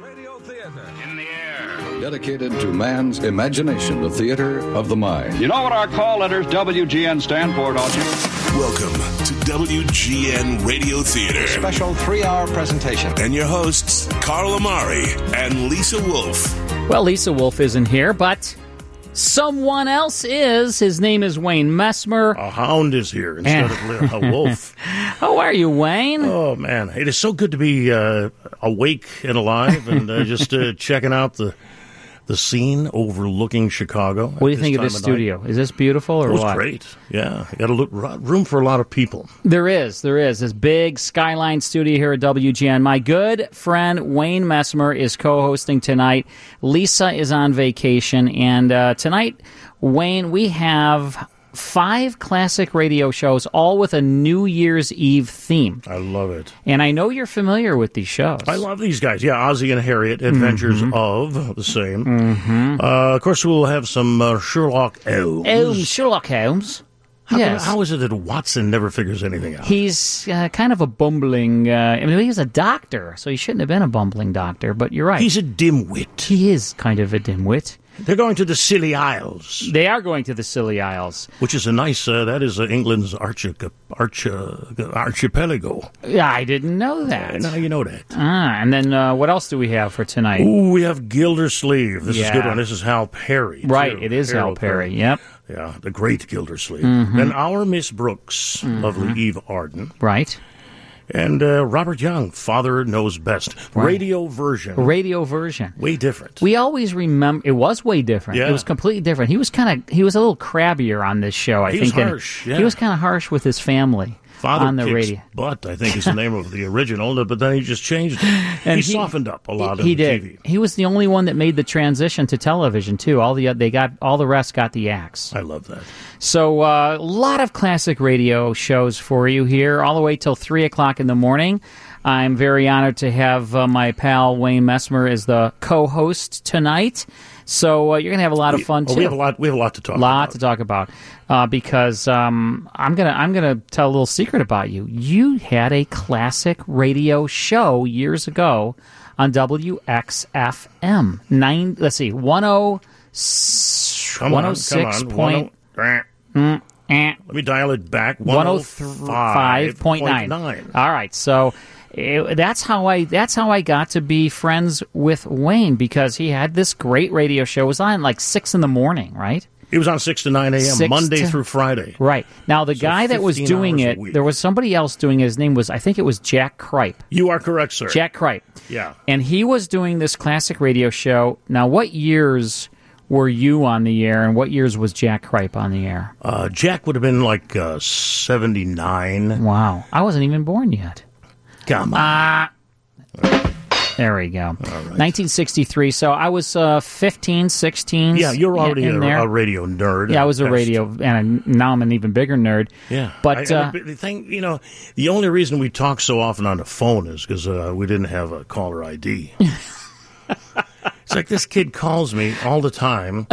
Radio theater. In the air. Dedicated to man's imagination, the theater of the mind. You know what our call letters WGN stand for, don't you? Welcome to WGN Radio Theater Special three hour presentation. and your hosts, Carl Amari and Lisa Wolf. Well, Lisa Wolf isn't here, but someone else is. His name is Wayne Messmer. a hound is here instead of li- a wolf. How are you, Wayne? Oh man, it is so good to be uh, awake and alive, and uh, just uh, checking out the the scene overlooking Chicago. what do you think of this studio? Is this beautiful or It was what? great. Yeah, got a lo- ro- room for a lot of people. There is, there is this big skyline studio here at WGN. My good friend Wayne Messmer is co-hosting tonight. Lisa is on vacation, and uh, tonight, Wayne, we have five classic radio shows, all with a New Year's Eve theme. I love it. And I know you're familiar with these shows. I love these guys. Yeah, Ozzy and Harriet, Mm-hmm. Adventures of the same. Uh, of course, we'll have some uh, Sherlock Holmes. Oh, Sherlock Holmes. How, come- yes. how is it that Watson never figures anything out? He's uh, kind of a bumbling. Uh, I mean, he's a doctor, so he shouldn't have been a bumbling doctor. But you're right. He's a dimwit. he is kind of a dimwit. They're going to the Scilly Isles. They are going to the Scilly Isles. which is a nice. Uh, that is uh, England's archi- arch, archipelago. Yeah, I didn't know And that. Now you know that. Ah, and then uh, what else do we have for tonight? Ooh, we have Gildersleeve. This is a good Yeah. one. This is Hal Perry. right, too. it is Al Harold Perry. Yep. Mm-hmm. Yeah, the great Gildersleeve. Then our Miss Brooks, lovely Eve Arden, Right. and uh, Robert Young, Father Knows Best, radio version, Radio version. way different. We always remember it was way different. Yeah. It was completely different. He was kind of he was a little crabbier on this show. I He was think than- harsh, yeah. He was kind of harsh with his family Father on the Kicks radio. butt, I think is the name of the original, but then he just changed it. he, softened up a lot he, in he the did. TV. He was the only one that made the transition to television too. All the uh, they got all the rest got the axe. I love that. So uh, a lot of classic radio shows for you here, all the way till three o'clock in the morning. I'm very honored to have uh, my pal Wayne Messmer as the co-host tonight. So uh, you're gonna have a lot of fun Oh, too. we have a lot. We have a lot to talk. lot about. to talk about uh, because um, I'm gonna I'm gonna tell a little secret about you. You had a classic radio show years ago on WXFM nine. Let's see, one oh Come one oh on, come on. six point. 10 eh, Let me dial it back. 105.9. 105.9. All right, so eh, that's how I that's how I got to be friends with Wayne because he had this great radio show. It was on like six in the morning, right? It was on 6 to 9 Six a.m., Monday to- through Friday. Right now, the guy that was 15 doing hours a it, week. there was somebody else doing it. His name was I think it was Jack Kripe. You are correct, sir. Jack Kripe, Yeah. and he was doing this classic radio show. Now, what years were you on the air, and what years was Jack Kripe on the air? Uh, Jack would have been like uh, 79. Wow, I wasn't even born yet. Ah. Come on. There we go. 1963. So I was uh, 15, 16. yeah, you're already in a, there. a radio nerd. yeah, I was a That's- radio, and now I'm an even bigger nerd. Yeah, but I- I- uh, the thing you know, the only reason we talk so often on the phone is because uh, we didn't have a caller ID. it's like this kid calls me all the time,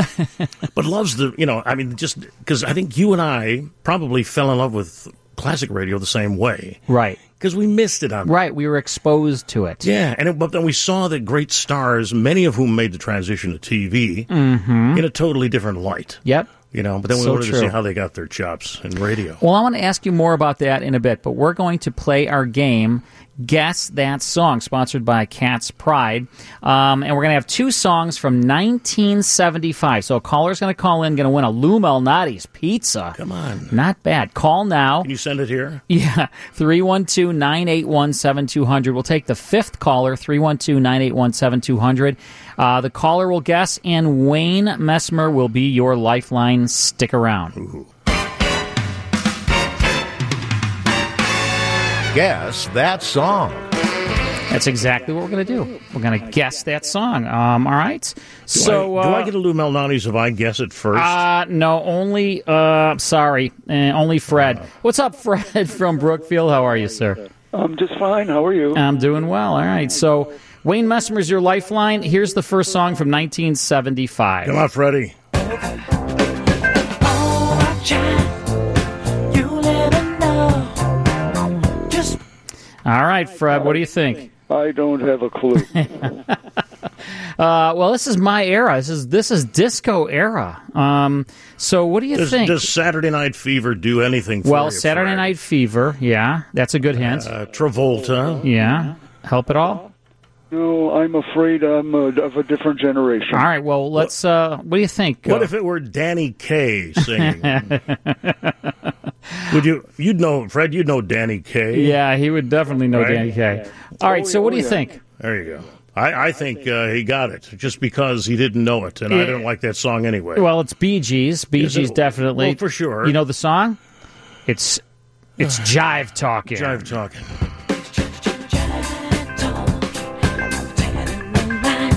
but loves the you know. I mean, just because I think you and I probably fell in love with classic radio the same way right, because we missed it on. right, we were exposed to it. Yeah, and it, but then we saw the great stars, many of whom made the transition to TV in a totally different light. Mm-hmm. Yep. You know, but then we So wanted to see true. how they got their chops in radio. Well, I want to ask you more about that in a bit, but we're going to play our game, Guess That Song, sponsored by Cat's Pride. Um, and we're going to have two songs from 1975. So a caller's going to call in, going to win a Lou Malnati's pizza. Come on. Not bad. Call now. Can you send it here? Yeah, 312 981 7200. We'll take the fifth caller, 312 981 7200. Uh, The caller will guess, and Wayne Messmer will be your lifeline. Stick around. Guess that song. That's exactly what we're going to do. We're going to guess that song. Um, all right. so, I- do uh, I get a Lou Malnati's if I guess it first? uh, no, only, uh, sorry, uh, only Fred. What's up, Fred from Brookfield? How are you, sir? I'm just fine. How are you? I'm doing well. All right. So, Wayne Messmer is your lifeline. Here's the first song from 1975. Come on, Freddie. All right, Fred, what do you think? I don't have a clue. Uh, well, this is my era. This is this is disco era. Um, so what do you Does, think? does Saturday Night Fever do anything for well, you, Saturday Fred? Night Fever. Yeah, that's a good hint. Uh, Travolta. yeah, help at all. no, I'm afraid I'm uh of a different generation. All right. Well, let's. Uh, what do you think? What uh, if it were Danny Kaye singing? Would you? You'd know, Fred. You'd know Danny Kaye. yeah, he would definitely know Right? Danny Kaye. All right. So what do Oh, you think? There you go. I, I think uh, he got it just because he didn't know it, and I Yeah. didn't like that song anyway. Well, it's Bee Gees. Bee Is it- Gees definitely. well, for sure. You know the song? It's it's Jive Talking. Jive talking.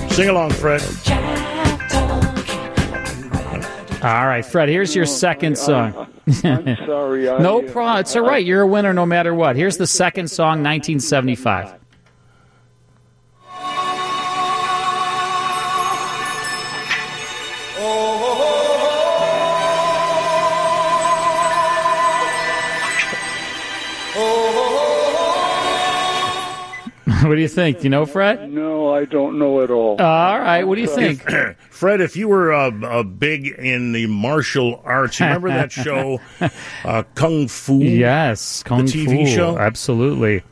Sing along, Fred. All right, Fred. Here's your second song. I'm sorry. I, No uh, problem. It's all right. You're a winner no matter what. Here's the second song, 1975. What do you think? Do you know, Fred? No, I don't know at all. All right. What do you think? Fred, if you were uh, uh, big in the martial arts, you remember that show, uh, Kung Fu? Yes, Kung TV Fu. show? Absolutely.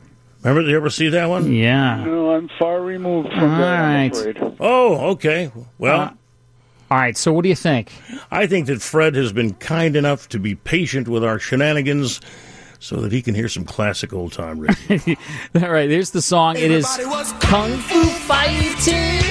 Remember, you ever see that one? Yeah. no, I'm far removed from All that. I'm right. Uh, afraid. Oh, okay. Well, All right. So, what do you think? I think that Fred has been kind enough to be patient with our shenanigans so that he can hear some classic old time radio. All right, here's the song. It is Kung Fu Fighting.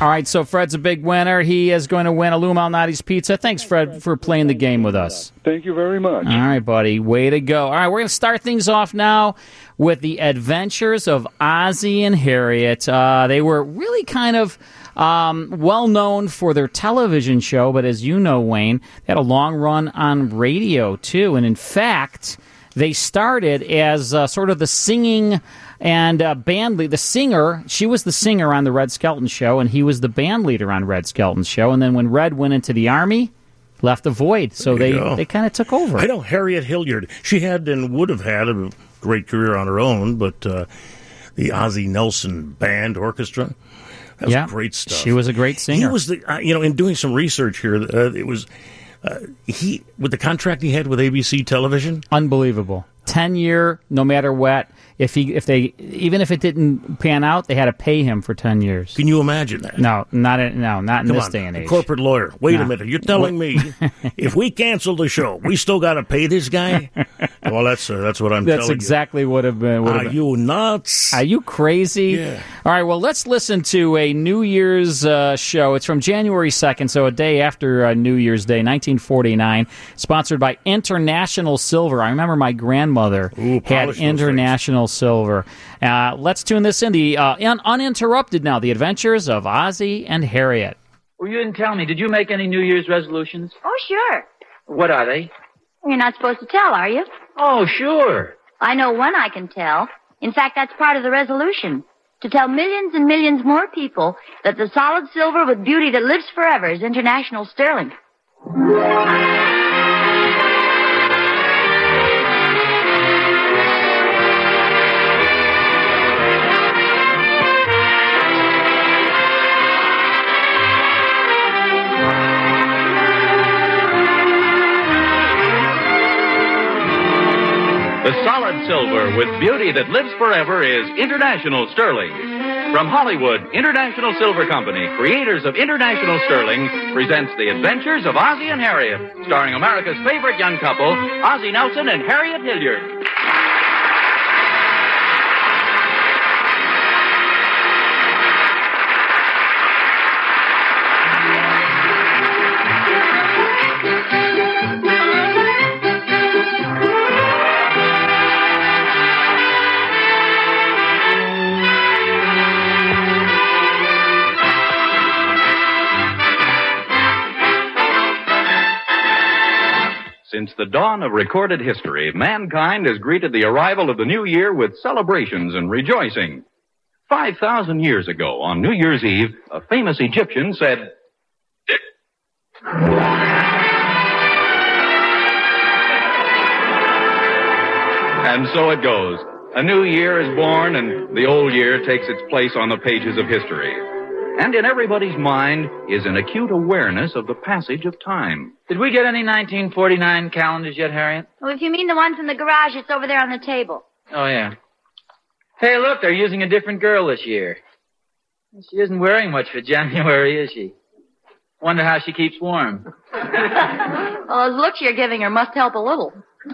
All right, so Fred's a big winner. He is going to win a Lou Malnati's Pizza. Thanks, Fred, for playing the game with us. Thank you very much. All right, buddy. Way to go. All right, we're going to start things off now with the adventures of Ozzy and Harriet. Uh, they were really kind of um, well known for their television show, but as you know, Wayne, they had a long run on radio, too. And in fact, they started as uh, sort of the singing and uh, band lead. The singer, she was the singer on the Red Skelton show, and he was the band leader on Red Skelton's show. And then when Red went into the army, left a void. So There they, you go. they kind of took over. I know Harriet Hilliard. She had and would have had a great career on her own, but uh, the Ozzie Nelson Band Orchestra. That was Yeah. great stuff. She was a great singer. He was the, uh, you know, in doing some research here, uh, it was uh, he with the contract he had with ABC Television. unbelievable. Ten year, no matter what. If he, if they, even if it didn't pan out, they had to pay him for ten years. Can you imagine that? No, not in, no, not in Come this on, day and a age. corporate lawyer. Wait Nah. a minute, you're telling me if we cancel the show, we still got to pay this guy? well, that's uh, that's what I'm That's telling exactly what have been. you. Would have Are been. you nuts? Are you crazy? Yeah. All right, well, let's listen to a New Year's uh, show. It's from January 2nd, so a day after uh, New Year's Day, 1949, sponsored by International Silver. I remember my grandmother Ooh, had polish those International Silver. Uh, let's tune this in. The uh, un- uninterrupted now, The Adventures of Ozzie and Harriet. Well, you didn't tell me. Did you make any New Year's resolutions? Oh, sure. What are they? You're not supposed to tell, are you? Oh, sure. I know one I can tell. In fact, that's part of the resolution. To tell millions and millions more people that the solid silver with beauty that lives forever is international sterling. The solid silver with beauty that lives forever is International Sterling. From Hollywood, International Silver Company, creators of International Sterling, presents The Adventures of Ozzie and Harriet, starring America's favorite young couple, Ozzie Nelson and Harriet Hilliard. Since the dawn of recorded history, mankind has greeted the arrival of the new year with celebrations and rejoicing. 5,000 years ago, on New Year's Eve, a famous Egyptian said, And so it goes. A new year is born, and the old year takes its place on the pages of history. And in everybody's mind is an acute awareness of the passage of time. Did we get any 1949 calendars yet, Harriet? Well, if you mean the ones in the garage, it's over there on the table. Oh, yeah. Hey, look, they're using a different girl this year. She isn't wearing much for January, is she? Wonder how she keeps warm. Well, those looks you're giving her must help a little. Hey,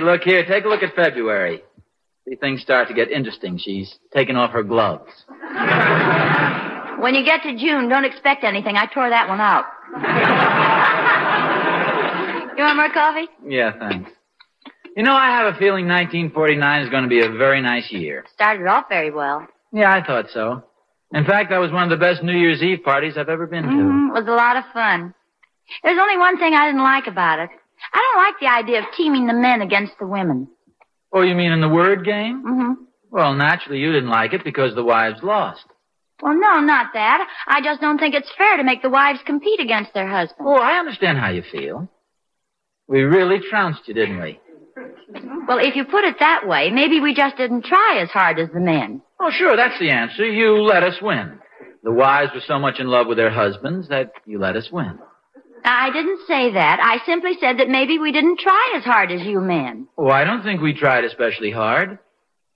look here, take a look at February. See, things start to get interesting. She's taking off her gloves. When you get to June, don't expect anything. I tore that one out. you want more coffee? Yeah, thanks. You know, I have a feeling 1949 is going to be a very nice year. Started off very well. Yeah, I thought so. In fact, that was one of the best New Year's Eve parties I've ever been to. It was a lot of fun. There's only one thing I didn't like about it. I don't like the idea of teaming the men against the women. Oh, you mean in the word game? Mm-hmm. Well, naturally, you didn't like it because the wives lost. Well, no, not that. I just don't think it's fair to make the wives compete against their husbands. Oh, I understand how you feel. We really trounced you, didn't we? Well, if you put it that way, maybe we just didn't try as hard as the men. Oh, sure, that's the answer. You let us win. The wives were so much in love with their husbands that you let us win. I didn't say that. I simply said that maybe we didn't try as hard as you men. Oh, I don't think we tried especially hard. In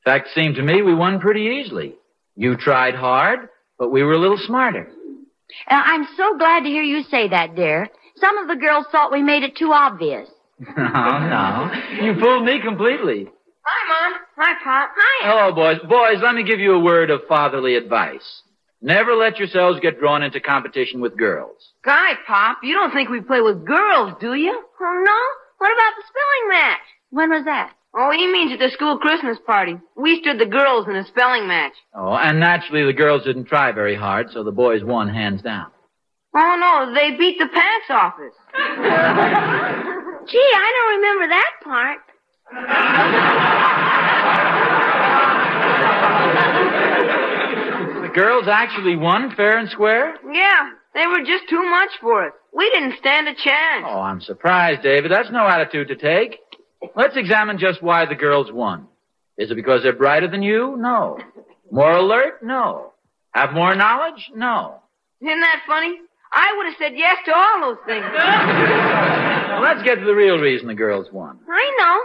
fact, it seemed to me we won pretty easily. You tried hard, but we were a little smarter. Uh, I'm so glad to hear you say that, dear. Some of the girls thought we made it too obvious. No, no. You fooled me completely. Hi, Mom. Hi, Pop. Hi. Hello, boys. Boys, let me give you a word of fatherly advice. Never let yourselves get drawn into competition with girls. Guy, Pop, you don't think we play with girls, do you? Oh, no? What about the spelling match? When was that? Oh, he means at the school Christmas party. We stood the girls in a spelling match. Oh, and naturally the girls didn't try very hard, so the boys won hands down. Oh, no, they beat the pants off us. Gee, I don't remember that part. The girls actually won fair and square? Yeah, they were just too much for us. We didn't stand a chance. Oh, I'm surprised, David. That's no attitude to take. Let's examine just why the girls won. Is it because they're brighter than you? No. More alert? No. Have more knowledge? No. Isn't that funny? I would have said yes to all those things. Now let's get to the real reason the girls won. I know.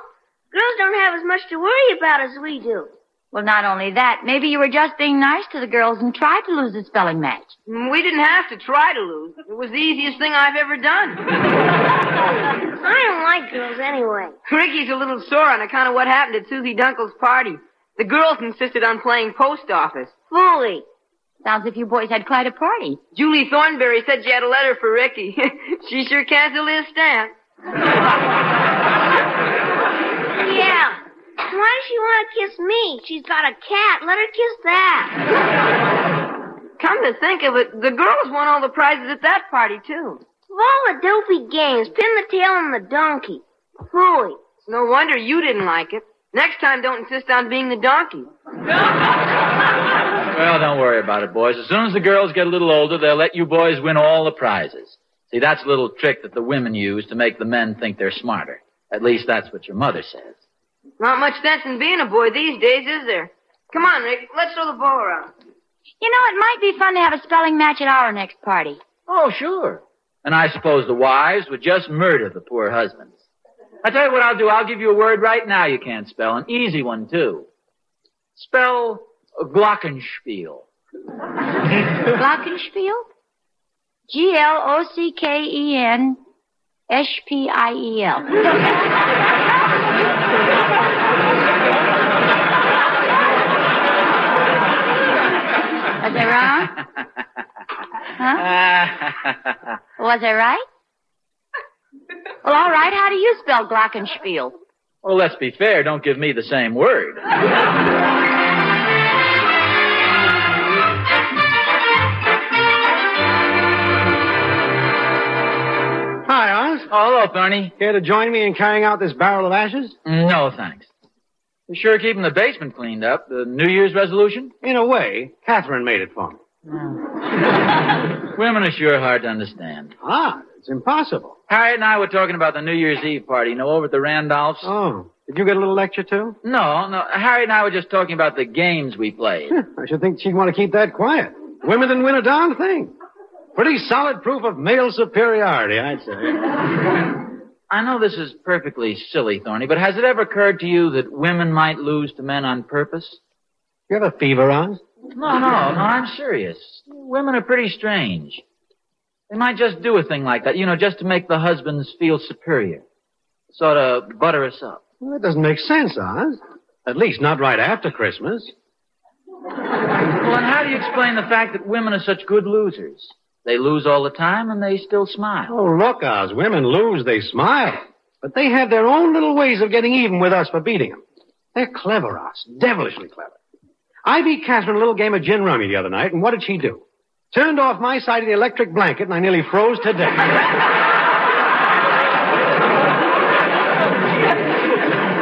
Girls don't have as much to worry about as we do. Well, not only that, maybe you were just being nice to the girls and tried to lose the spelling match. we didn't have to try to lose. It was the easiest thing I've ever done. I don't like girls anyway. Ricky's a little sore on account of what happened at Susie Dunkel's party. The girls insisted on playing post office. Fully. Sounds if you boys had quite a party. Julie Thornberry said she had a letter for Ricky. she sure canceled his stamp. Yeah. Why does she want to kiss me? She's got a cat. Let her kiss that. Come to think of it, the girls won all the prizes at that party, too. Of all the dopey games, pin the tail on the donkey. Fully. No wonder you didn't like it. Next time, don't insist on being the donkey. Well, don't worry about it, boys. As soon as the girls get a little older, they'll let you boys win all the prizes. See, that's a little trick that the women use to make the men think they're smarter. At least that's what your mother says. Not much sense in being a boy these days, is there? Come on, Rick. Let's throw the ball around. You know, it might be fun to have a spelling match at our next party. Oh, sure. And I suppose the wives would just murder the poor husbands. I tell you what I'll do. I'll give you a word right now you can't spell. An easy one, too. Spell glockenspiel. Glockenspiel? G L O C K E N S P I E L. Was I wrong? Huh? Was I right? Well, all right. How do you spell glockenspiel? Well, Oh, let's be fair. Don't give me the same word. Hi, Oz. Oh, hello, Thorny. Care to join me in carrying out this barrel of ashes? No, thanks. You're sure keeping the basement cleaned up. The New Year's resolution? In a way, Catherine made it for me. Women are sure hard to understand. Ah, It's impossible. Harriet and I were talking about the New Year's Eve party, you know, over at the Randolphs. Oh, did you get a little lecture too? No, no. Harriet and I were just talking about the games we played. I should think she'd want to keep that quiet. Women didn't win a darn thing. Pretty solid proof of male superiority, I'd say. I know this is perfectly silly, Thorny, but has it ever occurred to you that women might lose to men on purpose? You have a fever, Oz? No, no, no, I'm serious. Women are pretty strange. They might just do a thing like that, you know, just to make the husbands feel superior. Sort of butter us up. Well, that doesn't make sense, Oz. At least not right after Christmas. Well, and how do you explain the fact that women are such good losers? They lose all the time and they still smile. Oh, look, Oz, women lose, they smile. But they have their own little ways of getting even with us for beating them. They're clever, Oz, devilishly clever. I beat Catherine a little game of gin rummy the other night, and what did she do? Turned off my side of the electric blanket, and I nearly froze to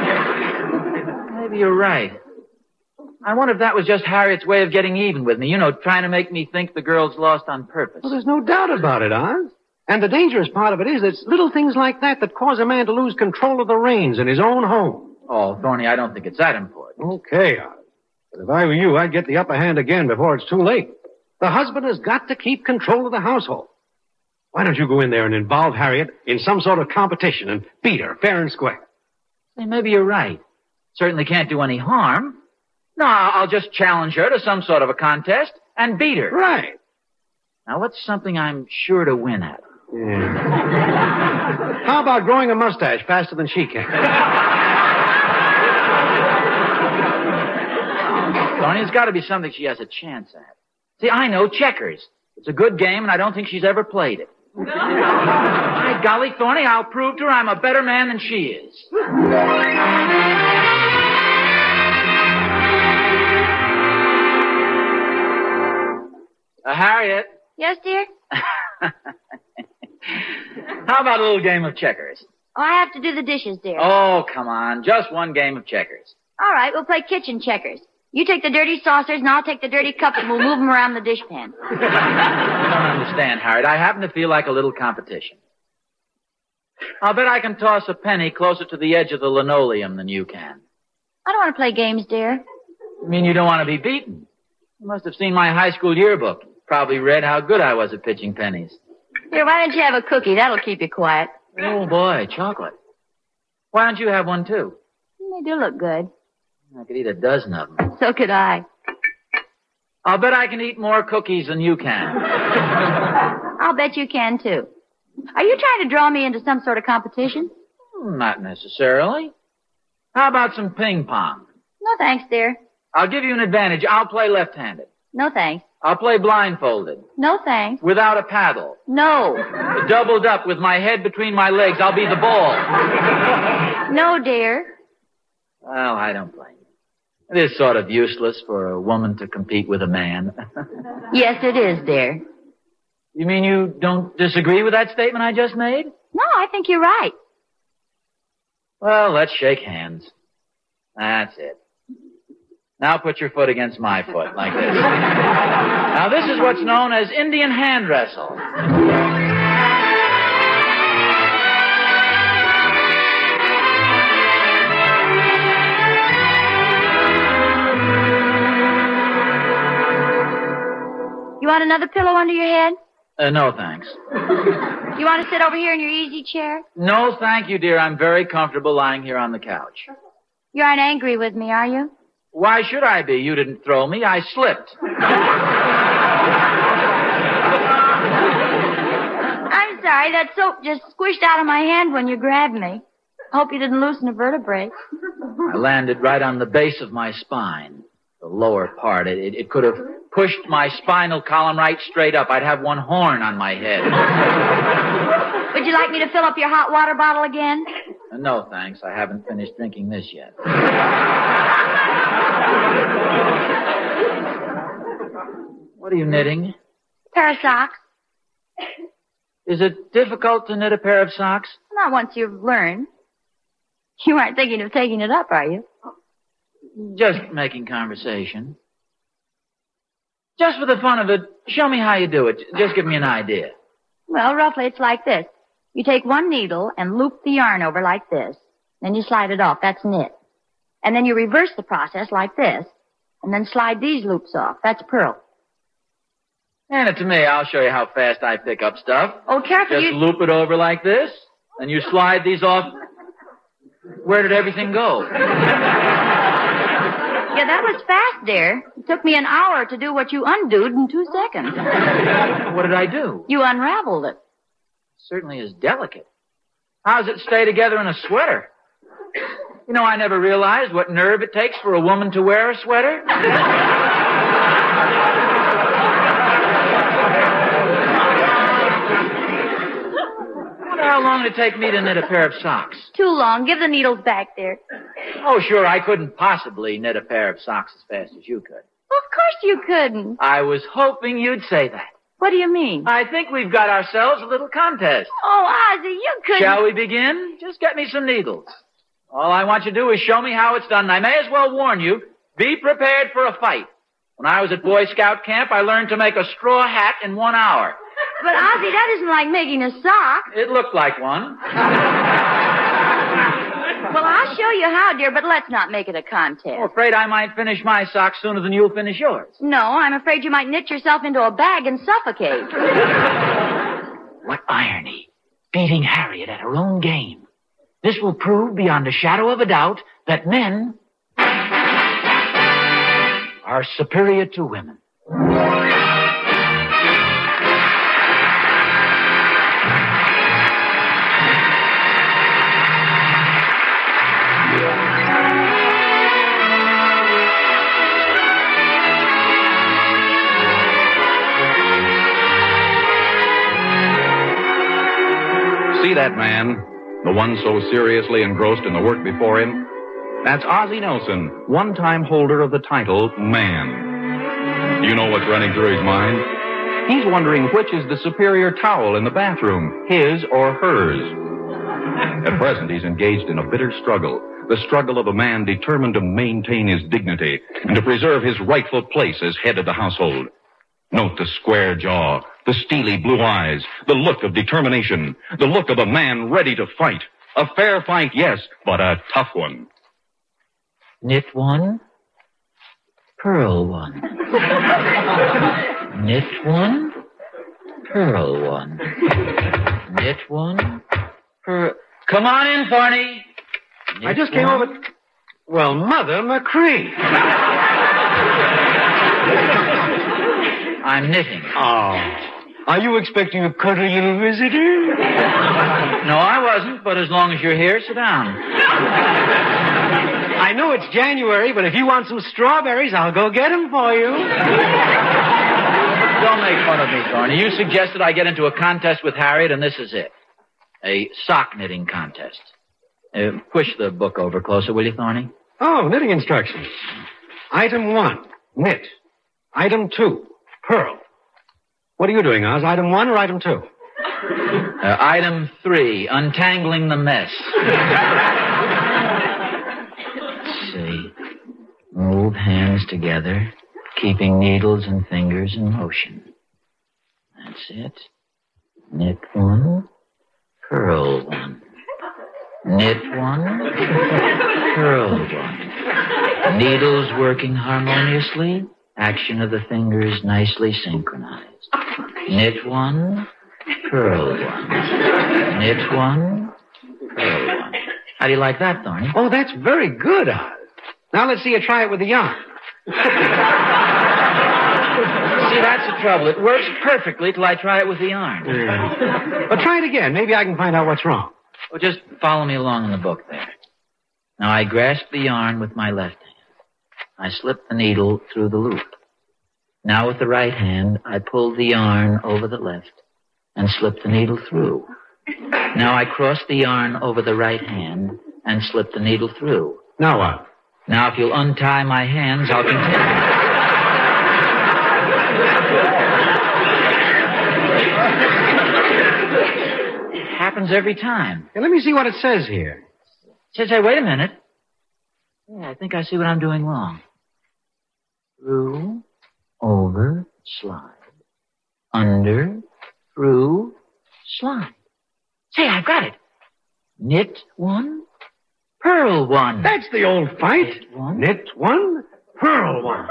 death. Maybe you're right. I wonder if that was just Harriet's way of getting even with me. You know, trying to make me think the girl's lost on purpose. Well, there's no doubt about it, Oz. And the dangerous part of it is it's little things like that that cause a man to lose control of the reins in his own home. Oh, Thorny, I don't think it's that important. Okay, Oz. But if I were you, I'd get the upper hand again before it's too late. The husband has got to keep control of the household. Why don't you go in there and involve Harriet in some sort of competition and beat her fair and square? Hey, maybe you're right. Certainly can't do any harm. No, I'll just challenge her to some sort of a contest and beat her. Right. Now, what's something I'm sure to win at? Yeah. How about growing a mustache faster than she can? Tony, it's got to be something she has a chance at. See, I know checkers. It's a good game, and I don't think she's ever played it. My golly, Thorny, I'll prove to her I'm a better man than she Uh, is. Uh, Harriet. Yes, dear? How about a little game of checkers? Oh, I have to do the dishes, dear. Oh, come on. Just one game of checkers. All right, we'll play kitchen checkers. You take the dirty saucers, and I'll take the dirty cups, and we'll move them around the dishpan. I don't understand, Harriet. I happen to feel like a little competition. I'll bet I can toss a penny closer to the edge of the linoleum than you can. I don't want to play games, dear. You mean you don't want to be beaten? You must have seen my high school yearbook probably read how good I was at pitching pennies. Here, why don't you have a cookie? That'll keep you quiet. Oh boy, chocolate. Why don't you have one too? They do look good. I could eat a dozen of them. So could I. I'll bet I can eat more cookies than you can. I'll bet you can too. Are you trying to draw me into some sort of competition? Hmm, Not necessarily. How about some ping pong? No thanks, dear. I'll give you an advantage. I'll play left-handed. No thanks. I'll play blindfolded. No thanks. Without a paddle. No. Doubled up with my head between my legs. I'll be the ball. No, dear. Well, I don't blame you. It is sort of useless for a woman to compete with a man. yes, it is, dear. You mean you don't disagree with that statement I just made? No, I think you're right. Well, let's shake hands. That's it. Now put your foot against my foot, like this. now this is what's known as Indian hand wrestle. You want another pillow under your head? Uh, no, thanks. you want to sit over here in your easy chair? No, thank you, dear. I'm very comfortable lying here on the couch. You aren't angry with me, are you? Why should I be? You didn't throw me. I slipped. I'm sorry. That soap just squished out of my hand when you grabbed me. I hope you didn't loosen a vertebrae. I landed right on the base of my spine, the lower part. It, it, it could have pushed my spinal column right straight up. I'd have one horn on my head. Would you like me to fill up your hot water bottle again? No, thanks. I haven't finished drinking this yet. What are you knitting? A pair of socks. Is it difficult to knit a pair of socks? Not once you've learned. You aren't thinking of taking it up, are you? Just making conversation. Just for the fun of it, show me how you do it. Just give me an idea. Well, roughly it's like this. You take one needle and loop the yarn over like this. Then you slide it off. That's knit. And then you reverse the process like this. And then slide these loops off. That's purl. Hand it to me. I'll show you how fast I pick up stuff. Oh, careful. Just You... loop it over like this, and you slide these off. Where did everything go? Yeah, that was fast, dear. It took me an hour to do what you undoed in two seconds. What did I do? You unraveled it. Certainly is delicate. How does it stay together in a sweater? You know, I never realized what nerve it takes for a woman to wear a sweater. Wonder How long did it take me to knit a pair of socks? Too long. Give the needles back there. Oh, sure, I couldn't possibly knit a pair of socks as fast as you could. Well, of course you couldn't. I was hoping you'd say that. What do you mean? I think we've got ourselves a little contest. Oh, Ozzy, you couldn't. Shall we begin? Just get me some needles. All I want you to do is show me how it's done. And I may as well warn you, be prepared for a fight. When I was at Boy Scout camp, I learned to make a straw hat in one hour. But Ozzy, that isn't like making a sock. It looked like one. Well, I'll show you how, dear, but let's not make it a contest. I'm afraid I might finish my sock sooner than you'll finish yours. No, I'm afraid you might knit yourself into a bag and suffocate. What irony. Beating Harriet at her own game. This will prove beyond a shadow of a doubt that men are superior to women. See that man? The one so seriously engrossed in the work before him? That's Ozzie Nelson, one time holder of the title Man. You know what's running through his mind? He's wondering which is the superior towel in the bathroom, his or hers. At present, he's engaged in a bitter struggle. The struggle of a man determined to maintain his dignity and to preserve his rightful place as head of the household. Note the square jaw, the steely blue eyes, the look of determination, the look of a man ready to fight. A fair fight, yes, but a tough one. Knit one, purl one. Knit one, purl one. Knit one, purl. Come on in, Barney. I just came over. Well, Mother McCree. I'm knitting. Oh. Are you expecting a cuddly little visitor? No, I wasn't, but as long as you're here, sit down. I know it's January, but if you want some strawberries, I'll go get them for you. Don't make fun of me, Barney. You suggested I get into a contest with Harriet, and this is it. A sock knitting contest. Uh, push the book over closer, will you, Thorny? Oh, knitting instructions. Item one, knit. Item two, purl. What are you doing, Oz? Item one or item two? Uh, item three, untangling the mess. Let's see. Move hands together, keeping needles and fingers in motion. That's it. Knit one, curl one. Knit one, curl one. Needles working harmoniously, action of the fingers nicely synchronized. Knit one, curl one. Knit one, curl one. How do you like that, Thorny? Oh, that's very good, Oz. Now let's see you try it with the yarn. See, that's the trouble. It works perfectly till I try it with the yarn. But try it again. Maybe I can find out what's wrong. Well, just follow me along in the book there. Now I grasp the yarn with my left hand. I slip the needle through the loop. Now with the right hand, I pull the yarn over the left and slip the needle through. Now I cross the yarn over the right hand and slip the needle through. Now what? Now if you'll untie my hands, I'll continue. It happens every time. Hey, let me see what it says here. Say, say, wait a minute. Yeah, I think I see what I'm doing wrong. Through, over, slide. Under, through, Slide. Say, I've got it. Knit one, pearl one. That's the old fight. Knit one, pearl one.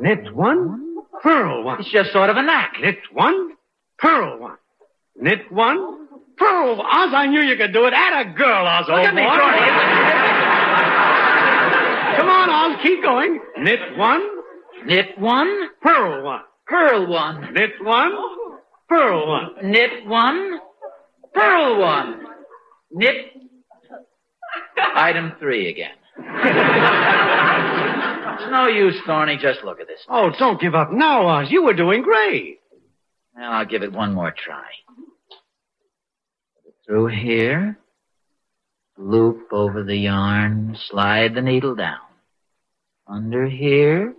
Knit one, pearl one. It's just sort of a knack. Knit one, pearl one. Knit one, pearl one. Oz, I knew you could do it. At a girl, Oz, Look old at me, boy. George. Come on, Oz, keep going. Knit one. Knit one, pearl one. Pearl one. Knit one, pearl one. Knit one, pearl one. Knit. Item three again. it's no use, Thorny. Just look at this. Oh, don't give up now, Oz. You were doing great. Well, I'll give it one more try. Through here, loop over the yarn, slide the needle down. Under here,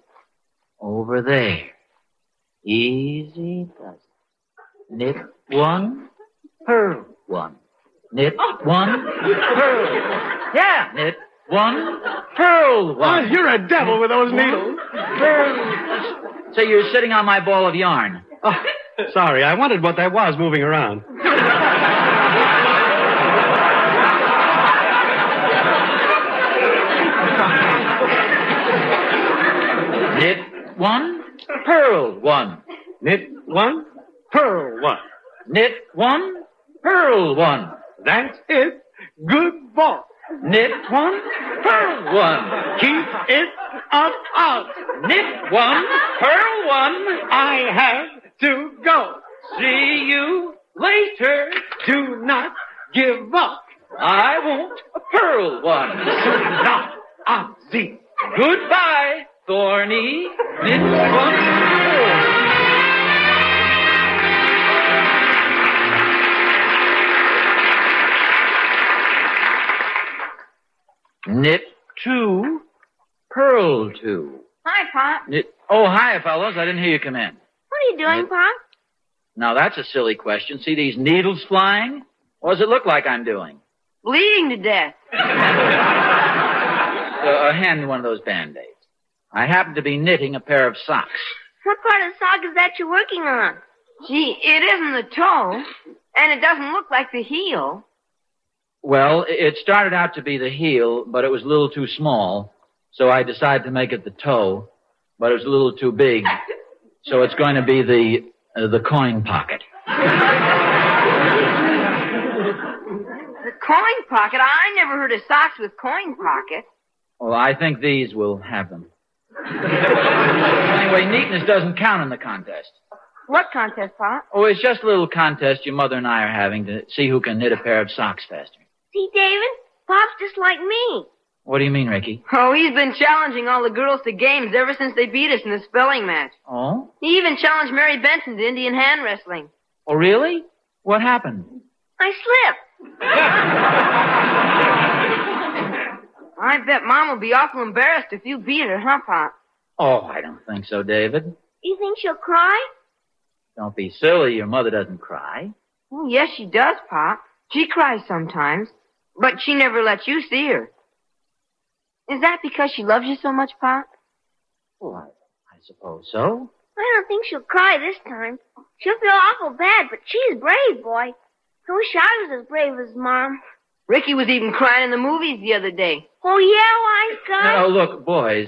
over there. Easy does it. Knit one, purl one. Knit one, purl one. Yeah, knit one, purl one. Oz, you're a devil with those needles. Purl. So you're sitting on my ball of yarn. Oh, sorry, I wondered what that was moving around. Knit one, purl one. Knit one, pearl one. Knit one, purl one. That's it. Good ball. Knit one, purl one. Keep it up, out. Knit one, purl one. I have to go. See you later. Do not give up. I won't purl one. Not Ozzy. Goodbye, Thorny. Knit one, purl one. Knit two, purl two. Hi, Pop. Knit. Oh, hi, fellows. I didn't hear you come in. What are you doing, Knit- Pop? Now that's a silly question. See these needles flying? What does it look like I'm doing? Bleeding to death. Uh, hand me one of those band-aids. I happen to be knitting a pair of socks. What part of the sock is that you're working on? Gee, it isn't the toe, and it doesn't look like the heel. Well, i- it started out to be the heel, but it was a little too small, so I decided to make it the toe, but it was a little too big, so it's going to be the uh, the coin pocket. The coin pocket? I never heard of socks with coin pockets. Well, I think these will have them. anyway, neatness doesn't count in the contest. What contest, Pop? Oh, it's just a little contest your mother and I are having to see who can knit a pair of socks faster. See, David? Pop's just like me. What do you mean, Ricky? Oh, he's been challenging all the girls to games ever since they beat us in the spelling match. Oh? He even challenged Mary Benson to Indian hand wrestling. Oh, really? What happened? I slipped. I bet Mom will be awful embarrassed if you beat her, huh, Pop? Oh, I don't think so, David. You think she'll cry? Don't be silly. Your mother doesn't cry. Oh, yes, she does, Pop. She cries sometimes, but she never lets you see her. Is that because she loves you so much, Pop? Well, I, I suppose so. I don't think she'll cry this time. She'll feel awful bad, but she's brave, boy. I wish I was as brave as Mom. Ricky was even crying in the movies the other day. Oh, yeah, wise guy? No, look, boys,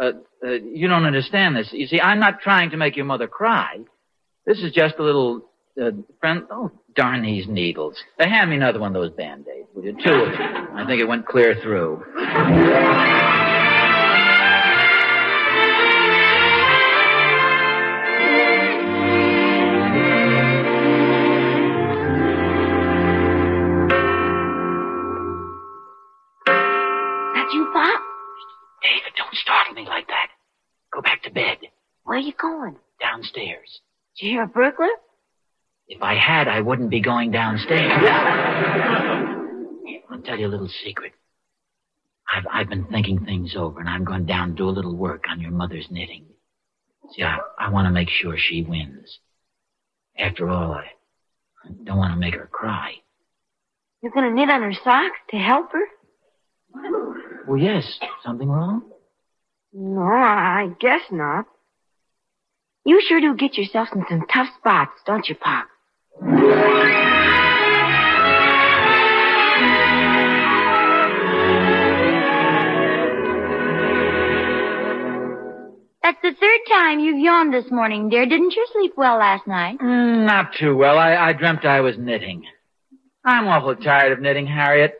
uh, uh, you don't understand this. You see, I'm not trying to make your mother cry. This is just a little uh, friend. Oh, darn these needles! Uh, hand me another one of those band-aids, will you? Two of them. I think it went clear through. That you, Pop? David, don't startle me like that. Go back to bed. Where are you going? Downstairs. Did you hear a burglar? If I had, I wouldn't be going downstairs. I'll tell you a little secret. I've, I've been thinking things over, and I'm going down to do a little work on your mother's knitting. See, I, I want to make sure she wins. After all, I, I don't want to make her cry. You're gonna knit on her socks to help her? Well, yes, something wrong? No, I I guess not. You sure do get yourself in some tough spots, don't you, Pop? That's the third time you've yawned this morning, dear. Didn't you sleep well last night? Mm, Not too well. I, I dreamt I was knitting. I'm awful tired of knitting, Harriet.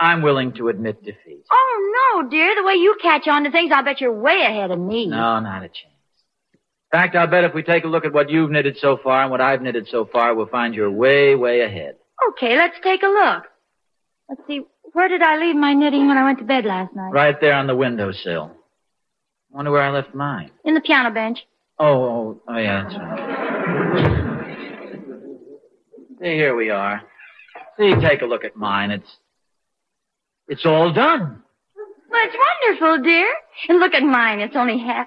I'm willing to admit defeat. Oh, no, dear. The way you catch on to things, I'll bet you're way ahead of me. No, not a chance. In fact, I'll bet if we take a look at what you've knitted so far and what I've knitted so far, we'll find you're way, way ahead. Okay, let's take a look. Let's see, where did I leave my knitting when I went to bed last night? Right there on the windowsill. Wonder where I left mine. In the piano bench. Oh, oh, oh yeah, that's right. Hey, Here we are. See, take a look at mine. It's, it's all done. Well, it's wonderful, dear. And look at mine. It's only half.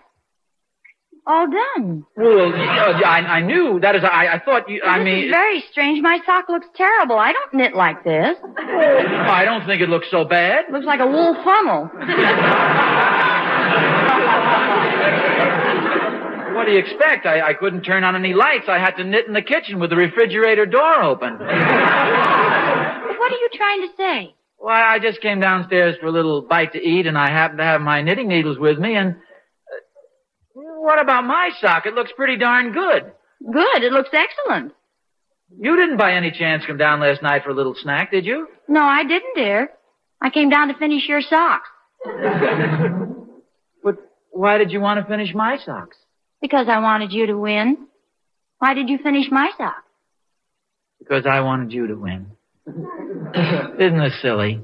All done. Well, yeah, I, I knew. That is, I, I thought you, I this mean. is very strange. My sock looks terrible. I don't knit like this. I don't think it looks so bad. Looks like a wool funnel. What do you expect? I, I couldn't turn on any lights. I had to knit in the kitchen with the refrigerator door open. what are you trying to say? Well, I just came downstairs for a little bite to eat, and I happened to have my knitting needles with me, and. uh, What about my sock? It looks pretty darn good. Good. It looks excellent. You didn't by any chance come down last night for a little snack, did you? No, I didn't, dear. I came down to finish your socks But why did you want to finish my socks? because I wanted you to win. Why did you finish my sock? Because I wanted you to win. Isn't this silly?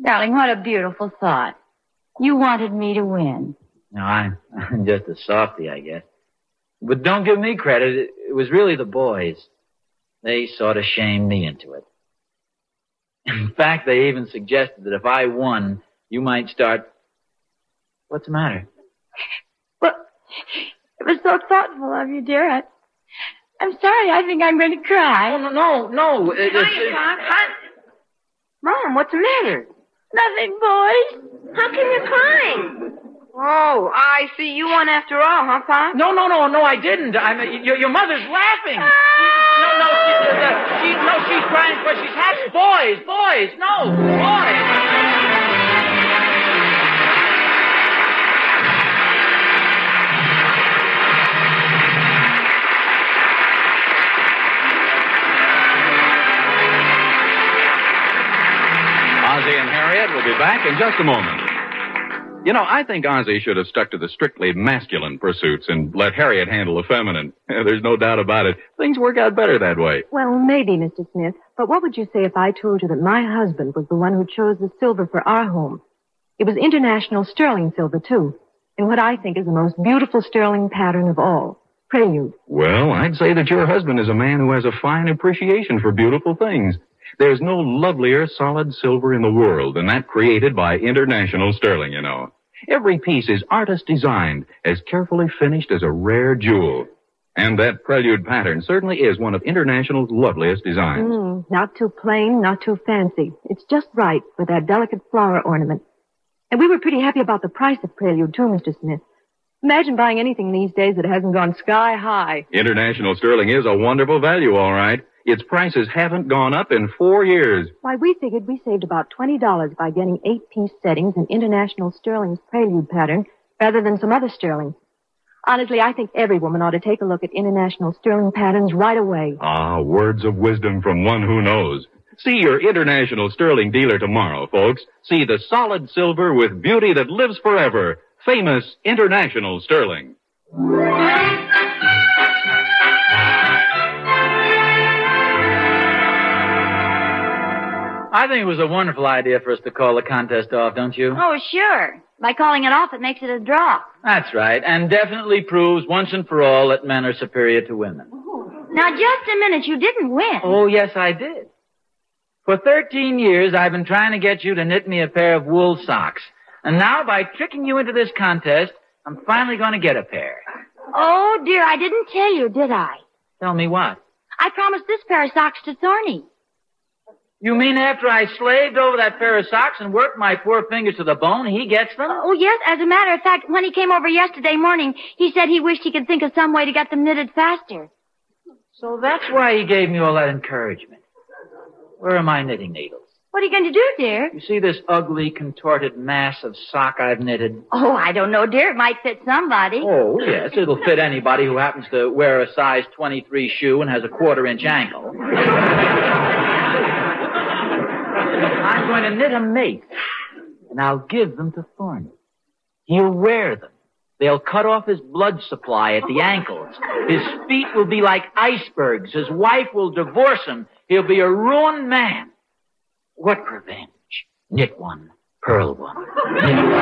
Darling, what a beautiful thought. You wanted me to win. No, I'm, I'm just a softy, I guess. But don't give me credit. It, it was really the boys. They sort of shamed me into it. In fact, they even suggested that if I won, you might start. What's the matter? It was so thoughtful of you, dear. I, I'm sorry. I think I'm going to cry. no, no, no. It- it's- Mom, what's the matter? Nothing, boys. How come you're crying? Oh, I see. You won after all, huh, Pop? No, no, no, no, I didn't. I mean, your, your mother's laughing. Ah! No, no, she, uh, she, no, she's crying because she's happy. Boys, boys, no, boys. Ozzie and Harriet will be back in just a moment. You know, I think Ozzie should have stuck to the strictly masculine pursuits and let Harriet handle the feminine. There's no doubt about it. Things work out better that way. Well, maybe, Mr. Smith, but what would you say if I told you that my husband was the one who chose the silver for our home? It was international sterling silver, too, in what I think is the most beautiful sterling pattern of all, prelude. Well, I'd say that your husband is a man who has a fine appreciation for beautiful things. There's no lovelier solid silver in the world than that created by International Sterling, you know. Every piece is artist designed, as carefully finished as a rare jewel. And that prelude pattern certainly is one of International's loveliest designs. Mm, not too plain, not too fancy. It's just right with that delicate flower ornament. And we were pretty happy about the price of Prelude, too, Mr. Smith. Imagine buying anything these days that hasn't gone sky high. International Sterling is a wonderful value, all right. Its prices haven't gone up in four years. Why, we figured we saved about $20 by getting eight-piece settings in International Sterling's Prelude pattern rather than some other Sterling. Honestly, I think every woman ought to take a look at International Sterling patterns right away. Ah, words of wisdom from one who knows. See your international sterling dealer tomorrow, folks. See the solid silver with beauty that lives forever. Famous international sterling. I think it was a wonderful idea for us to call the contest off, don't you? Oh, sure. By calling it off, it makes it a draw. That's right, and definitely proves once and for all that men are superior to women. Now, just a minute. You didn't win. Oh, yes, I did. For 13 years, I've been trying to get you to knit me a pair of wool socks. And now, by tricking you into this contest, I'm finally going to get a pair. Oh, dear. I didn't tell you, did I? Tell me what? I promised this pair of socks to Thorny. You mean after I slaved over that pair of socks and worked my poor fingers to the bone, he gets them? Oh, yes. As a matter of fact, when he came over yesterday morning, he said he wished he could think of some way to get them knitted faster. So that's why he gave me all that encouragement. Where are my knitting needles? What are you going to do, dear? You see this ugly, contorted mass of sock I've knitted? Oh, I don't know, dear. It might fit somebody. Oh, yes, it'll fit anybody who happens to wear a size 23 shoe and has a quarter inch ankle. I'm going to knit 'em mate, and I'll give them to Thorny. He'll wear them. They'll cut off his blood supply at the ankles. His feet will be like icebergs. His wife will divorce him. He'll be a ruined man. What revenge? Knit one, pearl one. knit one.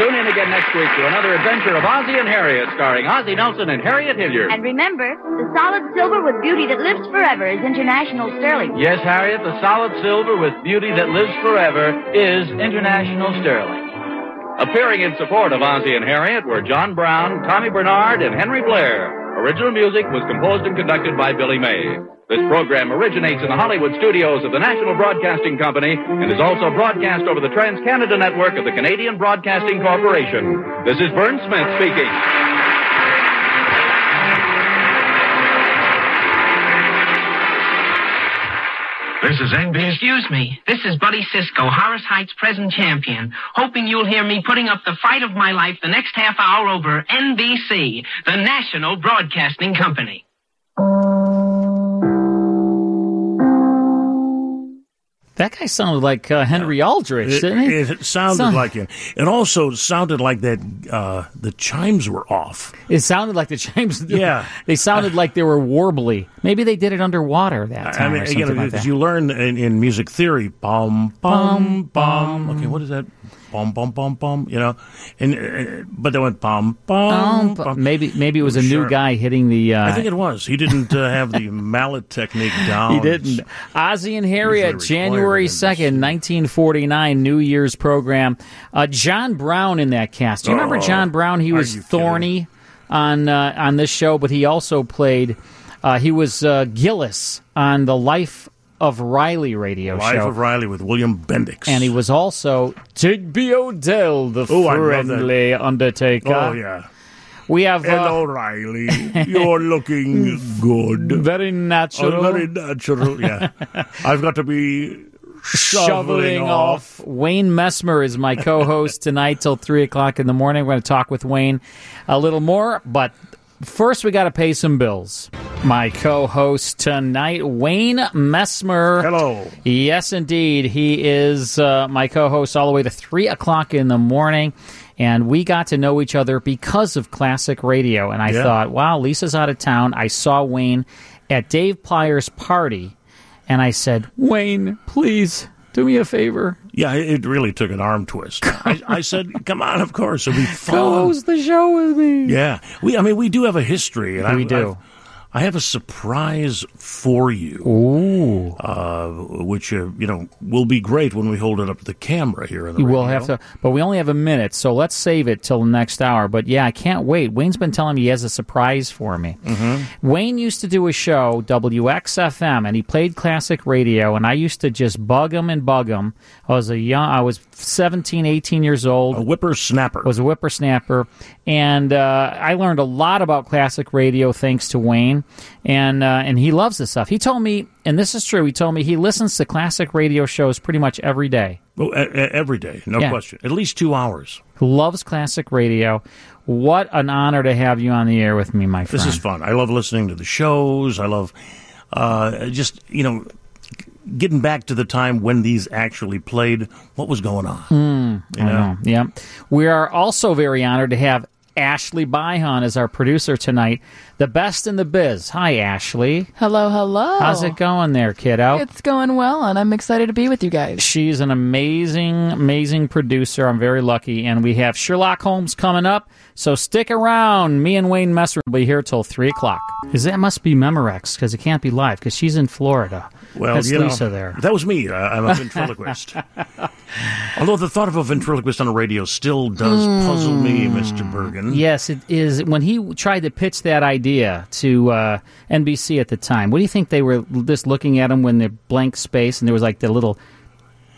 Tune in again next week to another adventure of Ozzie and Harriet, starring Ozzie Nelson and Harriet Hilliard. And remember, the solid silver with beauty that lives forever is international sterling. Yes, Harriet, the solid silver with beauty that lives forever is international sterling. Appearing in support of Ozzie and Harriet were John Brown, Tommy Bernard, and Henry Blair. Original music was composed and conducted by Billy May. This program originates in the Hollywood studios of the National Broadcasting Company and is also broadcast over the Trans-Canada Network of the Canadian Broadcasting Corporation. This is Vern Smith speaking. This is NBC. Excuse me. This is Buddy Cisco, Horace Heights present champion. Hoping you'll hear me putting up the fight of my life the next half hour over NBC, the National Broadcasting Company. That guy sounded like uh, Henry Aldrich, It, didn't he? it sounded Sound- like it. It also sounded like that uh, the chimes were off. It sounded like the chimes. Yeah. they sounded like they were warbly. Maybe they did it underwater that time. I mean, or you, something know, like that. you learn in, in music theory, bum bum bum. Okay, what is that? Bum bum bum bum. You know, and uh, but they went bum bum. Um, but maybe maybe it was a new Sure. guy hitting the. Uh, I think it was. He didn't uh, have the mallet technique down. He didn't. Ozzie and Harriet, January 2nd, 1949, New Year's program. Uh, John Brown in that cast. Do you remember Oh, John Brown? He are was you thorny on uh, on this show, but he also played, uh, he was uh, Gillis on the Life of Riley radio Life show. of Riley with William Bendix. and he was also Digby Odell, the Oh, I love that. friendly undertaker. Oh yeah. We have. uh, Hello, Riley. You're looking good. Very natural. Oh, very natural. Yeah. I've got to be shoveling, shoveling off. off. Wayne Messmer is my co host tonight till 3 o'clock in the morning. We're going to talk with Wayne a little more, but first we got to pay some bills. My co host tonight, Wayne Messmer. Hello. Yes, indeed. He is uh, my co host all the way to 3 o'clock in the morning. And we got to know each other because of classic radio. And I Yeah. thought, wow, Lisa's out of town. I saw Wayne at Dave Plyer's party. And I said, Wayne, please do me a favor. Yeah, it it really took an arm twist. I, I said, "Come on, of course, it'll be fun." Co-host the show with me. Yeah, we. I mean, we do have a history. And We I, do. I've- I have a surprise for you. Ooh. Uh, which uh, you know will be great when we hold it up to the camera here in the. We'll radio. have to, but we only have a minute, so let's save it till the next hour. But yeah, I can't wait. Wayne's been telling me he has a surprise for me. Mm-hmm. Wayne used to do a show, WXFM, and he played classic radio, and I used to just bug him and bug him. I was a young, I was 17, 18 years old. A whippersnapper. Was a whippersnapper. And uh, I learned a lot about classic radio thanks to Wayne, and, uh, and he loves this stuff. He told me, and this is true, he told me he listens to classic radio shows pretty much every day. Well, e- e- every day, no Yeah. question. At least two hours. who loves classic radio. What an honor to have you on the air with me, my friend. This is fun. I love listening to the shows. I love uh, just you know getting back to the time when these actually played. What was going on? Mm, You I know? know. Yeah. We are also very honored to have Ashley Byhan as our producer tonight, the best in the biz. Hi, Ashley. Hello, hello. How's it going there, kiddo? It's going well, and I'm excited to be with you guys. She's an amazing, amazing producer. I'm very lucky. And we have Sherlock Holmes coming up. So stick around. Me and Wayne Messer will be here till 3 o'clock. Because that must be Memorex, because it can't be live, because she's in Florida. Well, That's you know, Lisa there. That was me. I, Uh, I'm a ventriloquist. Although the thought of a ventriloquist on the radio still does puzzle me, Hmm. Mr. Bergen. Yes, it is. When he tried to pitch that idea to uh, NBC at the time, what do you think they were just looking at him when the blank space and there was like the little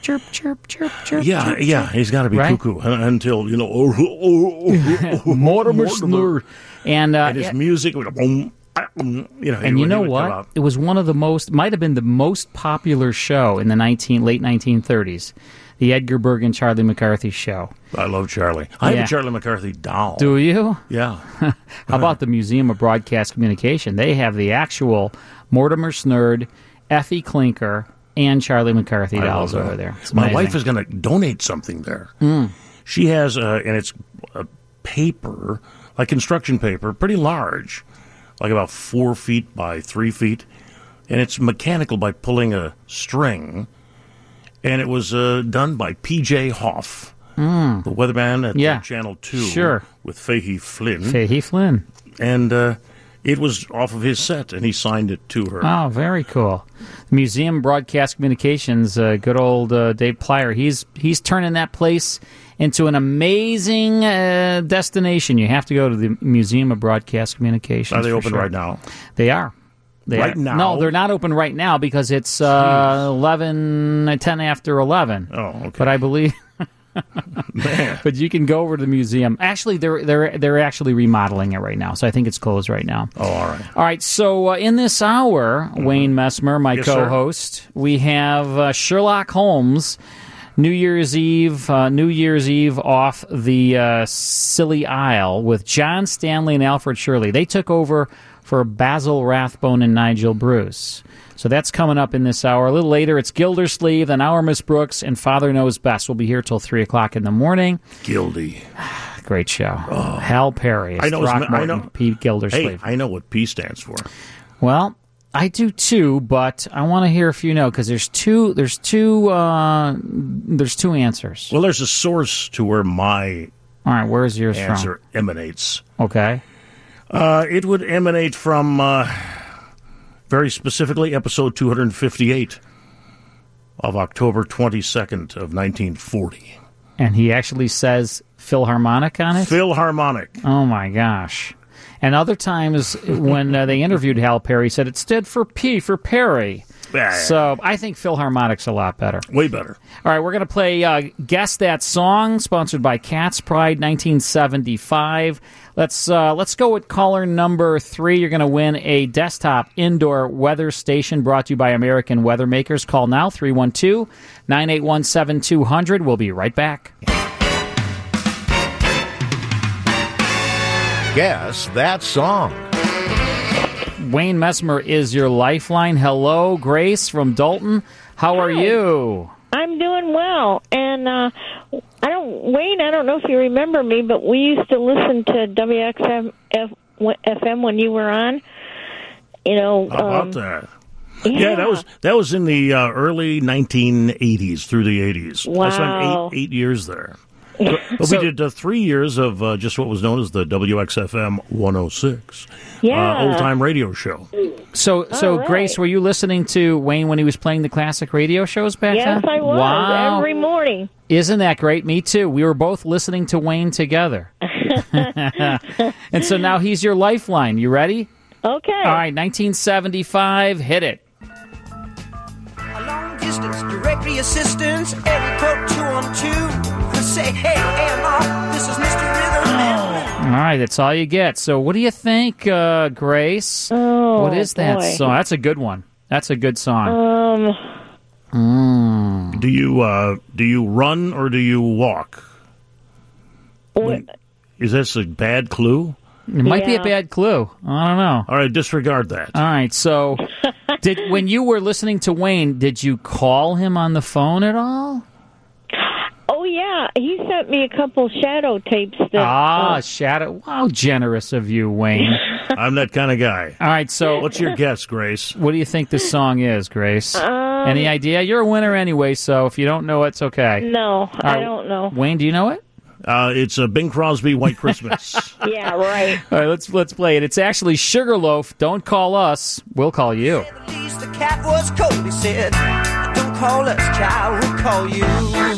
chirp, chirp, chirp, chirp. Yeah, chirp, yeah, he's got to be Right? cuckoo un- until you know oh, oh, oh, oh, oh, Mortimer Snurd. and, uh, and his it- music. would- boom, ah, boom, You know, he and you would- he know would come what? out. It was one of the most, might have been the most popular show in the 19, late 1930s. The Edgar Bergen, Charlie McCarthy show. I love Charlie. I Yeah. have a Charlie McCarthy doll. Do you? Yeah. How about the Museum of Broadcast Communication? They have the actual Mortimer Snurd, Effie Clinker, and Charlie McCarthy I dolls love over that. there. It's My amazing. wife is going to donate something there. Mm. She has, uh, and it's a paper, like construction paper, pretty large, like about four feet by three feet, and it's mechanical by pulling a string, and it was uh, done by P.J. Hoff, the weatherman at Hmm. Yeah. Channel Two, Sure. with Fahey Flynn, Fahey Flynn, and uh, it was off of his set, and he signed it to her. Oh, very cool. Museum Broadcast Communications, uh, good old uh, Dave Plyer. He's he's turning that place into an amazing uh, destination. You have to go to the Museum of Broadcast Communications. Are they for open sure. right now? They are. They Right are. now? No, they're not open right now because it's uh, 11, uh, 10 after 11. Oh, okay. But I believe. but you can go over to the museum. Actually, they're they're they're actually remodeling it right now, so I think it's closed right now. Oh, all right. Mm-hmm. All right. So uh, in this hour, Wayne Messmer, my Yes, sir. co-host, we have uh, Sherlock Holmes. New Year's Eve, uh, New Year's Eve off the uh, Silly Isle with John Stanley and Alfred Shirley. They took over for Basil Rathbone and Nigel Bruce. So that's coming up in this hour. A little later, it's Gildersleeve, then our Miss Brooks, and Father Knows Best. We'll be here till 3 o'clock in the morning. Gildy. Great show. Hal Perry. Oh. I know his ma- I Throckmorton, know- Pete Gildersleeve. Hey, I know what P stands for. Well, I do too, but I want to hear if you know because there's two. There's two. Uh, there's two answers. Well, there's a source to where my all right. Where's yours from? answer emanates. Okay. Uh, it would emanate from uh, very specifically episode 258 of October 22nd of 1940. And he actually says Philharmonic on it. Philharmonic. Oh my gosh. And other times when uh, they interviewed Hal Perry, he said it stood for P for Perry. Yeah. So I think Philharmonic's a lot better. Way better. All right, we're going to play uh, Guess That Song, sponsored by Cat's Pride 1975. Let's uh, let's go with caller number three. You're going to win a desktop indoor weather station brought to you by American Weather Makers. Call now 312 981 7200. We'll be right back. Guess that song. Wayne Messmer is your lifeline. Hello, Grace from Dalton. How are you? I'm doing well, and uh, I don't, Wayne. I don't know if you remember me, but we used to listen to WXM F- FM when you were on. You know, How about um, that? yeah. that was that was in the uh, early 1980s through the 80s. I Wow. spent eight, eight years there. But, but So- we did uh, three years of uh, just what was known as the WXFM 106 Yeah. uh, old time radio show. So, so All right. Grace, were you listening to Wayne when he was playing the classic radio shows back then? yes, I was Wow. every morning. Isn't that great? Me too. We were both listening to Wayne together. and so now he's your lifeline. You ready? Okay. All right, 1975, hit it. distance, directory assistance, every code two on two. Say, hey, AMR, this is Mr. Oh. Rhythm. All right, that's all you get. So what do you think, uh, Grace? Oh, what is that boy. song? That's a good one. That's a good song. Um, Mm. Do you uh, do you run or do you walk? Uh, When- Is this a bad clue? It might be a bad clue. I don't know. All right, disregard that. All right, so did when you were listening to Wayne, did you call him on the phone at all? oh yeah, he sent me a couple shadow tapes. That, ah, uh, shadow. How generous of you, Wayne. I'm that kind of guy. All right, so What's your guess, Grace? What do you think this song is, Grace? Um, Any idea? You're a winner anyway, so if you don't know, it's okay. no, All I right, don't know. Wayne, do you know it? Uh, it's a Bing Crosby White Christmas. yeah, right. All right, let's let's play it. It's actually Sugarloaf. Don't call us. We'll call you. At least the cat was cold, he said. Don't call us, child, we'll call you. I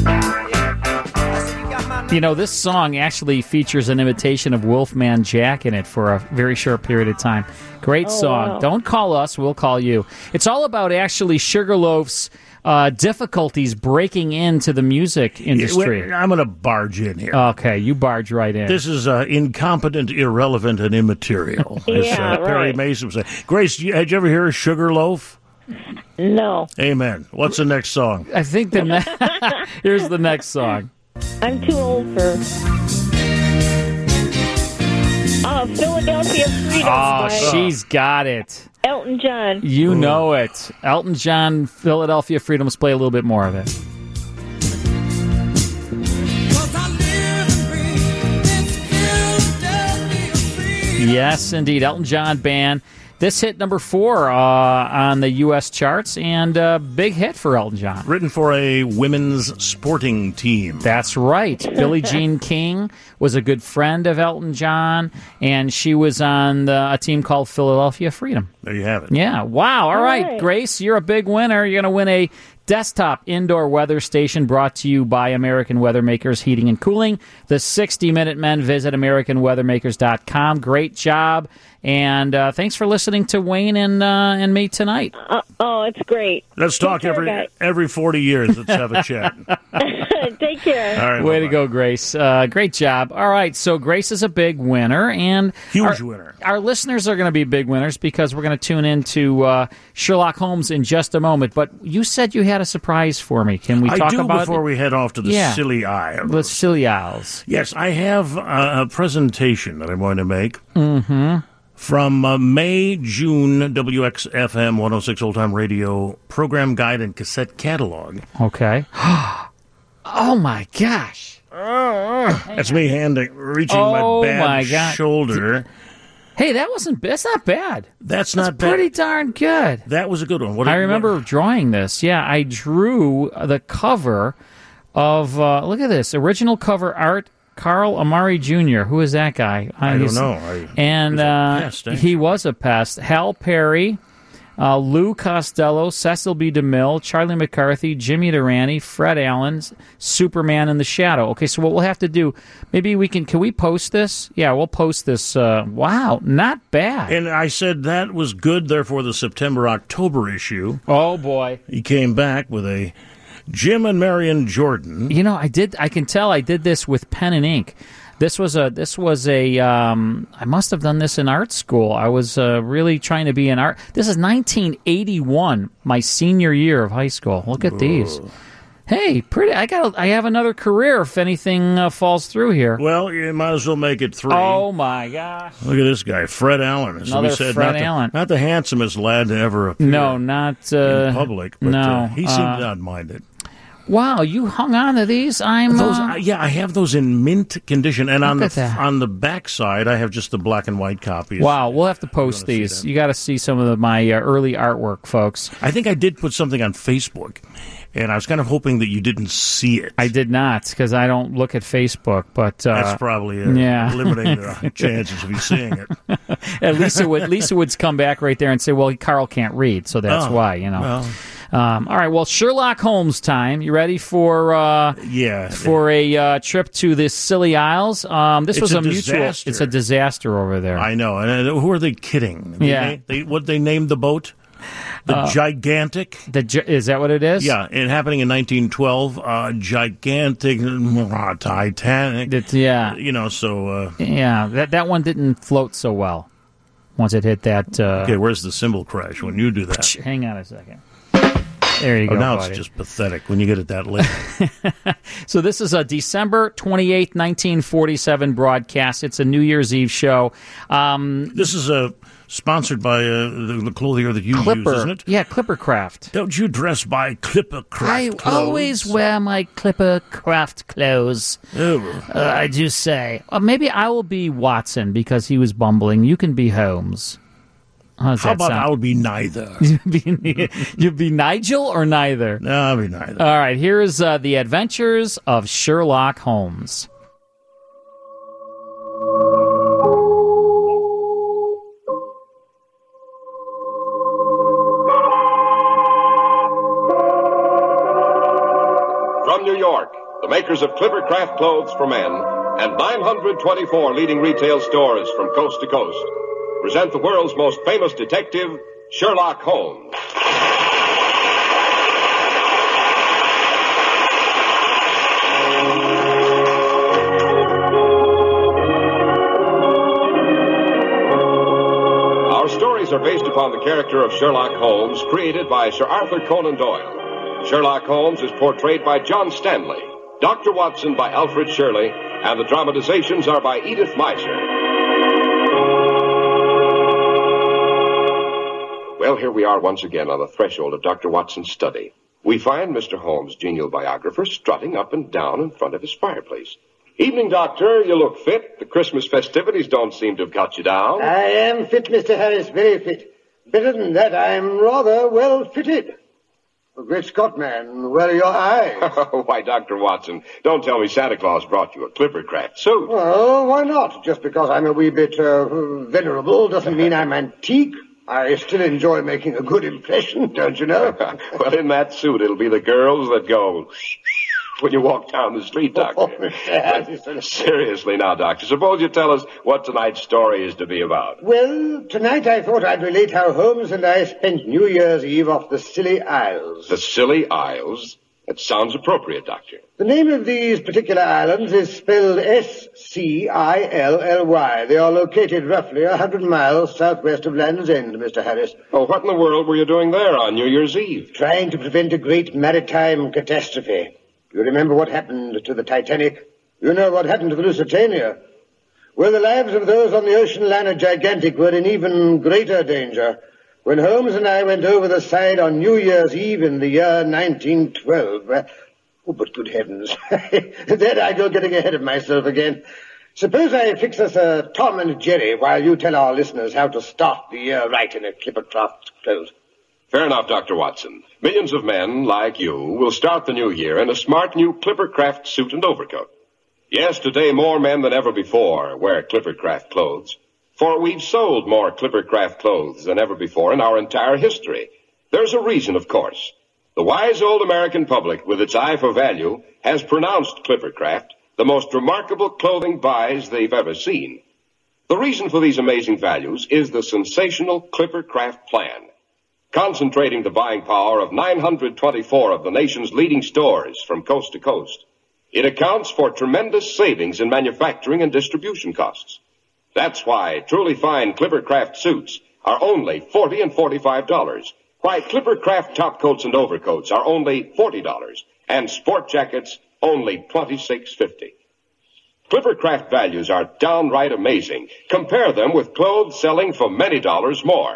said, you got my You know, this song actually features an imitation of Wolfman Jack in it for a very short period of time. Great Oh, song. wow. Don't call us, we'll call you. It's all about actually Sugarloaf's uh, difficulties breaking into the music industry. wait, I'm going to barge in here. Okay, you barge right in. This is uh, incompetent, irrelevant, and immaterial. as Yeah, uh, Perry right. Mason would say. Grace, you, had you ever hear of Sugarloaf? No. Amen. What's the next song? I think the ne- here's the next song. I'm too old for. Oh, Philadelphia Freedom Oh, by she's got it. Elton John. You know it. Elton John, Philadelphia Freedoms. Play a little bit more of it. Yes, indeed. Elton John band. This hit number four uh, on the U.S. charts and uh, big hit for Elton John. Written for a women's sporting team. That's right. Billie Jean King was a good friend of Elton John, and she was on the, a team called Philadelphia Freedom. There you have it. Yeah. Wow. All All right. right. Grace, you're a big winner. You're going to win a desktop indoor weather station brought to you by American Weather Makers Heating and Cooling. The 60 Minute Men visit AmericanWeathermakers.com. Great job. And uh, thanks for listening to Wayne and, uh, and me tonight. Uh, oh, it's great. Let's talk Take care, every guys. every 40 years. Let's have a chat. Take care. All right, Way to go, Grace. Uh, great job. All right. So, Grace is a big winner and Huge our, winner. Our listeners are going to be big winners because we're going to tune into uh, Sherlock Holmes in just a moment. But you said you had a surprise for me. Can we I talk do about before it? we head off to the Yeah. silly eye. The silly owls. Yes, I have a, a presentation that I'm going to make Mm-hmm. from uh, May, June, WXFM 106 Old Time Radio program guide and cassette catalog. Okay. oh my gosh. That's me handing, reaching Oh, my bad my God. shoulder. Hey, that wasn't. That's not bad. That's not bad. pretty darn good. That was a good one. What I remember drawing this. Yeah, I drew the cover of. Uh, look at this original cover art. Carl Amari Jr. Who is that guy? Uh, I don't he's- know. I- and uh, pest, ain't he was a pest. Hal Perry, uh, Lou Costello, Cecil B. DeMille, Charlie McCarthy, Jimmy Durante, Fred Allen, Superman in the Shadow. Okay, so what we'll have to do? Maybe we can. Can we post this? Yeah, we'll post this. Uh, wow, not bad. And I said that was good, therefore, the September October issue. Oh, boy. He came back with a Jim and Marion Jordan. You know, I did. I can tell I did this with pen and ink. This was a. This was a. Um, I must have done this in art school. I was uh, really trying to be an art. This is 1981, my senior year of high school. Look at these. Hey, pretty. I got. I have another career if anything uh, falls through here. Well, you might as well make it three. Oh my gosh. Look at this guy, Fred Allen. As we Another said, Fred not Allen. The, not the handsomest lad to ever appear No, not uh, in public, but no, uh, he seemed uh, not mind it. Wow, you hung on to these. I'm. Those, uh, I- yeah, I have those in mint condition, and on Look the at that. on the back side, I have just the black and white copies. Wow, we'll have to post these. You got to see some of the, my uh, early artwork, folks. I think I did put something on Facebook, and I was kind of hoping that you didn't see it. I did not because I don't look at Facebook. But uh, That's probably uh, yeah. eliminating the chances of you seeing it. and Lisa would Lisa would come back right there and say, "Well, Carl can't read, so that's Oh, why." You know. well. Um, all right. Well, Sherlock Holmes time. You ready for uh, yeah for a uh, trip to the Silly Isles? Um, this It's was a a, mutual. disaster. It's a disaster over there. I know. And uh, who are they kidding? They Yeah. na- they, what they named the boat? The Uh, gigantic. The gi- is that what it is? Yeah, it happening in 1912. Uh, gigantic uh, Titanic. yeah. You know, so uh, Yeah. That that one didn't float so well once it hit that. Uh, okay. Where's the cymbal crash when you do that? Hang on a second. There you Oh, go. now buddy. it's just pathetic when you get it that late. So this is a December twenty eighth, 1947 broadcast. It's a New Year's Eve show. Um, this is a sponsored by uh, the, the clothier that you Clipper. use, isn't it? Yeah, Clipper Craft. Don't you dress by Clipper I Craft? always wear my Clipper Craft clothes. Uh, I do say. Or maybe I will be Watson because he was bumbling. You can be Holmes. How, does How that about sound? I'll be neither? You'd be, you'd be Nigel or neither? No, I'll be neither. All right, here is uh, The Adventures of Sherlock Holmes. From New York, the makers of Clipper Craft Clothes for Men, and 924 leading retail stores from coast to coast, present the world's most famous detective, Sherlock Holmes. Our stories are based upon the character of Sherlock Holmes, created by Sir Arthur Conan Doyle. Sherlock Holmes is portrayed by John Stanley, Dr. Watson by Alfred Shirley, and the dramatizations are by Edith Meiser. Well, here we are once again on the threshold of Dr. Watson's study. We find Mr. Holmes' genial biographer strutting up and down in front of his fireplace. Evening, Doctor. You look fit. The Christmas festivities don't seem to have got you down. I am fit, Mr. Harris, very fit. Better than that, I'm rather well fitted. Oh, Great Scott, man, where are your eyes? Why, Dr. Watson, don't tell me Santa Claus brought you a clipper craft suit. Well, why not? Just because I'm a wee bit uh, venerable doesn't mean I'm antique. I still enjoy making a good impression, don't you know? well, in that suit, it'll be the girls that go when you walk down the street, Doctor. But seriously now, Doctor, suppose you tell us what tonight's story is to be about. Well, tonight I thought I'd relate how Holmes and I spent New Year's Eve off the Scilly Isles. The Scilly Isles? That sounds appropriate, Doctor. The name of these particular islands is spelled S-C-I-L-L-Y. They are located roughly a hundred miles southwest of Land's End, Mr. Harris. Oh, what in the world were you doing there on New Year's Eve? Trying to prevent a great maritime catastrophe. You remember what happened to the Titanic? You know what happened to the Lusitania. Well, the lives of those on the ocean liner gigantic were in even greater danger when Holmes and I went over the side on New Year's Eve in the year 1912. uh, Oh, but good heavens. there I go getting ahead of myself again. Suppose I fix us a Tom and Jerry while you tell our listeners how to start the year right in a Clippercraft close. Fair enough, Dr. Watson. Millions of men, like you, will start the new year in a smart new Clipper Craft suit and overcoat. Yes, today more men than ever before wear Clipper Craft clothes, for we've sold more Clipper Craft clothes than ever before in our entire history. There's a reason, of course. The wise old American public, with its eye for value, has pronounced Clipper Craft the most remarkable clothing buys they've ever seen. The reason for these amazing values is the sensational Clipper Craft plan concentrating the buying power of 924 of the nation's leading stores from coast to coast. It accounts for tremendous savings in manufacturing and distribution costs. That's why truly fine Clippercraft suits are only 40 and $45. Why Clippercraft top coats and overcoats are only $40 and sport jackets only $26.50. Clippercraft values are downright amazing. Compare them with clothes selling for many dollars more.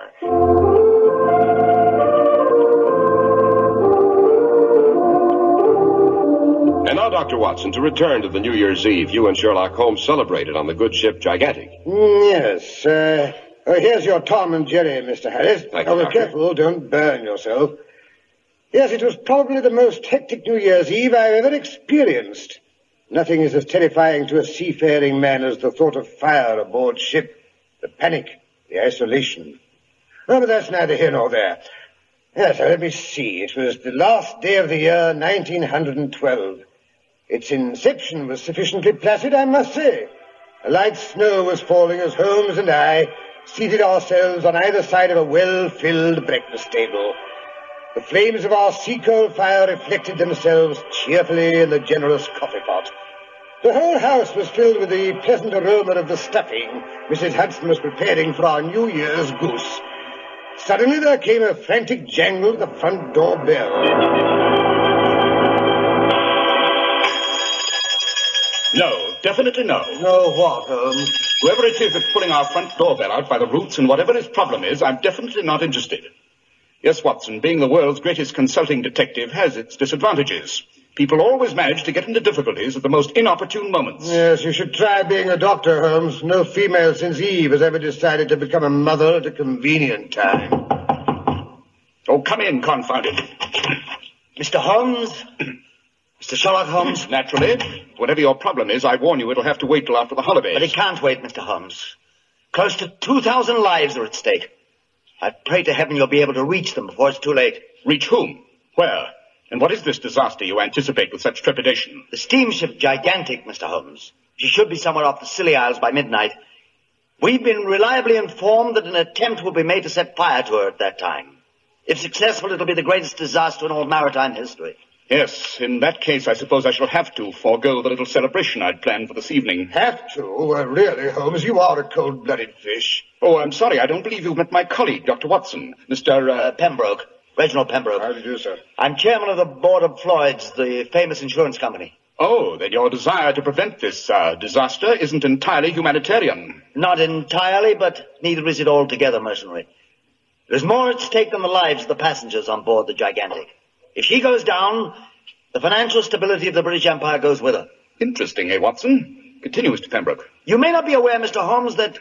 And now, Dr. Watson, to return to the New Year's Eve you and Sherlock Holmes celebrated on the good ship Gigantic. Mm, yes. Uh, oh, here's your Tom and Jerry, Mr. Harris. Thank you, oh, be Doctor. careful, don't burn yourself. Yes, it was probably the most hectic New Year's Eve I've ever experienced. Nothing is as terrifying to a seafaring man as the thought of fire aboard ship, the panic, the isolation. Oh, but that's neither here nor there. Yes, uh, let me see. It was the last day of the year 1912. Its inception was sufficiently placid, I must say. A light snow was falling as Holmes and I seated ourselves on either side of a well-filled breakfast table. The flames of our sea coal fire reflected themselves cheerfully in the generous coffee pot. The whole house was filled with the pleasant aroma of the stuffing Mrs. Hudson was preparing for our New Year's goose. Suddenly there came a frantic jangle at the front door bell. No, definitely no. No what, um? Holmes? Whoever it is that's pulling our front doorbell out by the roots and whatever his problem is, I'm definitely not interested. Yes, Watson, being the world's greatest consulting detective has its disadvantages. People always manage to get into difficulties at the most inopportune moments. Yes, you should try being a doctor, Holmes. No female since Eve has ever decided to become a mother at a convenient time. Oh, come in, confound it. Mr. Holmes? Mr. Sherlock Holmes? Naturally. Whatever your problem is, I warn you it'll have to wait till after the holidays. But it can't wait, Mr. Holmes. Close to 2,000 lives are at stake. I pray to heaven you'll be able to reach them before it's too late. Reach whom? Where? And what is this disaster you anticipate with such trepidation? The steamship Gigantic, Mr. Holmes. She should be somewhere off the Scilly Isles by midnight. We've been reliably informed that an attempt will be made to set fire to her at that time. If successful, it'll be the greatest disaster in all maritime history. Yes, in that case, I suppose I shall have to forego the little celebration I'd planned for this evening. Have to? Oh, Well, really, Holmes, you are a cold-blooded fish. Oh, I'm sorry, I don't believe you've met my colleague, Dr. Watson. Mr. Uh, Pembroke. Reginald Pembroke. How do you do, sir? I'm chairman of the board of Floyd's, the famous insurance company. Oh, then your desire to prevent this uh, disaster isn't entirely humanitarian. Not entirely, but neither is it altogether mercenary. There's more at stake than the lives of the passengers on board the Gigantic. If she goes down, the financial stability of the British Empire goes with her. Interesting, eh, Watson? Continue, Mr. Pembroke. You may not be aware, Mr. Holmes, that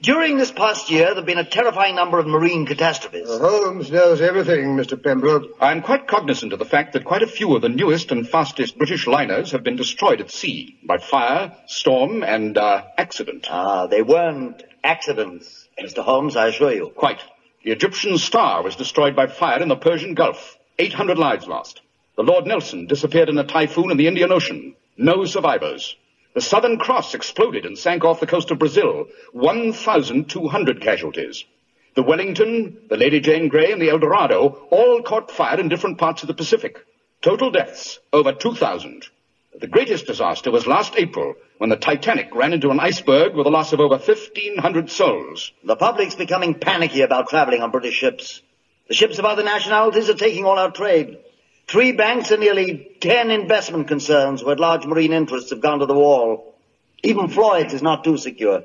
during this past year there have been a terrifying number of marine catastrophes. Uh, Holmes knows everything, Mr. Pembroke. I'm quite cognizant of the fact that quite a few of the newest and fastest British liners have been destroyed at sea by fire, storm, and uh, accident. Ah, they weren't accidents, Mr. Holmes, I assure you. Quite. The Egyptian Star was destroyed by fire in the Persian Gulf. 800 lives lost. The Lord Nelson disappeared in a typhoon in the Indian Ocean. No survivors. The Southern Cross exploded and sank off the coast of Brazil. 1,200 casualties. The Wellington, the Lady Jane Grey, and the Eldorado all caught fire in different parts of the Pacific. Total deaths, over 2,000. The greatest disaster was last April when the Titanic ran into an iceberg with a loss of over 1,500 souls. The public's becoming panicky about traveling on British ships. The ships of other nationalities are taking all our trade. Three banks and nearly ten investment concerns with large marine interests have gone to the wall. Even Floyd's is not too secure.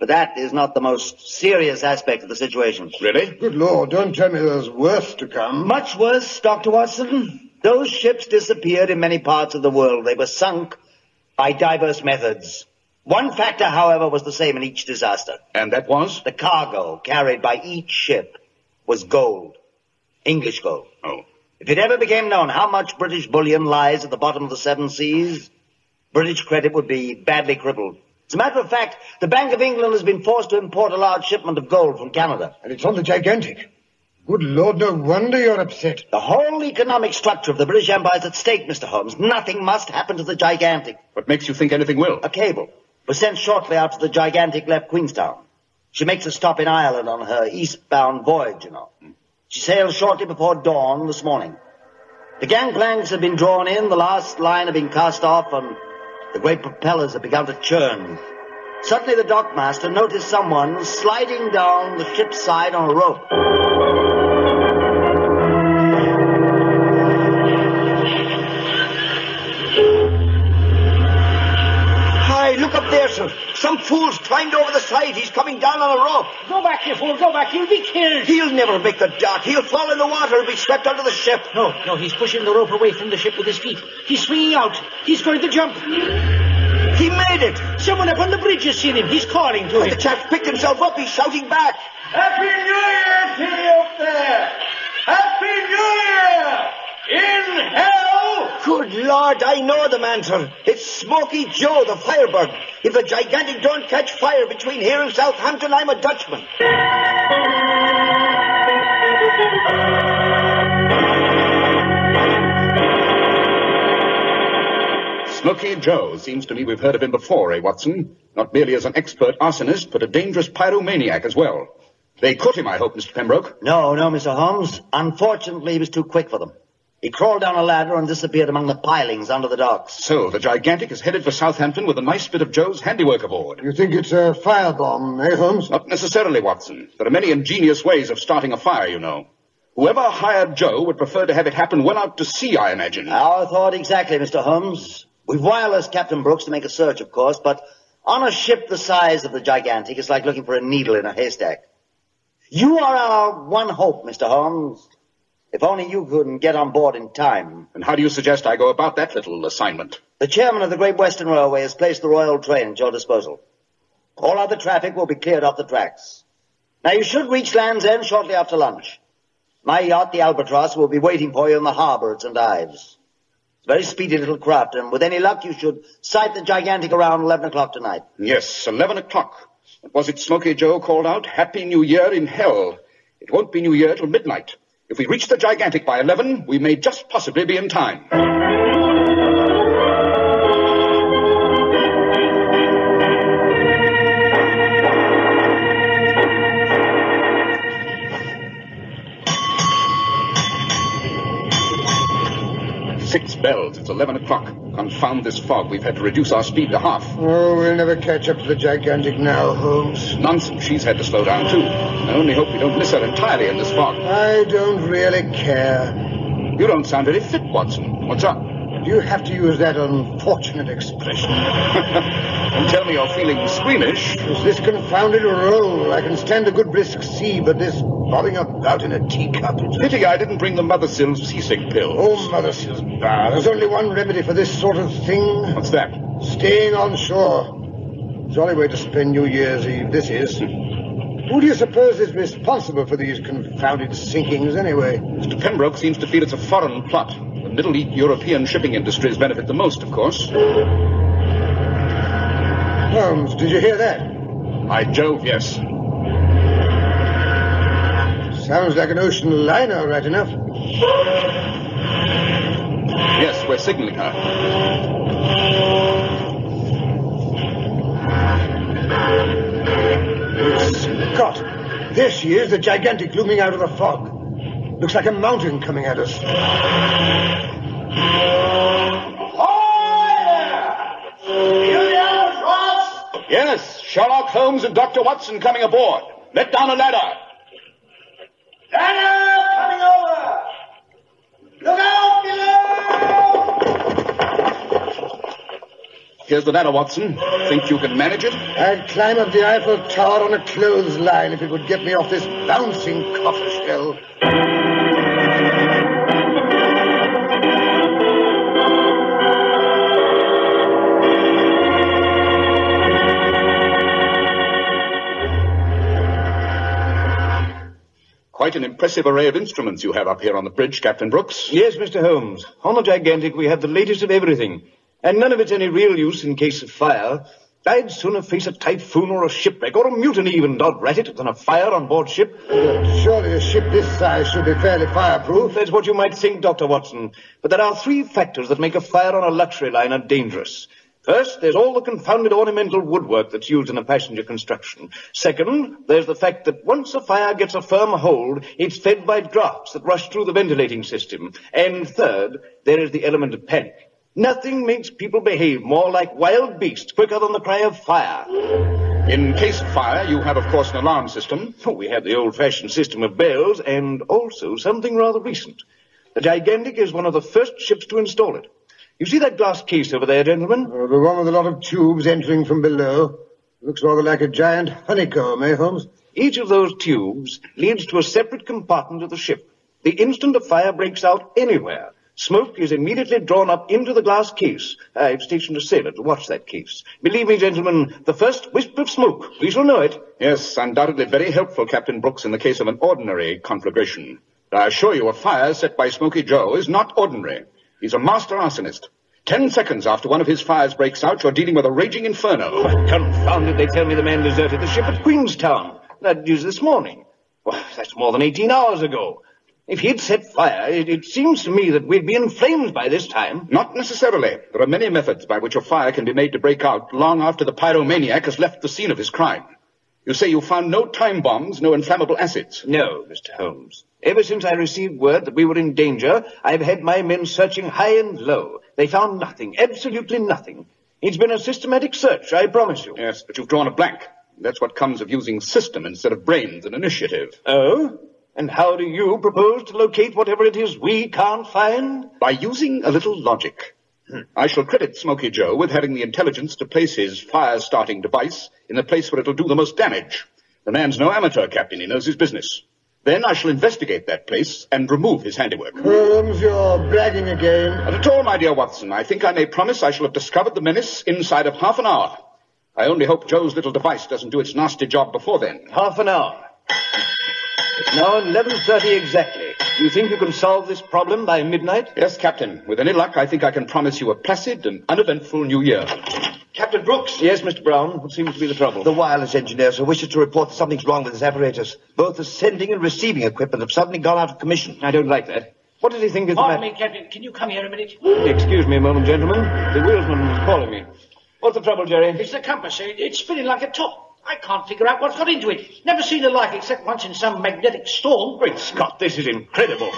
But that is not the most serious aspect of the situation. Really? Good Lord, don't tell me there's worse to come. Much worse, Dr. Watson. Those ships disappeared in many parts of the world. They were sunk by diverse methods. One factor, however, was the same in each disaster. And that was? The cargo carried by each ship was gold. English gold. Oh. If it ever became known how much British bullion lies at the bottom of the seven seas, British credit would be badly crippled. As a matter of fact, the Bank of England has been forced to import a large shipment of gold from Canada. And it's on the gigantic. Good Lord, no wonder you're upset. The whole economic structure of the British Empire is at stake, Mr. Holmes. Nothing must happen to the gigantic. What makes you think anything will? A cable was sent shortly after the gigantic left Queenstown. She makes a stop in Ireland on her eastbound voyage, you know. She sails shortly before dawn this morning. The gangplanks have been drawn in, the last line have been cast off, and the great propellers have begun to churn. Suddenly the dockmaster noticed someone sliding down the ship's side on a rope. Hi, look up there, sir. Some fool's climbed over the side. He's coming down on a rope. Go back, you fool. Go back. You'll be killed. He'll never make the dock. He'll fall in the water and be swept under the ship. No, no. He's pushing the rope away from the ship with his feet. He's swinging out. He's going to jump. He made it. Someone up on the bridge has seen him. He's calling to him. The chap's picked himself up. He's shouting back. Happy New Year to you up there. Happy New Year in hell. Good Lord, I know the man, sir. It's Smoky Joe, the firebug. If the gigantic don't catch fire between here and Southampton, I'm a Dutchman. Smoky Joe seems to me we've heard of him before, eh, Watson? Not merely as an expert arsonist, but a dangerous pyromaniac as well. They caught him, I hope, Mr. Pembroke. No, no, Mr. Holmes. Unfortunately, he was too quick for them. He crawled down a ladder and disappeared among the pilings under the docks. So, the gigantic is headed for Southampton with a nice bit of Joe's handiwork aboard. You think it's a firebomb, eh, Holmes? Not necessarily, Watson. There are many ingenious ways of starting a fire, you know. Whoever hired Joe would prefer to have it happen well out to sea, I imagine. Our thought exactly, Mr. Holmes. We've wireless Captain Brooks to make a search, of course, but on a ship the size of the gigantic, it's like looking for a needle in a haystack. You are our one hope, Mr. Holmes. If only you couldn't get on board in time. And how do you suggest I go about that little assignment? The chairman of the Great Western Railway has placed the Royal train at your disposal. All other traffic will be cleared off the tracks. Now you should reach Land's End shortly after lunch. My yacht, the Albatross, will be waiting for you in the harbor at St. Ives. It's a very speedy little craft, and with any luck you should sight the gigantic around 11 o'clock tonight. Yes, 11 o'clock. Was it Smoky Joe called out, Happy New Year in Hell? It won't be New Year till midnight. If we reach the gigantic by 11, we may just possibly be in time. Six bells. It's 11 o'clock. Confound this fog. We've had to reduce our speed to half. Oh, we'll never catch up to the gigantic now, Holmes. Nonsense. She's had to slow down, too. I only hope we don't miss her entirely in this fog. I don't really care. You don't sound very fit, Watson. What's up? Do you have to use that unfortunate expression? and tell me you're feeling squeamish. It's this confounded roll. I can stand a good brisk sea, but this bobbing about in a teacup. It's... Pity I didn't bring the Mothersill's seasick pills. Oh, Mothersill's bar. There's only one remedy for this sort of thing. What's that? Staying on shore. Jolly way to spend New Year's Eve, this is. Hmm. Who do you suppose is responsible for these confounded sinkings, anyway? Mr. Pembroke seems to feel it's a foreign plot. Middle East European shipping industries benefit the most, of course. Holmes, did you hear that? By Jove, yes. Sounds like an ocean liner, right enough. Yes, we're signaling her. Scott, there she is, the gigantic looming out of the fog. Looks like a mountain coming at us. Yes, Sherlock Holmes and Dr. Watson coming aboard. Let down a ladder. Ladder coming over. Look out below. Here's the ladder, Watson. Think you can manage it? I'd climb up the Eiffel Tower on a clothesline if it would get me off this bouncing coffer shell. Quite an impressive array of instruments you have up here on the bridge, Captain Brooks. Yes, Mr. Holmes. On the Gigantic, we have the latest of everything, and none of it's any real use in case of fire. I'd sooner face a typhoon or a shipwreck or a mutiny, even, dod rat it, than a fire on board ship. But surely a ship this size should be fairly fireproof. That's what you might think, Dr. Watson. But there are three factors that make a fire on a luxury liner dangerous. First, there's all the confounded ornamental woodwork that's used in a passenger construction. Second, there's the fact that once a fire gets a firm hold, it's fed by drafts that rush through the ventilating system. And third, there is the element of panic. Nothing makes people behave more like wild beasts quicker than the cry of fire. Oh, In case of fire, you have, of course, an alarm system. We have the old-fashioned system of bells and also something rather recent. The Gigantic is one of the first ships to install it. You see that glass case over there, gentlemen? Oh, the one with a lot of tubes entering from below. Looks rather like a giant honeycomb, eh, Holmes? Each of those tubes leads to a separate compartment of the ship. The instant a fire breaks out anywhere, smoke is immediately drawn up into the glass case. I've stationed a sailor to watch that case. Believe me, gentlemen, the first wisp of smoke, we shall know it. Yes, undoubtedly very helpful, Captain Brooks, in the case of an ordinary conflagration. I assure you a fire set by Smoky Joe is not ordinary. He's a master arsonist. Ten seconds after one of his fires breaks out, you're dealing with a raging inferno. Oh, confound it, they tell me the man deserted the ship at Queenstown. That news this morning. Well, that's more than 18 hours ago. If he'd set fire, it, it seems to me that we'd be in flames by this time. Not necessarily. There are many methods by which a fire can be made to break out long after the pyromaniac has left the scene of his crime. You say you found no time bombs, no inflammable acids? No, Mr. Holmes. Ever since I received word that we were in danger, I've had my men searching high and low. They found nothing, absolutely nothing. It's been a systematic search, I promise you. Yes, but you've drawn a blank. That's what comes of using system instead of brains and initiative. Oh? And how do you propose to locate whatever it is we can't find? Hmm. By using a little logic. I shall credit Smoky Joe with having the intelligence to place his fire-starting device in the place where it'll do the most damage. The man's no amateur, Captain. He knows his business. Then I shall investigate that place and remove his handiwork. Holmes, you're bragging again. Not at all, my dear Watson. I think I may promise I shall have discovered the menace inside of half an hour. I only hope Joe's little device doesn't do its nasty job before then. Half an hour. It's now 11.30 exactly. You think you can solve this problem by midnight? Yes, Captain. With any luck, I think I can promise you a placid and uneventful New Year. Captain Brooks. Yes, Mr. Brown. What seems to be the trouble? The wireless engineers who wishes to report that something's wrong with his apparatus. Both the sending and receiving equipment have suddenly gone out of commission. I don't like that. What does he think is Pardon the matter? me, Captain. Can you come here a minute? Excuse me a moment, gentlemen. The wheelsman is calling me. What's the trouble, Jerry? It's the compass. It- It's spinning like a top. I can't figure out what's got into it. Never seen the like except once in some magnetic storm. Great Scott, this is incredible.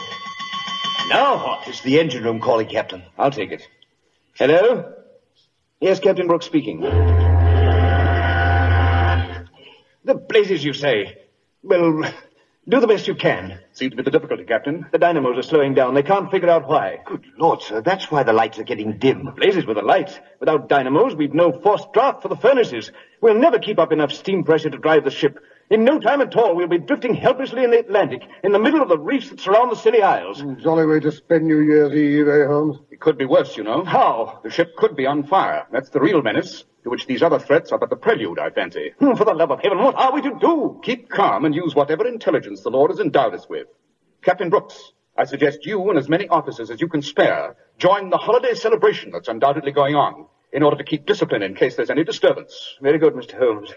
Now what? It's the engine room calling, Captain. I'll take it. Hello? Yes, Captain Brooks speaking. The blazes, you say. Well, do the best you can. Seems to be the difficulty, Captain. The dynamos are slowing down. They can't figure out why. Good Lord, sir, that's why the lights are getting dim. Blazes with the lights. Without dynamos, we've no forced draft for the furnaces. We'll never keep up enough steam pressure to drive the ship. In no time at all, we'll be drifting helplessly in the Atlantic, in the middle of the reefs that surround the Scilly Isles. Jolly way to spend New Year's Eve, eh, Holmes? It could be worse, you know. How? The ship could be on fire. That's the real menace, to which these other threats are but the prelude, I fancy. Hmm, For the love of heaven, what are we to do? Keep calm and use whatever intelligence the Lord has endowed us with. Captain Brooks, I suggest you and as many officers as you can spare join the holiday celebration that's undoubtedly going on in order to keep discipline in case there's any disturbance. Very good, Mr. Holmes.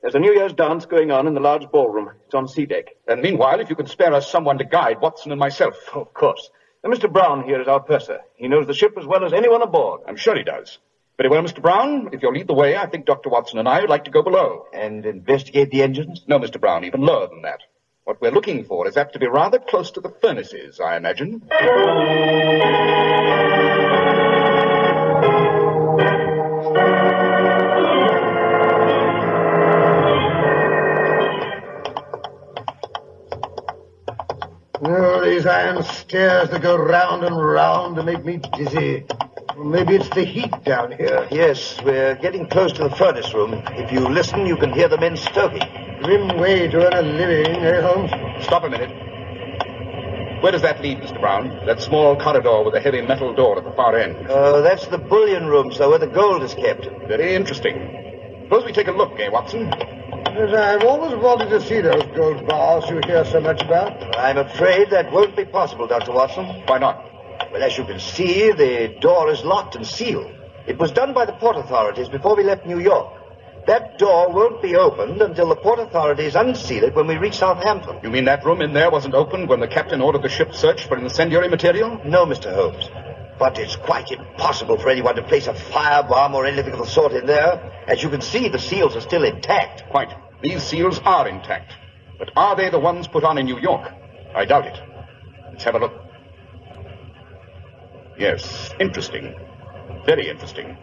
There's a New Year's dance going on in the large ballroom. It's on C deck. And meanwhile, if you can spare us someone to guide Watson and myself. Oh, Of course. And Mr. Brown here is our purser. He knows the ship as well as anyone aboard. I'm sure he does. Very well, Mr. Brown. If you'll lead the way, I think Dr. Watson and I would like to go below. And investigate the engines? No, Mr. Brown, even lower than that. What we're looking for is apt to be rather close to the furnaces, I imagine. Oh, these iron stairs that go round and round to make me dizzy. Well, maybe it's the heat down here. Yes, we're getting close to the furnace room. If you listen, you can hear the men stoking. Grim way to earn a living, eh, Holmes? Stop a minute. Where does that lead, Mr. Brown? That small corridor with a heavy metal door at the far end. Uh, that's the bullion room, sir, where the gold is kept. Very interesting. Suppose we take a look, eh, Watson? Yes, I've always wanted to see those gold bars you hear so much about. I'm afraid that won't be possible, Dr. Watson. Why not? Well, as you can see, the door is locked and sealed. It was done by the port authorities before we left New York. That door won't be opened until the port authorities unseal it when we reach Southampton. You mean that room in there wasn't opened when the captain ordered the ship searched for incendiary material? No, Mr. Holmes. But it's quite impossible for anyone to place a firebomb or anything of the sort in there. As you can see, the seals are still intact. Quite. These seals are intact. But are they the ones put on in New York? I doubt it. Let's have a look. Yes, interesting. Very interesting.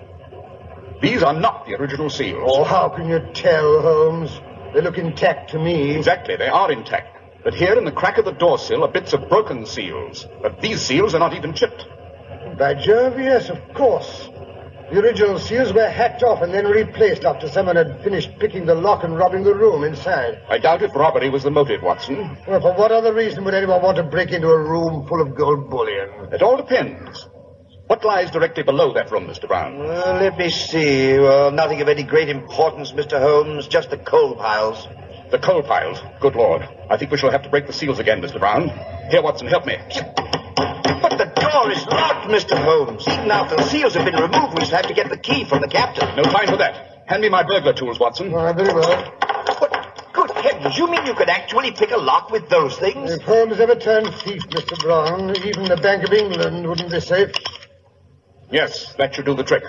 These are not the original seals. Oh, how can you tell, Holmes? They look intact to me. Exactly, they are intact. But here in the crack of the door sill are bits of broken seals. But these seals are not even chipped. By Jove, yes, of course. The original seals were hacked off and then replaced after someone had finished picking the lock and robbing the room inside. I doubt if robbery was the motive, Watson. Well, for what other reason would anyone want to break into a room full of gold bullion? It all depends. What lies directly below that room, Mr. Brown? Well, let me see. Well, nothing of any great importance, Mr. Holmes. Just the coal piles. The coal piles. Good Lord. I think we shall have to break the seals again, Mr. Brown. Here, Watson, help me. But the door is locked, Mr. Holmes. Even after the seals have been removed, we shall have to get the key from the captain. No time for that. Hand me my burglar tools, Watson. Why, very well. What? Good heavens, you mean you could actually pick a lock with those things? If Holmes ever turned thief, Mr. Brown, even the Bank of England wouldn't be safe. Yes, that should do the trick.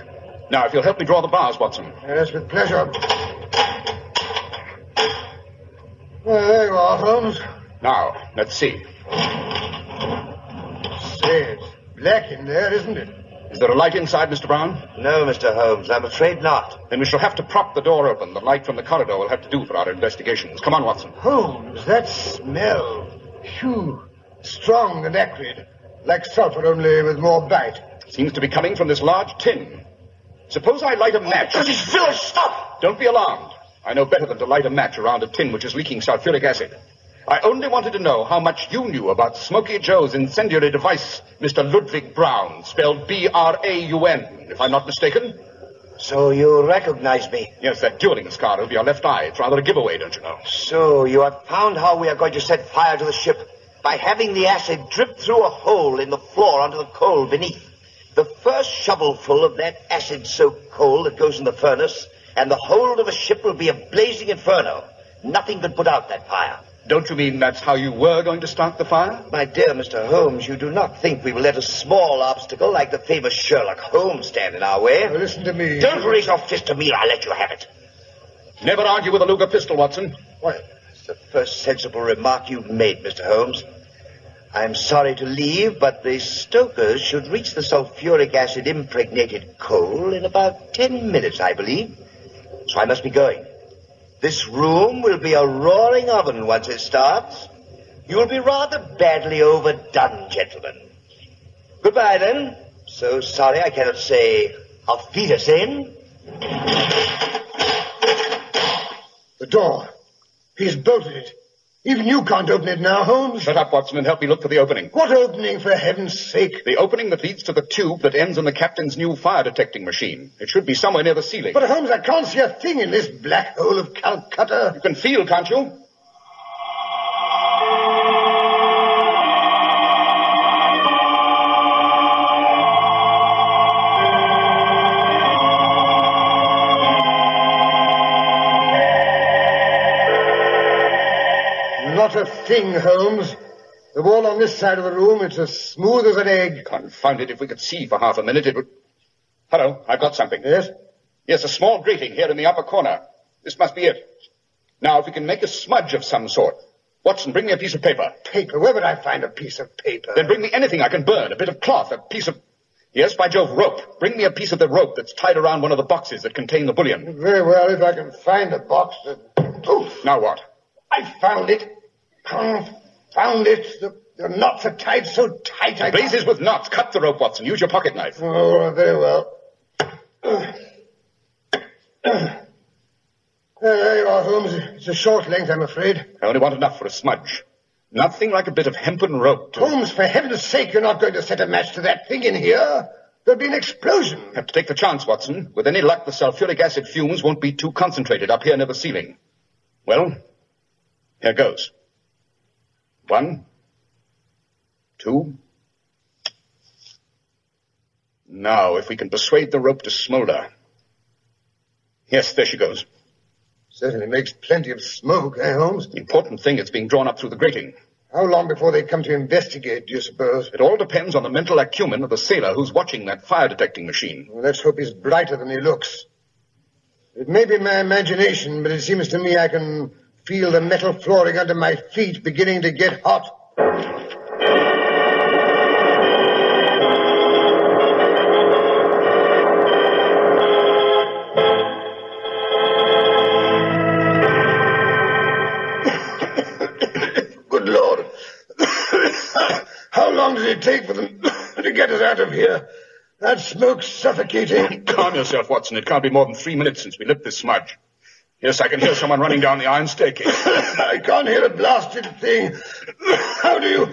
Now, if you'll help me draw the bars, Watson. Yes, with pleasure. Well, there you are, Holmes. Now, let's see. Say, it's black in there, isn't it? Is there a light inside, Mr. Brown? No, Mr. Holmes, I'm afraid not. Then we shall have to prop the door open. The light from the corridor will have to do for our investigations. Come on, Watson. Holmes, that smell. Phew. Strong and acrid. Like sulfur, only with more bite. Seems to be coming from this large tin. Suppose I light a match. This is village stuff! Don't be alarmed. I know better than to light a match around a tin which is leaking sulfuric acid. I only wanted to know how much you knew about Smoky Joe's incendiary device, Mr. Ludwig Brown, spelled B-R-A-U-N, if I'm not mistaken. So you recognize me. Yes, that dueling scar over your left eye. It's rather a giveaway, don't you know? So you have found how we are going to set fire to the ship by having the acid drip through a hole in the floor onto the coal beneath. The first shovelful of that acid soaked coal that goes in the furnace, and the hold of a ship will be a blazing inferno. Nothing could put out that fire. Don't you mean that's how you were going to start the fire? My dear Mr. Holmes, you do not think we will let a small obstacle like the famous Sherlock Holmes stand in our way. Now, listen to me. Don't raise your fist to me, or I'll let you have it. Never argue with a Luger pistol, Watson. Why, it's the first sensible remark you've made, Mr. Holmes. I'm sorry to leave, but the stokers should reach the sulfuric acid impregnated coal in about ten minutes, I believe. So I must be going. This room will be a roaring oven once it starts. You'll be rather badly overdone, gentlemen. Goodbye, then. So sorry I cannot say auf Wiedersehen. The door. He's bolted it. Even you can't open it now, Holmes. Shut up, Watson, and help me look for the opening. What opening, for heaven's sake? The opening that leads to the tube that ends in the captain's new fire detecting machine. It should be somewhere near the ceiling. But, Holmes, I can't see a thing in this black hole of Calcutta. You can feel, can't you? Not a thing, Holmes. The wall on this side of the room, it's as smooth as an egg. Confound it, if we could see for half a minute, it would. Hello, I've got something. Yes? Yes, a small grating here in the upper corner. This must be it. Now, if we can make a smudge of some sort. Watson, bring me a piece of paper. Paper? Where would I find a piece of paper? Then bring me anything I can burn. A bit of cloth, a piece of. Yes, by Jove, rope. Bring me a piece of the rope that's tied around one of the boxes that contain the bullion. Very well, if I can find the box that. Oof! Now what? I found it. Confound it. The, the, knots are tied so tight I. Blazes with knots. Cut the rope, Watson. Use your pocket knife. Oh, very well. there you are, Holmes. It's a short length, I'm afraid. I only want enough for a smudge. Nothing like a bit of hempen rope. To... Holmes, for Oh, heaven's sake, you're not going to set a match to that thing in here. There'll be an explosion. Have to take the chance, Watson. With any luck, the sulfuric acid fumes won't be too concentrated up here near the ceiling. Well, here goes. One, two. Now, if we can persuade the rope to smolder. Yes, there she goes. Certainly makes plenty of smoke, eh, Holmes? The important thing is being drawn up through the grating. How long before they come to investigate, do you suppose? It all depends on the mental acumen of the sailor who's watching that fire detecting machine. Well, let's hope he's brighter than he looks. It may be my imagination, but it seems to me I can feel the metal flooring under my feet beginning to get hot. Good Lord. How long does it take for them to get us out of here? That smoke's suffocating. Calm yourself, Watson. It can't be more than three minutes since we lit this smudge. Yes, I can hear someone running down the iron staircase. I can't hear a blasted thing. How do you.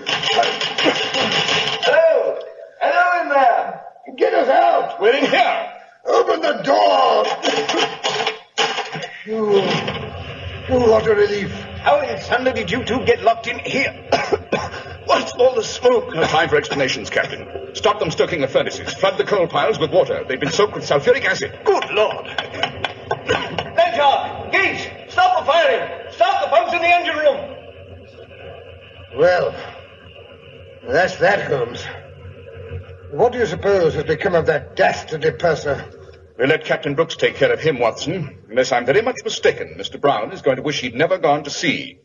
Hello! Hello in there! Get us out! We're in here! Open the door! you. Oh, what a relief. How in thunder did you two get locked in here? What's all the smoke? No time for explanations, Captain. Stop them stoking the furnaces. Flood the coal piles with water. They've been soaked with sulfuric acid. Good Lord! Benchard! Gates! Stop the firing! Stop the pumps in the engine room! Well, that's that, Holmes. What do you suppose has become of that dastardly purser? We'll let Captain Brooks take care of him, Watson. Unless I'm very much mistaken, Mr. Brown is going to wish he'd never gone to sea.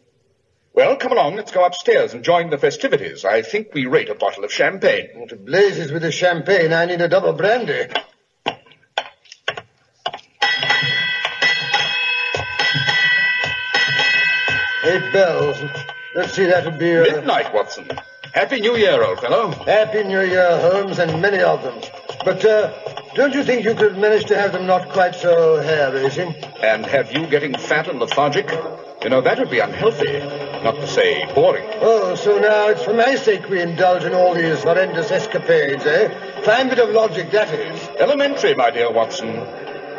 Well, come along, let's go upstairs and join the festivities. I think we rate a bottle of champagne. Well, to blazes with the champagne, I need a double brandy. Eight bells. Let's see, that'll be. Uh... Midnight, Watson. Happy New Year, old fellow. Happy New Year, Holmes, and many of them. But uh, don't you think you could manage to have them not quite so hair raising? And have you getting fat and lethargic? You know, that would be unhealthy, not to say boring. Oh, so now it's for my sake we indulge in all these horrendous escapades, eh? Fine bit of logic, that is. Elementary, my dear Watson.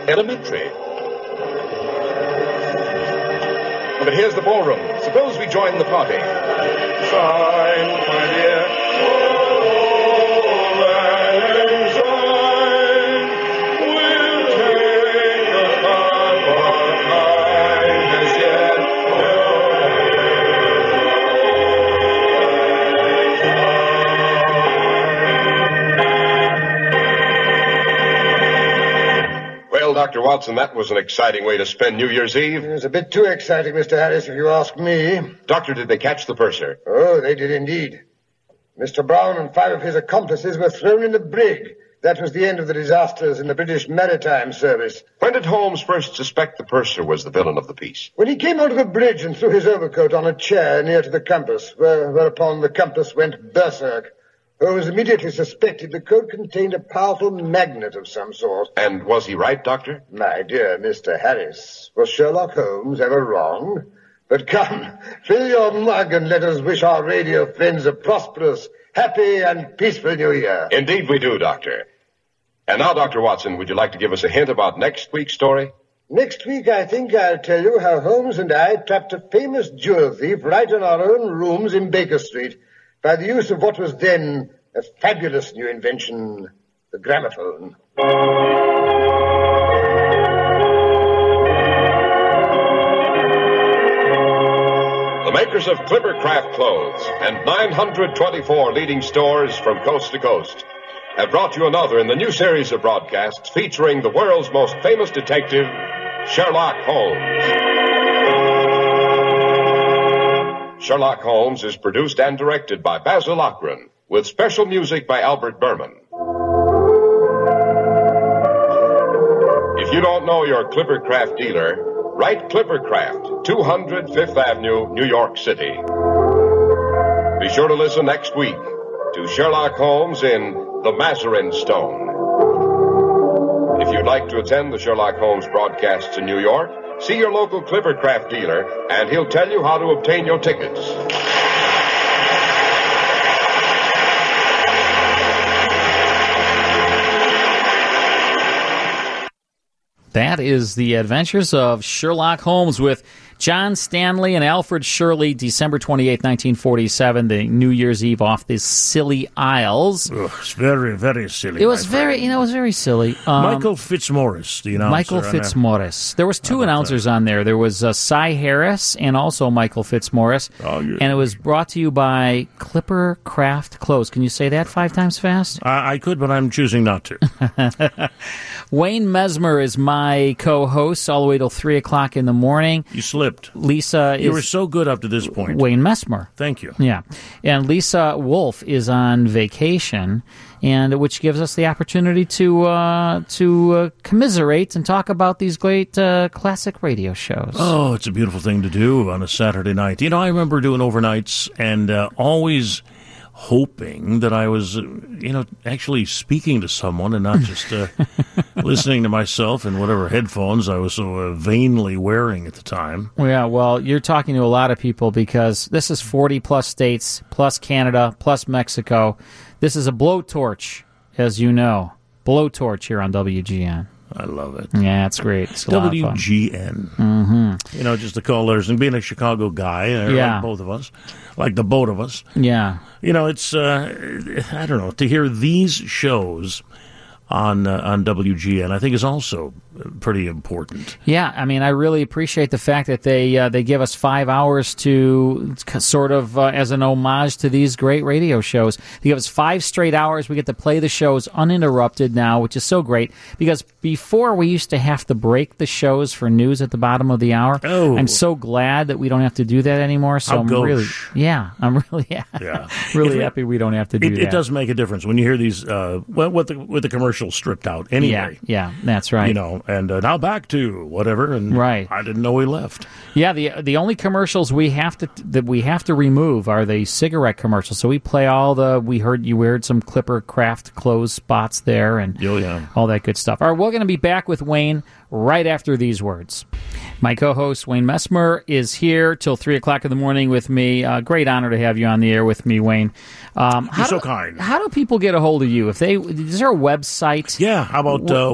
Elementary. But here's the ballroom. Suppose we join the party. Time, my dear. Oh, Dr. Watson, that was an exciting way to spend New Year's Eve. It was a bit too exciting, Mr. Harris, if you ask me. Doctor, did they catch the purser? Oh, they did indeed. Mr. Brown and five of his accomplices were thrown in the brig. That was the end of the disasters in the British Maritime Service. When did Holmes first suspect the purser was the villain of the piece? When he came onto the bridge and threw his overcoat on a chair near to the compass, where, whereupon the compass went berserk. Holmes immediately suspected the coat contained a powerful magnet of some sort. And was he right, Doctor? My dear Mr. Harris, was Sherlock Holmes ever wrong? But come, fill your mug and let us wish our radio friends a prosperous, happy, and peaceful new year. Indeed we do, Doctor. And now, Dr. Watson, would you like to give us a hint about next week's story? Next week, I think I'll tell you how Holmes and I trapped a famous jewel thief right in our own rooms in Baker Street by the use of what was then a fabulous new invention, the gramophone. The makers of Clippercraft Clothes and 924 leading stores from coast to coast have brought you another in the new series of broadcasts featuring the world's most famous detective, Sherlock Holmes. Sherlock Holmes is produced and directed by Basil Ockran, with special music by Albert Berman. If you don't know your Clippercraft dealer, write Clippercraft, 200 Fifth Avenue, New York City. Be sure to listen next week to Sherlock Holmes in the Mazarin Stone. If you'd like to attend the Sherlock Holmes broadcasts in New York, see your local Clippercraft dealer, and he'll tell you how to obtain your tickets. That is The Adventures of Sherlock Holmes with John Stanley and Alfred Shirley, December 28, 1947, the New Year's Eve off the Silly Isles. Ugh, it's very, very silly. It was very, you know, it was very silly. Um, Michael Fitzmaurice, the announcer. uh, Michael Fitzmaurice. There was two announcers that? on there. There was uh, Cy Harris and also Michael Fitzmaurice. Oh, yeah. And it was brought to you by Clipper Craft Clothes. Can you say that five times fast? I, I could, but I'm choosing not to. Wayne Mesmer is my co-host all the way till three o'clock in the morning. You sleep. Lisa You were so good up to this point. Wayne Messmer. Thank you. Yeah. And Lisa Wolf is on vacation and which gives us the opportunity to uh, to uh, commiserate and talk about these great uh, classic radio shows. Oh, it's a beautiful thing to do on a Saturday night. You know, I remember doing overnights and uh, always hoping that I was, you know, actually speaking to someone and not just uh, listening to myself and whatever headphones I was so uh, vainly wearing at the time. Yeah, well, you're talking to a lot of people because this is 40 plus states, plus Canada, plus Mexico. This is a blowtorch, as you know. Blowtorch here on WGN. I love it. Yeah, it's great. It's WGN. Mm-hmm. You know, just the call letters and being a Chicago guy, yeah. Like both of us, like the both of us. Yeah. You know, it's uh, I don't know to hear these shows on uh, on WGN. I think is also pretty important. Yeah, I mean, I really appreciate the fact that they uh, they give us five hours to sort of uh, as an homage to these great radio shows. They give us five straight hours. We get to play the shows uninterrupted now, which is so great because before we used to have to break the shows for news at the bottom of the hour. Oh. I'm so glad that we don't have to do that anymore. So How I'm gauche. really yeah, I'm really yeah, Yeah. really It- happy we don't have to do it, that. it does make a difference when you hear these uh, well, with the with the commercial stripped out anyway. Yeah, yeah, that's right. You know, and uh, now back to whatever. And Right. I didn't know he left. Yeah, the the only commercials we have to that we have to remove are the cigarette commercials. So we play all the we heard you heard some Clipper Craft clothes spots there and Oh, yeah. all that good stuff. All right, we're going to be back with Wayne right after these words. My co-host Wayne Messmer is here till three o'clock in the morning with me. Uh, great honor to have you on the air with me, Wayne. Um, how You're so do- kind. How do people get a hold of you? If they is there a website? Yeah. How about Wha- uh,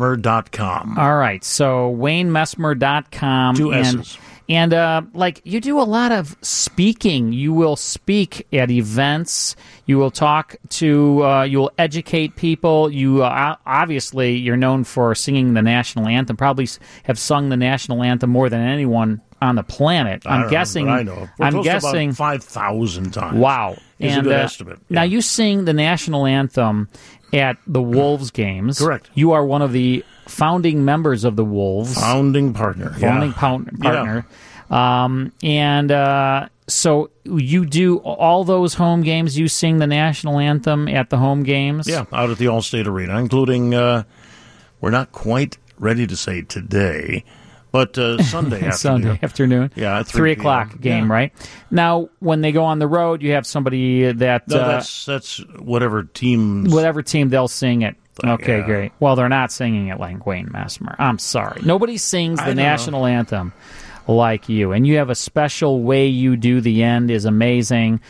WayneMessmer.com? All right. So WayneMessmer.com. Two S's. Um, And, and uh, like you do a lot of speaking. You will speak at events. You will talk to, uh, you will educate people. You uh, o- obviously, you're known for singing the national anthem, probably s- have sung the national anthem more than anyone on the planet. I I'm don't know, guessing. but I know. We're I'm close to about guessing. five thousand times. Wow. is and, a good uh, estimate. Now, you sing the national anthem at the Wolves games. Correct. You are one of the founding members of the Wolves. Founding partner. Founding yeah. pound- partner. Um, and uh, so you do all those home games. You sing the national anthem at the home games. Yeah, out at the Allstate Arena, including uh, we're not quite ready to say today, but uh, Sunday afternoon. Sunday afternoon. Yeah, at 3, three p.m. o'clock game, right? Now, when they go on the road, you have somebody that No, uh, that's that's whatever team. whatever team they'll sing it. Okay, Yeah. great. Well, they're not singing it like Wayne Messmer. I'm sorry. Nobody sings I the know. national anthem like you, and you have a special way you do the end is amazing.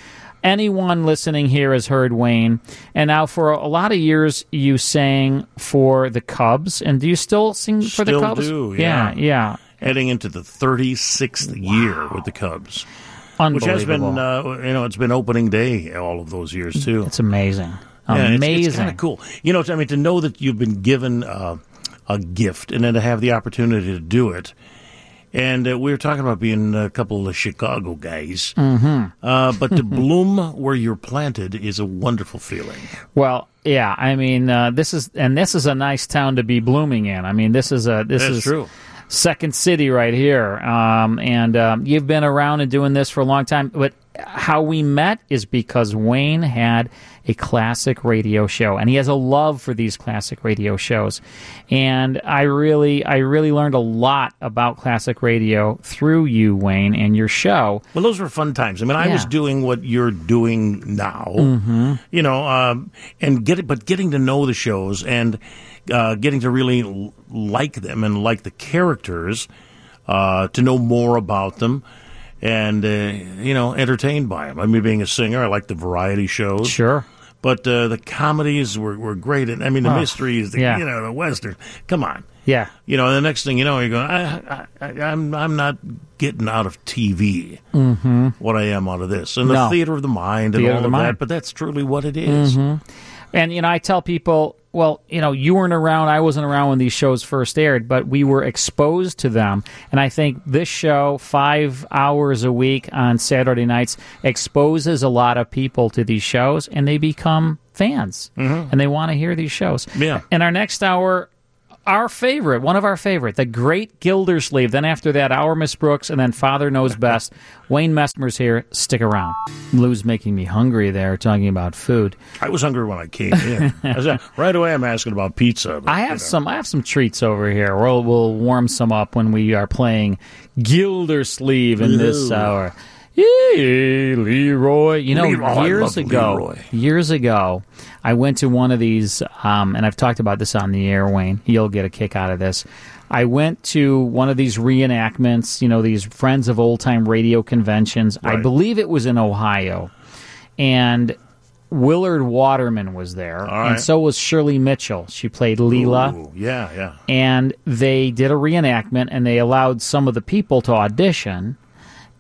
Anyone listening here has heard Wayne, and now for a lot of years you sang for the Cubs, and do you still sing for the Still Cubs? do, yeah, yeah. yeah. Heading into the 36th year with the Cubs, which unbelievable. has been uh, you know it's been opening day all of those years too. It's amazing, Yeah, amazing. It's, it's kind of cool. You know, I mean, to know that you've been given uh, a gift and then to have the opportunity to do it. And uh, we were talking about being a couple of Chicago guys. Mhm. Uh, but to bloom where you're planted is a wonderful feeling. Well, yeah, I mean, uh, this is and this is a nice town to be blooming in. I mean, this is a this That's is true. second city right here. Um, and um, you've been around and doing this for a long time, but how we met is because Wayne had a classic radio show and he has a love for these classic radio shows. And I really I really learned a lot about classic radio through you, Wayne, and your show. Well, those were fun times. I mean, I Yeah. was doing what you're doing now, Mhm. you know, um, and get it, but getting to know the shows and uh, getting to really l- like them and like the characters, uh, to know more about them, and uh, you know, entertained by them. I mean, being a singer, I like the variety shows, sure, but uh, the comedies were, were great, and I mean, the Oh, mysteries, the, yeah. you know, the western. Come on. Yeah. You know, the next thing you know, you're going, I, I, I, I'm, I'm not getting out of TV Mm-hmm. what I am out of this. And the No. theater of the mind and Theater all of the of, mind. that, but that's truly what it is. Mhm. And you know, I tell people, well, you know, you weren't around, I wasn't around when these shows first aired, but we were exposed to them. And I think this show, five hours a week on Saturday nights, exposes a lot of people to these shows, and they become fans, and they want to hear these shows. Mm-hmm. Yeah. And our next hour. Our favorite, one of our favorite, the Great Gildersleeve. Then after that, our Miss Brooks, and then Father Knows Best. Wayne Messmer's here. Stick around. Lou's making me hungry there, talking about food. I was hungry when I came in. I was, uh, right away, I'm asking about pizza. but, I you know. have some. I have some treats over here. We'll we'll warm some up when we are playing Gildersleeve in this Ooh. hour. Yay, Leroy! You know, Leroy, I years love ago, Leroy. years ago, I went to one of these, um, and I've talked about this on the air, Wayne. You'll get a kick out of this. I went to one of these reenactments. You know, these friends of old time radio conventions. I Right. believe it was in Ohio, and. Willard Waterman was there, right. and so was Shirley Mitchell. She played Leela Ooh, yeah, yeah. and they did a reenactment and they allowed some of the people to audition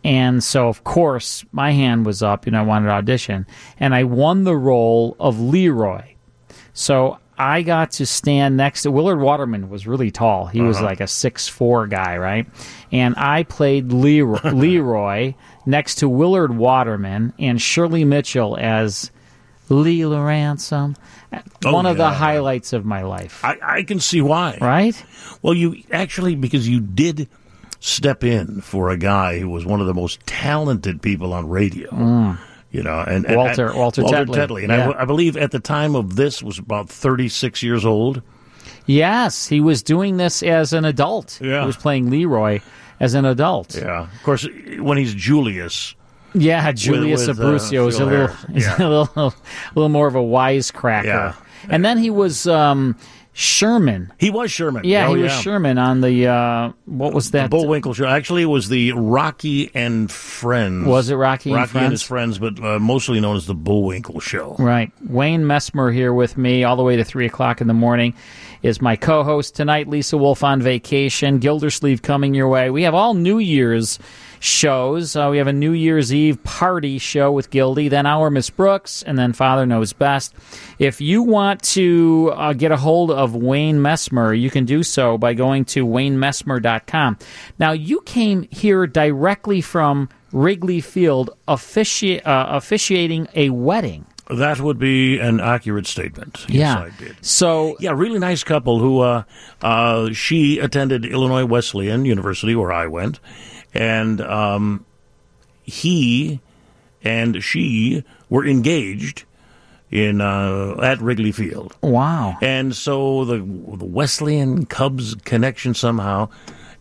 and so of course my hand was up you know i wanted to audition and i won the role of leroy so i got to stand next to willard waterman was really tall he was Uh-huh. like a six four guy right and i played leroy, leroy next to willard waterman and shirley mitchell as leela ransom Oh, One of the yeah. highlights of my life I, I can see why. right Well, you actually, because you did step in for a guy who was one of the most talented people on radio. You know, and, and Mm. Walter- I- Walter Tetley. and I Yeah. w- I, believe at the time of this was about thirty six years old. Yes, he was doing this as an adult. Yeah. He was playing Leroy as an adult. Yeah, of course, when he's Julius, Yeah, Julius with, uh, Abruzio is a Phil little, Harris. is a Yeah. little, a little more of a wisecracker. Yeah. And then he was um, Sherman. he was Sherman. Yeah, Oh, he was Sherman on the uh, what was that? Bullwinkle show. Actually, it was the Rocky and Friends. Was it Rocky and Rocky and his Friends? friends, but uh, mostly known as the Bullwinkle Show. Right. Wayne Messmer here with me all the way to 3 o'clock in the morning is my co host tonight, Lisa Wolf on vacation, Gildersleeve coming your way. We have all New Year's shows. Uh, we have a New Year's Eve party show with Gildy, then Our Miss Brooks, and then Father Knows Best. If you want to uh, get a hold of Wayne Messmer, you can do so by going to waynemessmer.com. Now, you came here directly from Wrigley Field offici- uh, officiating a wedding. That would be an accurate statement. Yeah. Yes, I did. So yeah, really nice couple who uh, uh, she attended Illinois Wesleyan University where I went, and um, he and she were engaged in uh, at Wrigley Field. Wow. And so the, the Wesleyan Cubs connection somehow,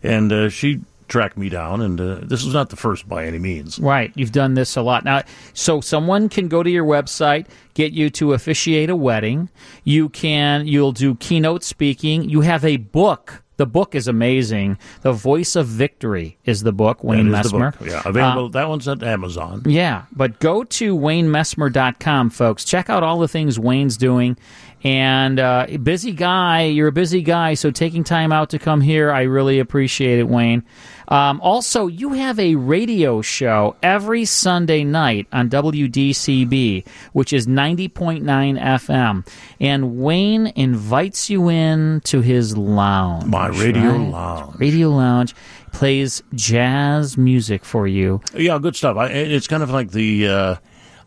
and uh, she tracked me down, and uh, this was not the first by any means. Right. You've done this a lot. Now, so someone can go to your website, get you to officiate a wedding. You can, you'll do keynote speaking. You have a book. The book is amazing. The Voice of Victory is the book, Wayne That is the Messmer. book. Yeah, Uh, available. that one's at Amazon. Yeah, but go to waynemessmer.com, folks. Check out all the things Wayne's doing. And uh, busy guy, you're a busy guy, so taking time out to come here, I really appreciate it, Wayne. Um, also, you have a radio show every Sunday night on WDCB, which is 90.9 FM. And Wayne invites you in to his lounge. My radio lounge. Radio lounge plays jazz music for you. Yeah, good stuff. I, it's kind of like the uh,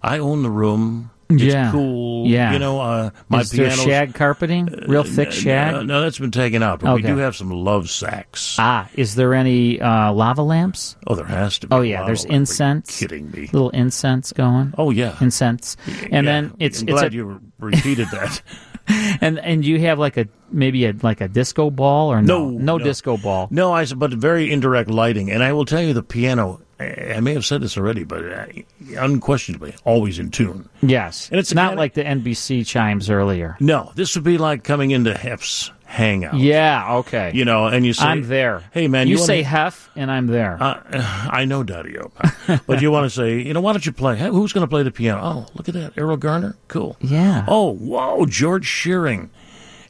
I own the room. It's Yeah. cool. Yeah. You know, uh, my Is there piano's- shag carpeting? Real thick Uh, shag? No, no, that's been taken out, but we Okay. do have some love sacks. Ah, is there any uh, lava lamps? Oh, there has to be. Oh yeah, lava there's lamp. Are you incense. kidding me? Little incense going. Oh yeah, incense. And Yeah. then it's I'm it's glad a, you re- repeated that. and and you have like a maybe a like a disco ball or no No, no, no. disco ball. No, I s- but very indirect lighting, and I will tell you the piano. I I may have said this already, but uh, unquestionably always in tune. Yes, and it's not like the NBC chimes earlier. No, this would be like coming into Hef's hangout. Yeah, okay. You know, and you say, I'm there. Hey man, you, you, say wanna, hef and I'm there. uh, I know Daddy Opa, but you want to say, you know, why don't you play? Hey, Who's going to play the piano? Oh, look at that, Errol Garner, cool. Yeah. Oh, whoa, George Shearing.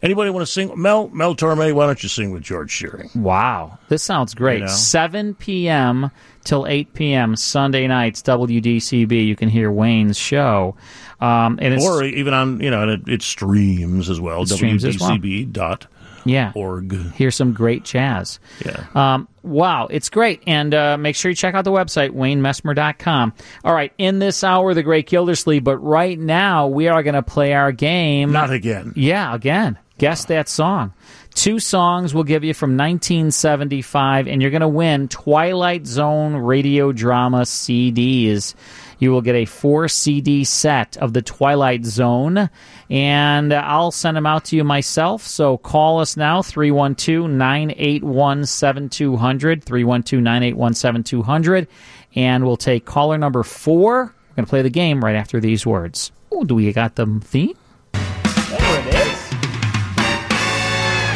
Anybody want to sing? Mel Mel Torme, why don't you sing with George Shearing? Wow, this sounds great. You know? 7 p.m. till 8 p.m. Sunday nights, WDCB. You can hear Wayne's show, um, and it's or even on you know, and it, it streams as well. It streams as well. WDCB dot yeah. org. Hear some great jazz. Yeah. Um, wow, it's great. And uh, make sure you check out the website, waynemessmer.com. All right, in this hour, The Great Gildersleeve, but right now we are going to play our game. Not again. Yeah, again. Guess that song. Two songs we'll give you from 1975, and you're going to win Twilight Zone radio drama CDs. You will get a four CD set of the Twilight Zone, and I'll send them out to you myself. So call us now, 312 981 7200, 312 981 7200, and we'll take caller number four. We're going to play the game right after these words. Oh, do we got the theme?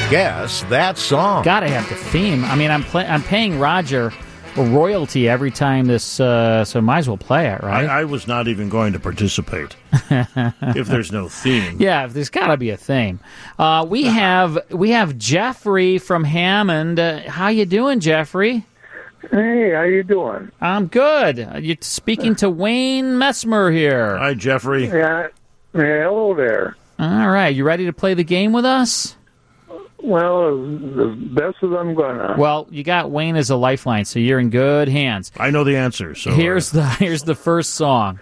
Guess that song. Gotta have the theme. I mean, I'm play- I'm paying Roger a royalty every time this, uh, so might as well play it, I, right? I was not even going to participate if there's no theme. yeah, there's gotta be a theme. Uh, we have we have Jeffrey from Hammond. Uh, how you doing, Jeffrey? Hey, how you doing? I'm good. Uh, You're speaking to Wayne Messmer here. Hi, Jeffrey. Yeah, yeah, hello there. All right, you ready to play the game with us? Well, the best that I'm gonna. Well, you got Wayne as a lifeline, so you're in good hands. I know the answer. So uh, here's the here's the first song.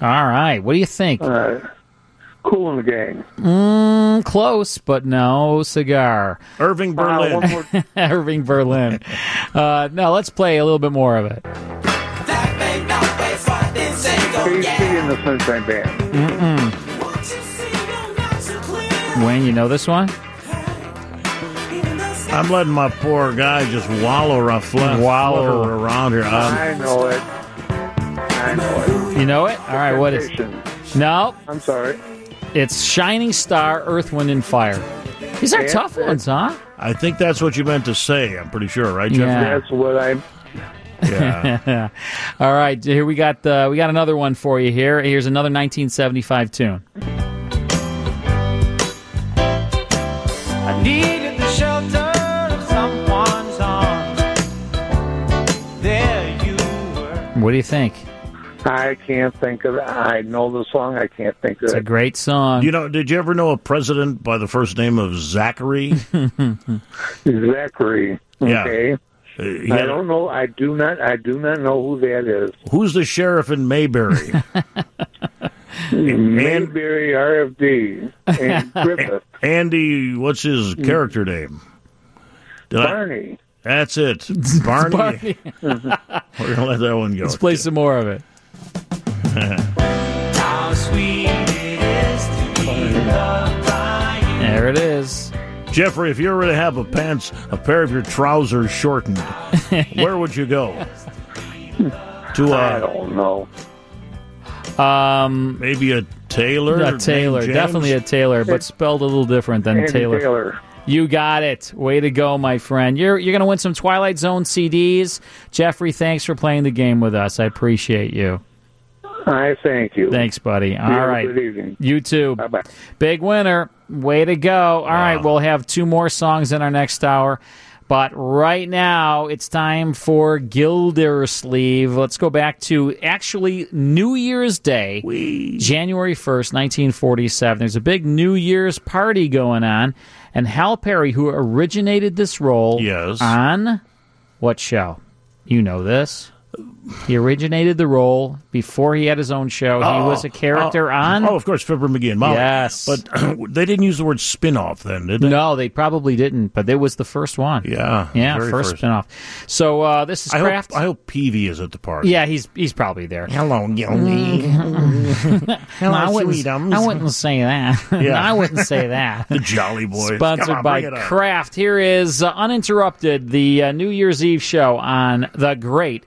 All right. What do you think? cool in the gang. Mm, close, but no cigar. Irving Berlin. Uh, one Irving Berlin. Uh, no, let's play a little bit more of it. KC and the Sunshine Band. Mm-mm. Wayne, you know this one? I'm letting my poor guy just wallow around, fl- Wallow. flutter around here. Um, I know it. I know it. Um, You know it? All right. What is? Temptation. No, I'm sorry. it's Shining Star, Earth, Wind, and Fire. These are Yeah, tough yeah. ones, huh? I think that's what you meant to say. I'm pretty sure, right, Jeffrey? That's what I'm. Yeah. All right, here we got uh, we got another one for you. Here, here's another 1975 tune. I needed the shelter of someone's arms. There you What do you think? I can't think of it. I know the song. I can't think of it. great song. You know, did you ever know a president by the first name of Zachary? Zachary. Yeah. Okay. Uh, he I had- don't know. I do not. I do not know who that is. Who's the sheriff in Mayberry? Mayberry RFD and Griffith. Andy, what's his character name? Did I- Barney. that's it. Barney. We're gonna let that one go. Let's play some more of it. How sweet it is to be loved by you. There it is. Jeffrey, if you were to have a pants, a pair of your trousers shortened, where would you go? To I I don't know. Um, maybe a tailor. A Taylor, named James? definitely a Taylor, but spelled a little different than Andy Taylor. Taylor. You got it. Way to go, my friend. You're you're gonna win some Twilight Zone CDs. Jeffrey, thanks for playing the game with us. I appreciate you. I thank you. Thanks, buddy. You have All a right. good evening. You too. Bye-bye. Big winner. Way to go. All right, we'll have two more songs in our next hour. But right now, it's time for Gildersleeve. Let's go back to actually New Year's Day, January 1st, 1947. There's a big New Year's party going on. And Hal Perry, who originated this role yes. on what show? You know this. He originated the role before he had his own show. he Oh, was a character oh, on. Oh, of course, Fibber McGee and Molly. Yes. But they didn't use the word spin off then, did they? No, they probably didn't, but it was the first one. Yeah. Yeah, very first, spinoff. So uh, this is I Kraft. Hope, I hope Peavy is at the party. yeah, he's he's probably there. Hello, Gildy. Hello, I wouldn't, sweetums. I wouldn't say that. Yeah. I wouldn't say that. The Jolly Boys. Sponsored Come on, by bring it up. Kraft. Here is uh, Uninterrupted, the uh, New Year's Eve show on The Great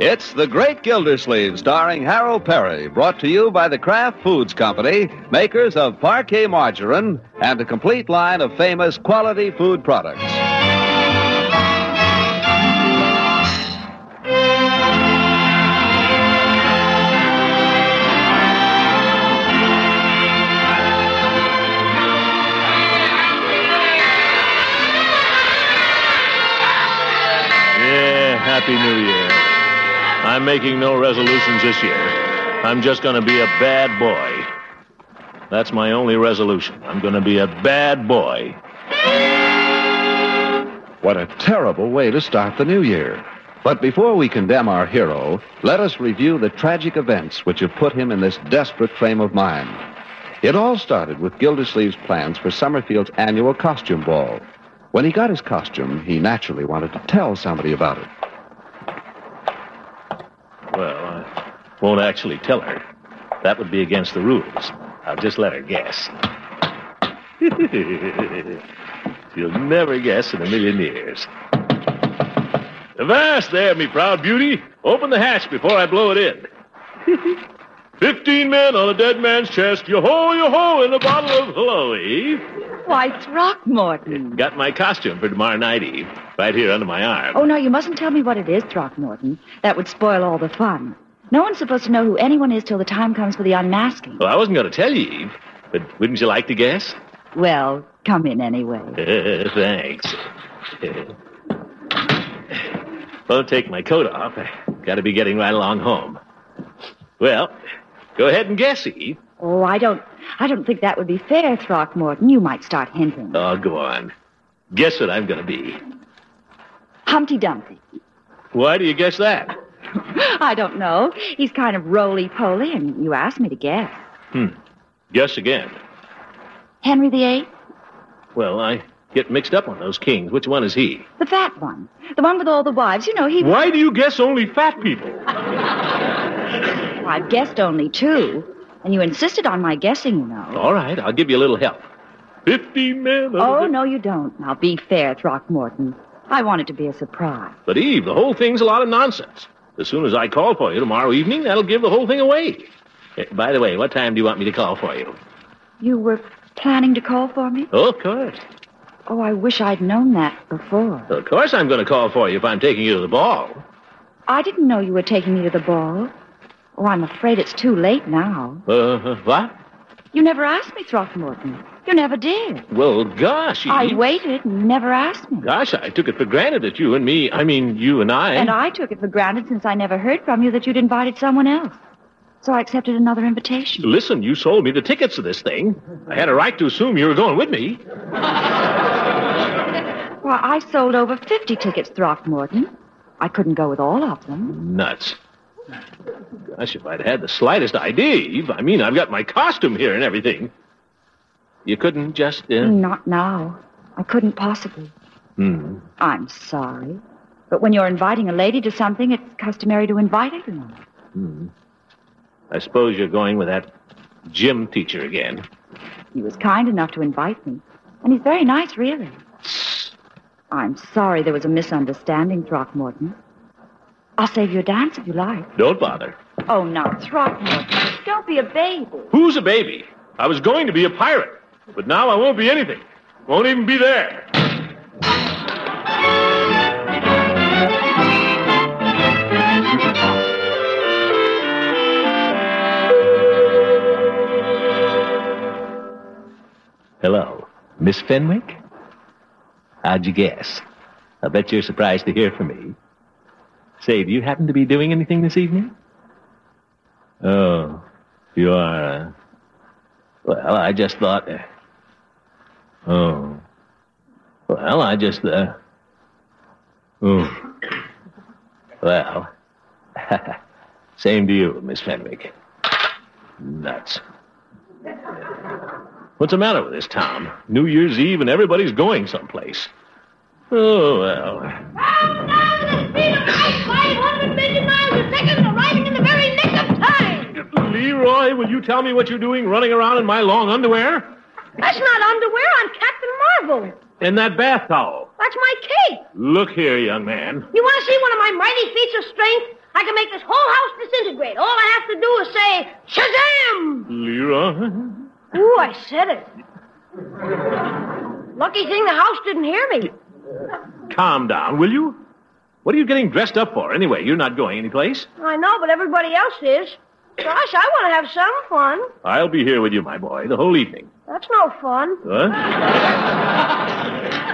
it's The Great Gildersleeve, starring Harold Perry, brought to you by the Kraft Foods Company, makers of parquet margarine and a complete line of famous quality food products. Yeah, Happy New Year. I'm making no resolutions this year. I'm just going to be a bad boy. That's my only resolution. I'm going to be a bad boy. What a terrible way to start the new year. But before we condemn our hero, let us review the tragic events which have put him in this desperate frame of mind. It all started with Gildersleeve's plans for Summerfield's annual costume ball. When he got his costume, he naturally wanted to tell somebody about it. Well, I won't actually tell her. That would be against the rules. I'll just let her guess. She'll never guess in a million years. Avast there, me proud beauty. Open the hatch before I blow it in. Fifteen men on a dead man's chest. Yo-ho, yo-ho, in a bottle of hello, Eve. Why, Throckmorton. Got my costume for tomorrow night, Eve. Right here under my arm. Oh, no, you mustn't tell me what it is, Throckmorton. That would spoil all the fun. No one's supposed to know who anyone is till the time comes for the unmasking. Well, I wasn't going to tell you, Eve, but wouldn't you like to guess? Well, come in anyway. Uh, thanks. Won't take my coat off. Got to be getting right along home. Well, go ahead and guess, Eve. Oh, I don't I don't think that would be fair, Throckmorton. You might start hinting. Oh, go on. Guess what I'm going to be. Humpty Dumpty. Why do you guess that? I don't know. He's kind of roly-poly, and you asked me to guess. Hmm. Guess again. Henry VIII? Well, I get mixed up on those kings. Which one is he? The fat one. The one with all the wives. You know, he... Why do you guess only fat people? Well, I've guessed only two. And you insisted on my guessing, you know. All right, I'll give you a little help. Fifteen men. Oh, no, you don't. Now, be fair, Throckmorton. I want it to be a surprise. But Eve, the whole thing's a lot of nonsense. As soon as I call for you tomorrow evening, that'll give the whole thing away. Eh, By the way, what time do you want me to call for you? You were planning to call for me? Oh, of course. Oh, I wish I'd known that before. Of course I'm going to call for you if I'm taking you to the ball. I didn't know you were taking me to the ball. Oh, I'm afraid it's too late now. Uh, what? You never asked me, Throckmorton. You never did. Well, gosh, I Eve. waited and you never asked me. Gosh, I took it for granted that you and me, I mean, you and I. And I took it for granted since I never heard from you that you'd invited someone else. So I accepted another invitation. Listen, you sold me the tickets to this thing. I had a right to assume you were going with me. Why, I sold over 50 tickets, Throckmorton. I couldn't go with all of them. Nuts. Gosh, if I'd had the slightest idea, Eve. I mean, I've got my costume here and everything. You couldn't just. Uh... Not now. I couldn't possibly. Hmm. I'm sorry. But when you're inviting a lady to something, it's customary to invite everyone. Hmm. I suppose you're going with that gym teacher again. He was kind enough to invite me. And he's very nice, really. I'm sorry there was a misunderstanding, Throckmorton. I'll save you a dance if you like. Don't bother. Oh, now, Throckmorton, don't be a baby. Who's a baby? I was going to be a pirate, but now I won't be anything. Won't even be there. Hello, Miss Fenwick? How'd you guess? I bet you're surprised to hear from me. Say, do you happen to be doing anything this evening? Oh, you are, uh... Well, I just thought... Uh... Oh. Well, I just, uh... Oh. Well. Same to you, Miss Fenwick. Nuts. What's the matter with this town? New Year's Eve and everybody's going someplace. Oh, well. Leroy, will you tell me what you're doing running around in my long underwear? That's not underwear. I'm Captain Marvel. And that bath towel. That's my cape. Look here, young man. You want to see one of my mighty feats of strength? I can make this whole house disintegrate. All I have to do is say, Shazam! Leroy? Ooh, I said it. Lucky thing the house didn't hear me. Calm down, will you? What are you getting dressed up for anyway? You're not going anyplace. I know, but everybody else is. Gosh, I want to have some fun. I'll be here with you, my boy, the whole evening. That's no fun. Huh?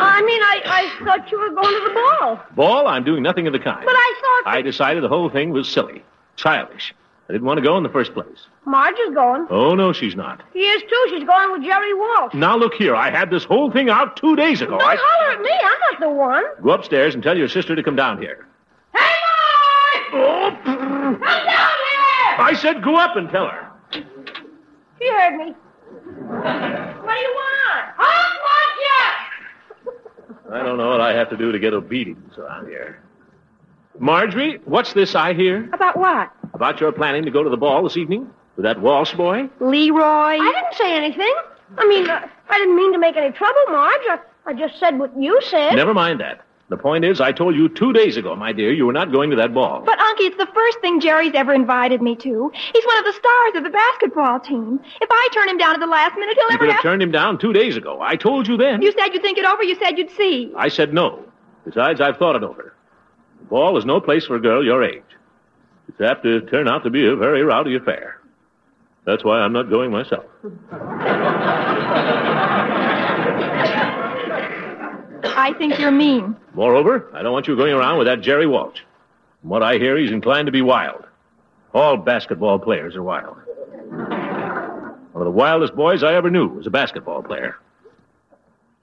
I mean, I, I thought you were going to the ball. Ball, I'm doing nothing of the kind. But I thought I decided the whole thing was silly, childish. I didn't want to go in the first place. Marge is going. Oh, no, she's not. She is too. She's going with Jerry Walsh. Now, look here. I had this whole thing out two days ago. Don't Oh, I... holler at me. I'm not the one. Go upstairs and tell your sister to come down here. Oh, Come down here! I said go up and tell her. She heard me. What do you want? I want you! I don't know what I have to do to get obedience around here. Marjorie, what's this I hear? About what? About your planning to go to the ball this evening? With that Walsh boy? Leroy? I didn't say anything. I mean, uh, I didn't mean to make any trouble, Marge. I, I just said what you said. Never mind that. The point is, I told you two days ago, my dear, you were not going to that ball. But, Unky, it's the first thing Jerry's ever invited me to. He's one of the stars of the basketball team. If I turn him down at the last minute, he'll You never could have have... turned him down two days ago. I told you then. You said you'd think it over. You said you'd see. I said no. Besides, I've thought it over. The ball is no place for a girl your age. It's apt to turn out to be a very rowdy affair. That's why I'm not going myself. I think you're mean. Moreover, I don't want you going around with that Jerry Walsh. From what I hear, he's inclined to be wild. All basketball players are wild. One of the wildest boys I ever knew was a basketball player.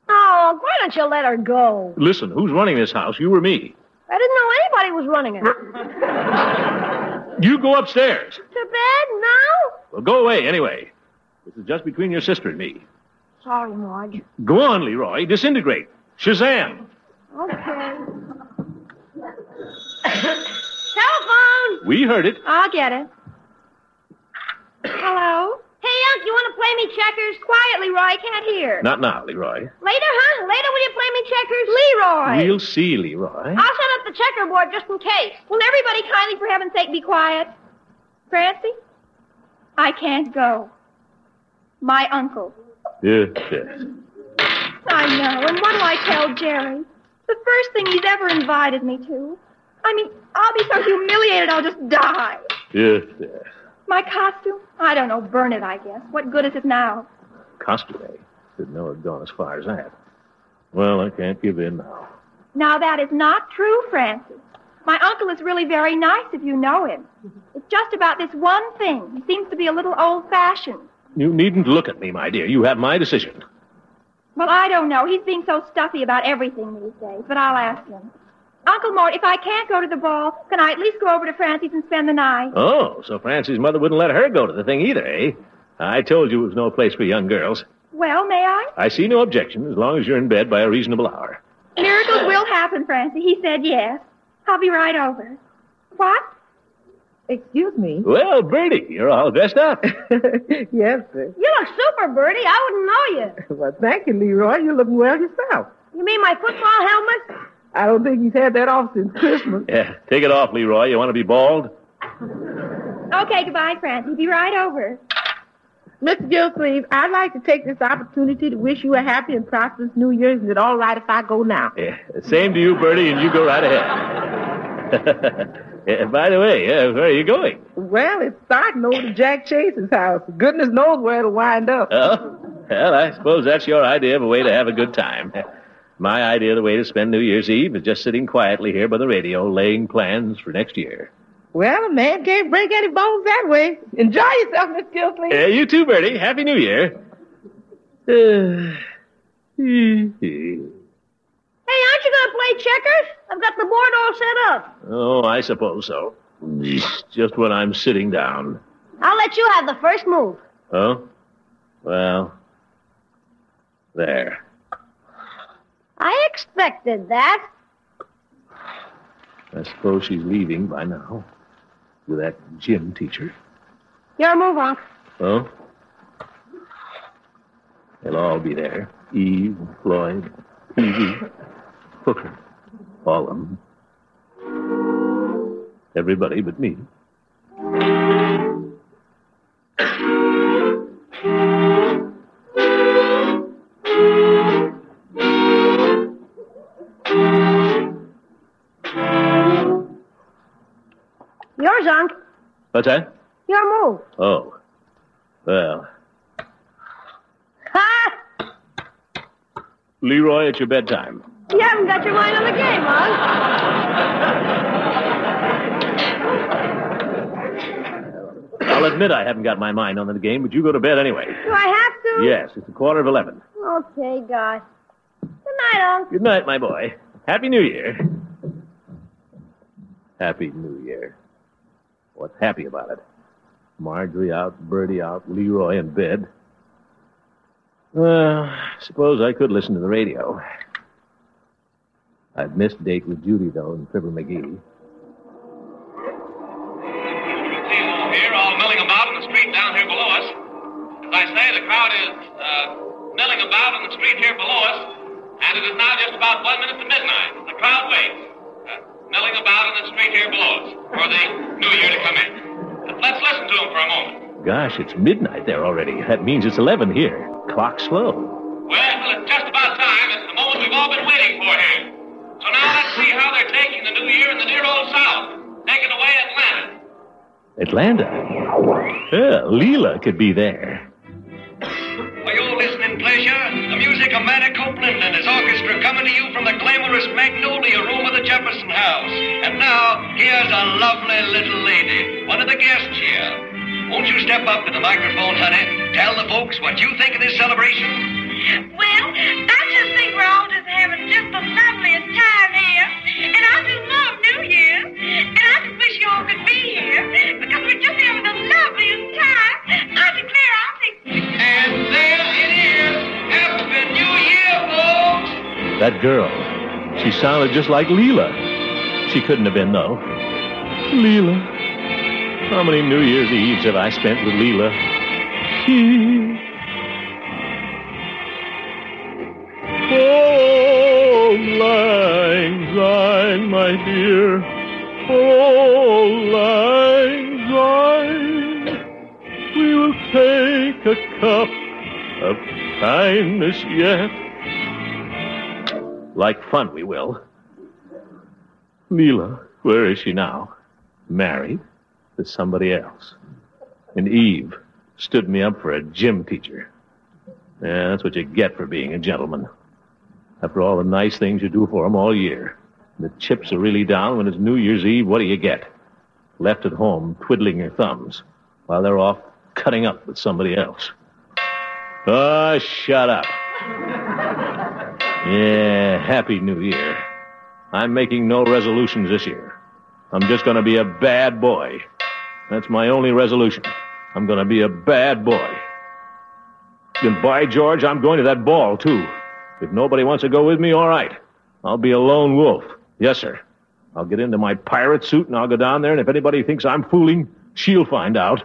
Oh, why don't you let her go? Listen, who's running this house? You or me? I didn't know anybody was running it. to You go upstairs. bed now? Well, go away anyway. This is just between your sister and me. Sorry, Marge. Go on, Leroy. Disintegrate. Shazam! Okay. Telephone! We heard it. I'll get it. Hello? Hey, Unc, you want to play me checkers? Quietly, Roy. I can't hear. Not now, Leroy. Later, huh? Later, will you play me checkers? Leroy! We'll see, Leroy. I'll set up the checkerboard just in case. Will everybody kindly, for heaven's sake, be quiet? Francie? I can't go. My uncle. Yes, yes. I know, and what do I tell Jerry? The first thing he's ever invited me to. I mean, I'll be so humiliated I'll just die. Yes, My costume? I don't know, burn it, I guess. What good is it now? Costaway. Didn't know it'd gone as far as that. Well, I can't give in now. Now that is not true, Francis. My uncle is really very nice if you know him. It's just about this one thing. He seems to be a little old fashioned. You needn't look at me, my dear. You have my decision. Well, I don't know. He's being so stuffy about everything these days, but I'll ask him. Uncle Mort, if I can't go to the ball, can I at least go over to Francie's and spend the night? Oh, so Francie's mother wouldn't let her go to the thing either, eh? I told you it was no place for young girls. Well, may I? I see no objection as long as you're in bed by a reasonable hour. Miracles will happen, Francie. He said yes. I'll be right over. What? Excuse me? Well, Bertie, you're all dressed up. yes, sir. You look super, Bertie. I wouldn't know you. Well, thank you, Leroy. You're looking well yourself. You mean my football helmet? I don't think he's had that off since Christmas. yeah, take it off, Leroy. You want to be bald? Okay, goodbye, Francie. Be right over. Mr. Gillsleeve, I'd like to take this opportunity to wish you a happy and prosperous New Year's. Is it all right if I go now? Yeah, same to you, Bertie, and you go right ahead. Yeah, by the way, yeah, where are you going? Well, it's starting over to Jack Chase's house. Goodness knows where it'll wind up. Oh, well, I suppose that's your idea of a way to have a good time. My idea of the way to spend New Year's Eve is just sitting quietly here by the radio, laying plans for next year. Well, a man can't break any bones that way. Enjoy yourself, Mr. Gillsleeve. Yeah, you too, Bertie. Happy New Year. oh, Hey, aren't you going to play checkers? I've got the board all set up. oh, I suppose so. Just when I'm sitting down. I'll let you have the first move. Oh? Well, there. I expected that. I suppose she's leaving by now. With that gym teacher. Your move, Unc. Oh? They'll all be there. Eve, Floyd, Evie, Hooker, all of them. Everybody but me. Yours, Unc. What's that? Your move. Oh. Well. Ha! Leroy, it's your bedtime. You haven't got your mind on the game, Unc. I'll admit I haven't got my mind on the game, but you go to bed anyway. Do I have to? Yes, it's a quarter of eleven. Okay, guys. Good night, Unc. Good night, my boy. Happy New Year. Happy New Year. What's happy about it? Marjorie out, Bertie out, Leroy in bed. Well, suppose I could listen to the radio. I've missed date with Judy, though, and Fibber McGee. Here, all milling about in the street down here below us. As I say, the crowd is uh, milling about in the street here below us, and it is now just about one minute to midnight. The crowd waits, uh, milling about in the street here below us for the new year to come in. But let's listen to them for a moment. Gosh, it's midnight there already. That means it's 11 here. Clock's slow. Well, it's just about time. It's the moment we've all been waiting for here. So now let's see how they're taking the new year in the dear old South. Taking away Atlanta. Atlanta. Yeah, Leela could be there. For your listening pleasure, the music of Matt Copeland and his orchestra coming to you from the glamorous Magnolia Room of the Jefferson House. And now, here's a lovely little lady, one of the guests here. Won't you step up to the microphone, honey? Tell the folks what you think of this celebration. Well, I just think we're all just having just the loveliest time here. And I just love New Year. And I just wish you all could be here because we're just having the loveliest time. I declare, I think. And there it is. Happy New Year, folks! That girl. She sounded just like Leela. She couldn't have been, though. Leela. How many New Year's Eves have I spent with Leela? Oh, lang syne, my dear. Oh, lang syne. We will take a cup of kindness yet. Like fun, we will. Leela, where is she now? Married to somebody else. And Eve stood me up for a gym teacher. Yeah, that's what you get for being a gentleman. After all the nice things you do for 'em all year. The chips are really down when it's New Year's Eve. What do you get? Left at home twiddling your thumbs while they're off cutting up with somebody else. Oh, shut up. Yeah, happy new year. I'm making no resolutions this year. I'm just gonna be a bad boy. That's my only resolution. I'm gonna be a bad boy. And by George, I'm going to that ball, too. If nobody wants to go with me, all right. I'll be a lone wolf. Yes, sir. I'll get into my pirate suit and I'll go down there, and if anybody thinks I'm fooling, she'll find out.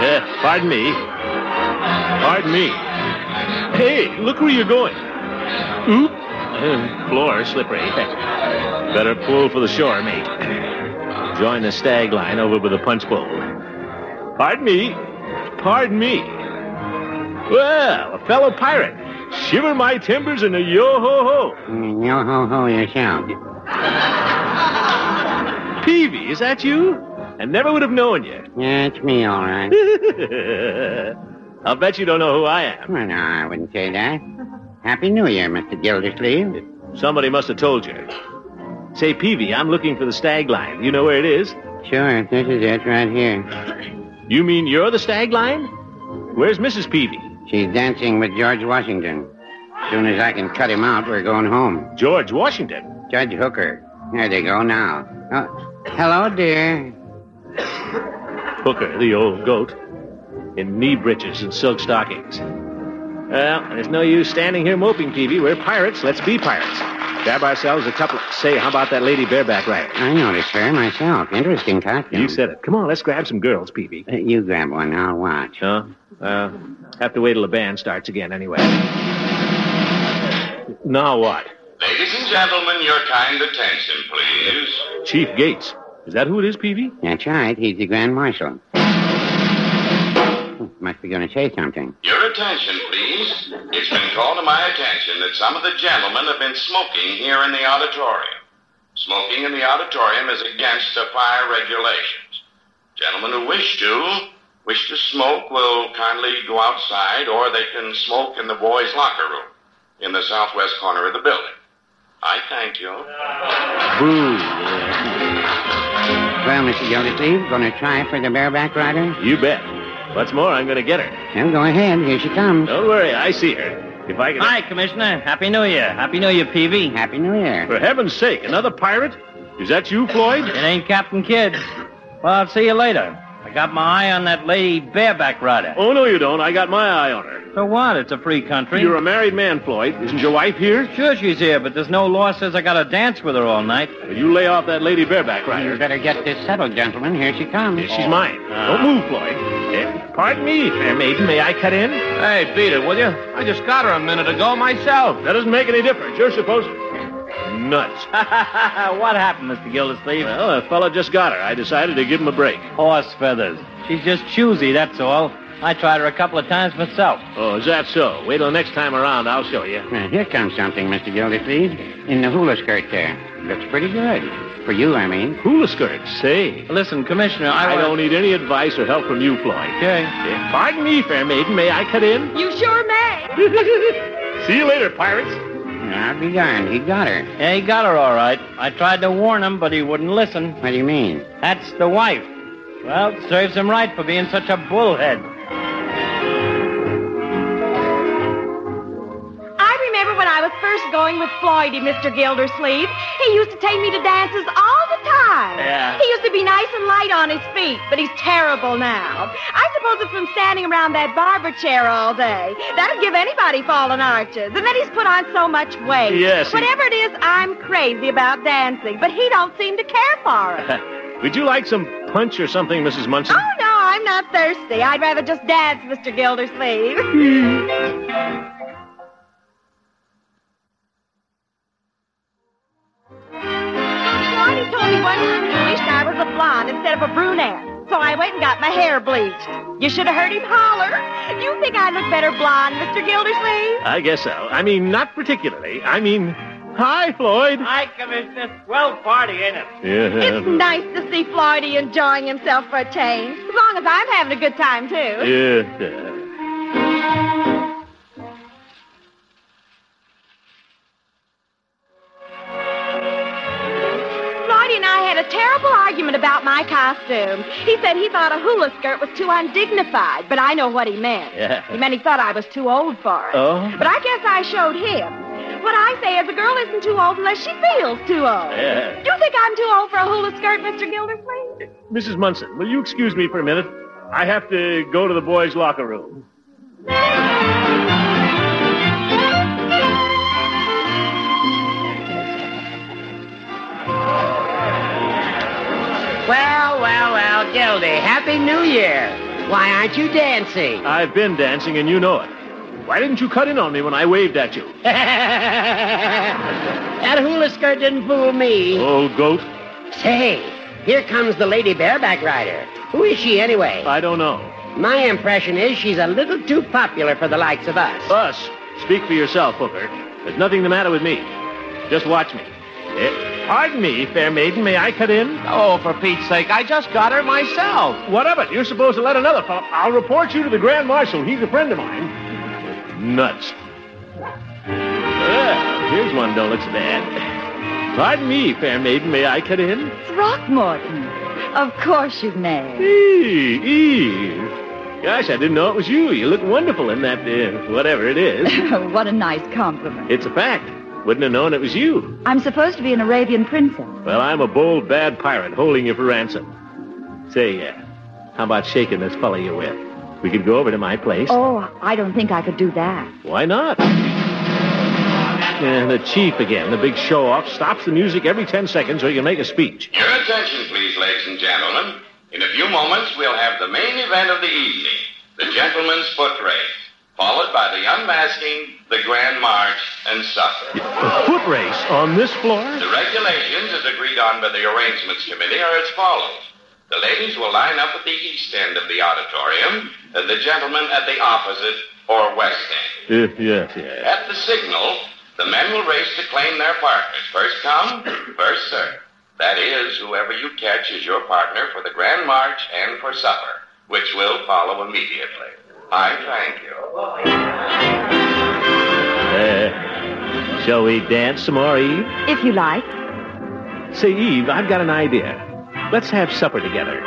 Yes, pardon me. Pardon me. Hey, look where you're going. Oop. Uh, Floor slippery. Better pull for the shore, mate. Join the stag line over by the punch bowl. Pardon me. Pardon me. Well, a fellow pirate. Shiver my timbers and a yo ho ho. Yo ho ho yourself. Peavy, is that you? I never would have known you. Yeah, it's me, all right. I'll bet you don't know who I am. Well, no, I wouldn't say that. Happy New Year, Mr. Gildersleeve. Somebody must have told you. Say, Peavy, I'm looking for the stag line. You know where it is? Sure, this is it right here. You mean you're the stag line? Where's Mrs. Peavy? She's dancing with George Washington. Soon as I can cut him out, we're going home. George Washington? Judge Hooker. There they go now. Oh, hello, dear. Hooker, the old goat, in knee breeches and silk stockings. Well, there's no use standing here moping, Peavy. We're pirates. Let's be pirates. Grab ourselves a couple. Say, how about that lady bareback rider? I noticed her myself. Interesting costume. You said it. Come on, let's grab some girls, Peavy. Uh, you grab one, I'll watch. Huh? Uh, have to wait till the band starts again, anyway. Now what? Ladies and gentlemen, your kind attention, please. Chief Gates. Is that who it is, Peavy? That's right. He's the Grand Marshal. Hmm, Must be going to say something. Your attention, please. It's been called to my attention that some of the gentlemen have been smoking here in the auditorium. Smoking in the auditorium is against the fire regulations. Gentlemen who wish to, wish to smoke will kindly go outside or they can smoke in the boys' locker room in the southwest corner of the building. I thank you. Boo. Well, Mr. Gildersleeve, going to try for the bareback rider? You bet. What's more, I'm going to get her. Well, go ahead. Here she comes. Don't worry, I see her. If I can. Hi, Commissioner. Happy New Year. Happy New Year, Peavy. Happy New Year. For heaven's sake, another pirate? Is that you, Floyd? It ain't Captain Kidd. Well, I'll see you later. I got my eye on that lady bareback rider. Oh, no, you don't. I got my eye on her. So what? It's a free country. You're a married man, Floyd. Isn't your wife here? Sure she's here, but there's no law says I gotta dance with her all night. Well, you lay off that lady bareback rider. You better get this settled, gentlemen. Here she comes. She's mine. Don't move, Floyd. Eh, pardon me, fair maiden. May I cut in? Hey, beat it, will you? I just got her a minute ago myself. That doesn't make any difference. You're supposed. Nuts. what happened, Mr. Gildersleeve? Well, a fella just got her. I decided to give him a break. Horse feathers. She's just choosy, that's all. I tried her a couple of times myself. Oh, is that so? Wait till next time around. I'll show you. Well, here comes something, Mr. Gildersleeve. In the hula skirt there. Looks pretty good. For you, I mean. Hula skirt, say. Listen, Commissioner, I, I, wa- don't need any advice or help from you, Floyd. Okay. Eh, Pardon me, fair maiden. May I cut in? You sure may. See you later, pirates. I'll be darned. He got her. Yeah, he got her all right. I tried to warn him, but he wouldn't listen. What do you mean? That's the wife. Well, serves him right for being such a bullhead. I remember when I was first going with Floydie, Mr. Gildersleeve. He used to take me to dances all the time. Yeah. He used to be nice and light on his feet, but he's terrible now. I suppose it's from standing around that barber chair all day. That'd give anybody fallen arches. And then he's put on so much weight. Yes, he- Whatever it is, I'm crazy about dancing, but he don't seem to care for it. Would you like some punch or something, Mrs. Munson? oh, no, I'm not thirsty. I'd rather just dance, Mr. Gildersleeve. blonde instead of a brunette. So I went and got my hair bleached. You should have heard him holler. You think I look better blonde, Mr. Gildersleeve? I guess so. I mean, not particularly. I mean, hi, Floyd. Hi, Commissioner. Swell party, ain't it? Yeah. It's nice to see Floydie enjoying himself for a change. As long as I'm having a good time, too. Yeah. Floydie and I had a terrible argument about my costume. He said he thought a hula skirt was too undignified, but I know what he meant. He Yeah. meant he thought I was too old for it. Oh. But I guess I showed him. What I say is a girl isn't too old unless she feels too old. Yeah. Do you think I'm too old for a hula skirt, Mr. Gildersleeve? Mrs. Munson, will you excuse me for a minute? I have to go to the boys' locker room. Well, well, well, Gildy, Happy New Year. Why aren't you dancing? I've been dancing, and you know it. Why didn't you cut in on me when I waved at you? that hula skirt didn't fool me. Old Oh, goat. Say, here comes the lady bareback rider. Who is she anyway? I don't know. My impression is she's a little too popular for the likes of us. Us, speak for yourself, Hooker. There's nothing the matter with me. Just watch me. Eh, pardon me, fair maiden. May I cut in? Oh, for Pete's sake, I just got her myself. What of it? You're supposed to let another fellow. I'll report you to the Grand Marshal. He's a friend of mine. Nuts. Yeah, here's one don't look so bad. Pardon me, fair maiden. May I cut in? Throckmorton. Of course you may. Eve, Eve. Gosh, I didn't know it was you. You look wonderful in that, uh, whatever it is. what a nice compliment. It's a fact. Wouldn't have known it was you. I'm supposed to be an Arabian princess. Well, I'm a bold, bad pirate holding you for ransom. Say, uh, how about shaking this fella you're with? We could go over to my place. Oh, I don't think I could do that. Why not? And the chief again, the big show off, stops the music every 10 seconds so he can make a speech. Your attention, please, ladies and gentlemen. In a few moments, we'll have the main event of the evening the gentleman's foot race, followed by the unmasking, the grand march, and supper. A foot race on this floor? The regulations, as agreed on by the Arrangements Committee, are as follows. The ladies will line up at the east end of the auditorium, and the gentlemen at the opposite or west end. Uh, yes, yes. At the signal, the men will race to claim their partners. First come, first served. That is, whoever you catch is your partner for the grand march and for supper, which will follow immediately. I thank you. Uh, shall we dance some more, Eve? If you like. Say, Eve, I've got an idea. Let's have supper together.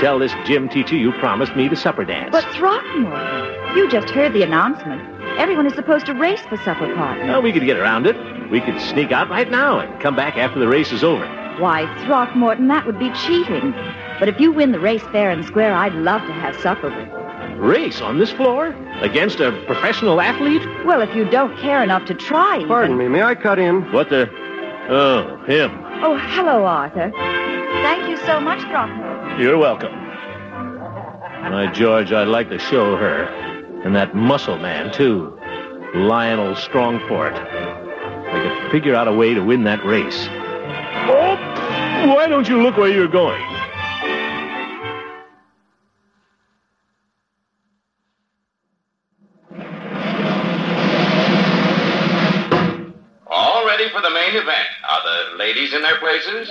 Tell this gym teacher you promised me the supper dance. But Throckmorton, you just heard the announcement. Everyone is supposed to race for supper partner. Well, we could get around it. We could sneak out right now and come back after the race is over. Why, Throckmorton, that would be cheating. But if you win the race fair and square, I'd love to have supper with you. Race on this floor? Against a professional athlete? Well, if you don't care enough to try. even- me, may I cut in? What the? Oh, him. Oh, hello, Arthur. Thank you so much, Throckmorton. You're welcome. My George, I'd like to show her. And that muscle man, too. Lionel Strongfort. They could figure out a way to win that race. Oh, why don't you look where you're going? All ready for the main event. Are the ladies in their places?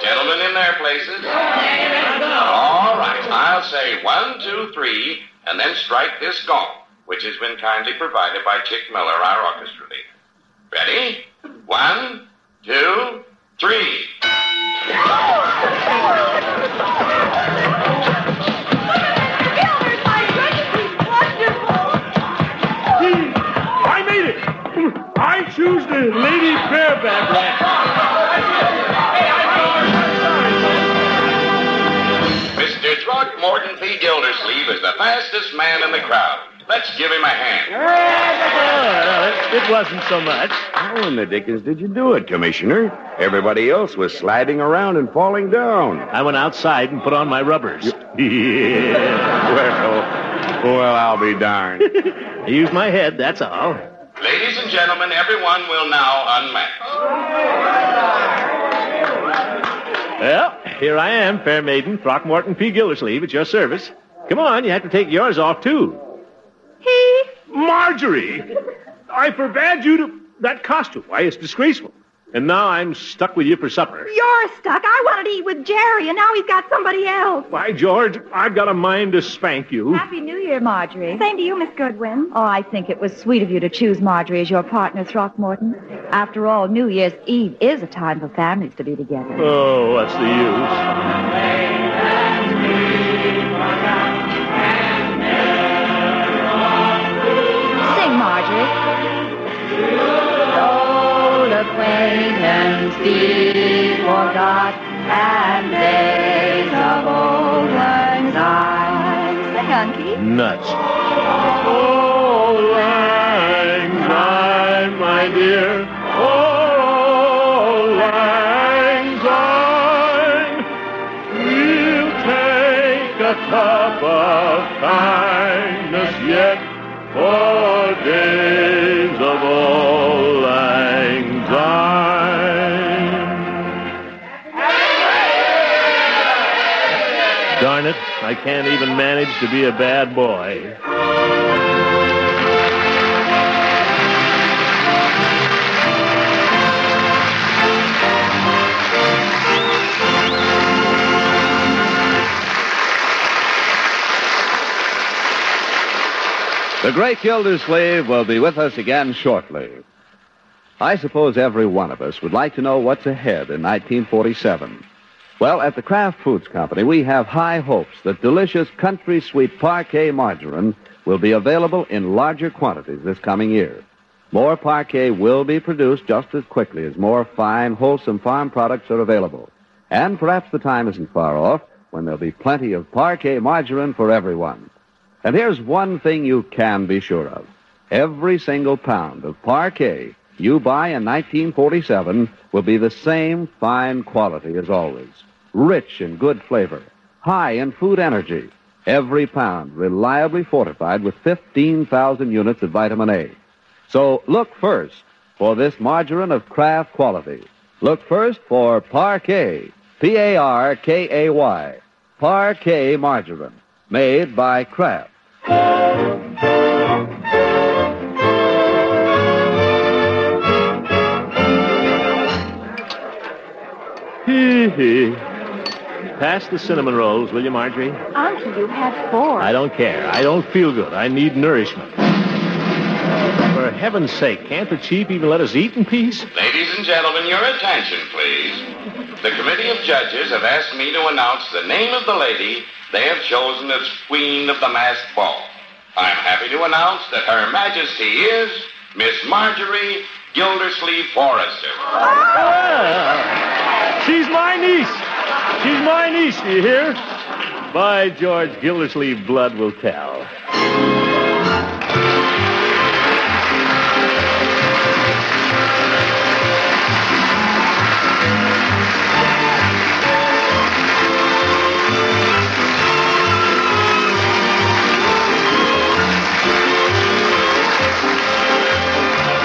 Gentlemen in their places? All right. I'll say one, two, three, and then strike this gong, which has been kindly provided by Chick Miller, our orchestra leader. Ready? One, two, three. I made it! I choose the lady bareback Mr. Throckmorton P. Gildersleeve is the fastest man in the crowd. Let's give him a hand. It wasn't so much. How in the dickens did you do it, Commissioner? Everybody else was sliding around and falling down. I went outside and put on my rubbers. yeah. Well, well, I'll be darned. I used my head, that's all. Ladies and gentlemen, everyone will now unmask. Well, here I am, fair maiden, Throckmorton P. Gildersleeve, at your service. Come on, you have to take yours off, too. He? Marjorie! I forbade you to. That costume, why, it's disgraceful. And now I'm stuck with you for supper. You're stuck. I wanted to eat with Jerry, and now he's got somebody else. By George, I've got a mind to spank you. Happy New Year, Marjorie. Same to you, Miss Goodwin. Oh, I think it was sweet of you to choose Marjorie as your partner, Throckmorton. After all, New Year's Eve is a time for families to be together. Oh, what's the use? Sing, Marjorie. Old acquaintance be forgot, and days of old lang syne. Sing, Unky. Nuts. Old lang syne, my dear. Old lang syne. We'll take a cup of kindness yet for days of old lang syne. Darn it, I can't even manage to be a bad boy. The great Gildersleeve will be with us again shortly. I suppose every one of us would like to know what's ahead in 1947. Well, at the Kraft Foods Company, we have high hopes that delicious country sweet parquet margarine will be available in larger quantities this coming year. More parquet will be produced just as quickly as more fine, wholesome farm products are available. And perhaps the time isn't far off when there'll be plenty of parquet margarine for everyone. And here's one thing you can be sure of. Every single pound of parquet you buy in 1947 will be the same fine quality as always. Rich in good flavor, high in food energy. Every pound reliably fortified with 15,000 units of vitamin A. So look first for this margarine of craft quality. Look first for Parquet. P-A-R-K-A-Y. Parquet margarine. Made by Kraft. Hee hee. Pass the cinnamon rolls, will you, Marjorie? Uncle, you've had four. I don't care. I don't feel good. I need nourishment. For heaven's sake, can't the chief even let us eat in peace? Ladies and gentlemen, your attention, please. The committee of judges have asked me to announce the name of the lady they have chosen as queen of the masked ball. I'm happy to announce that Her Majesty is Miss Marjorie Gildersleeve Forrester. She's my niece. She's my niece, do you hear? By George, Gildersleeve blood will tell.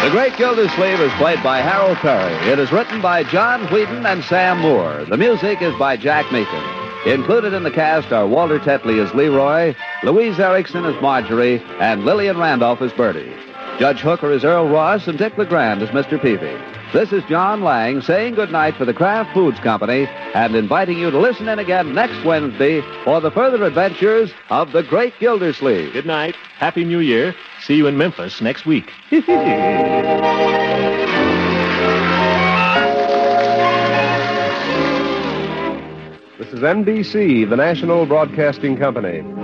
The Great Gildersleeve is played by Harold Perry. It is written by John Wheaton and Sam Moore. The music is by Jack Meakin. Included in the cast are Walter Tetley as Leroy, Louise Erickson as Marjorie, and Lillian Randolph as Bertie. Judge Hooker is Earl Ross, and Dick LeGrand is Mr. Peavy. This is John Lang saying goodnight for the Kraft Foods Company and inviting you to listen in again next Wednesday for the further adventures of the Great Gildersleeve. Good night. Happy New Year. See you in Memphis next week. This is NBC, the national broadcasting company.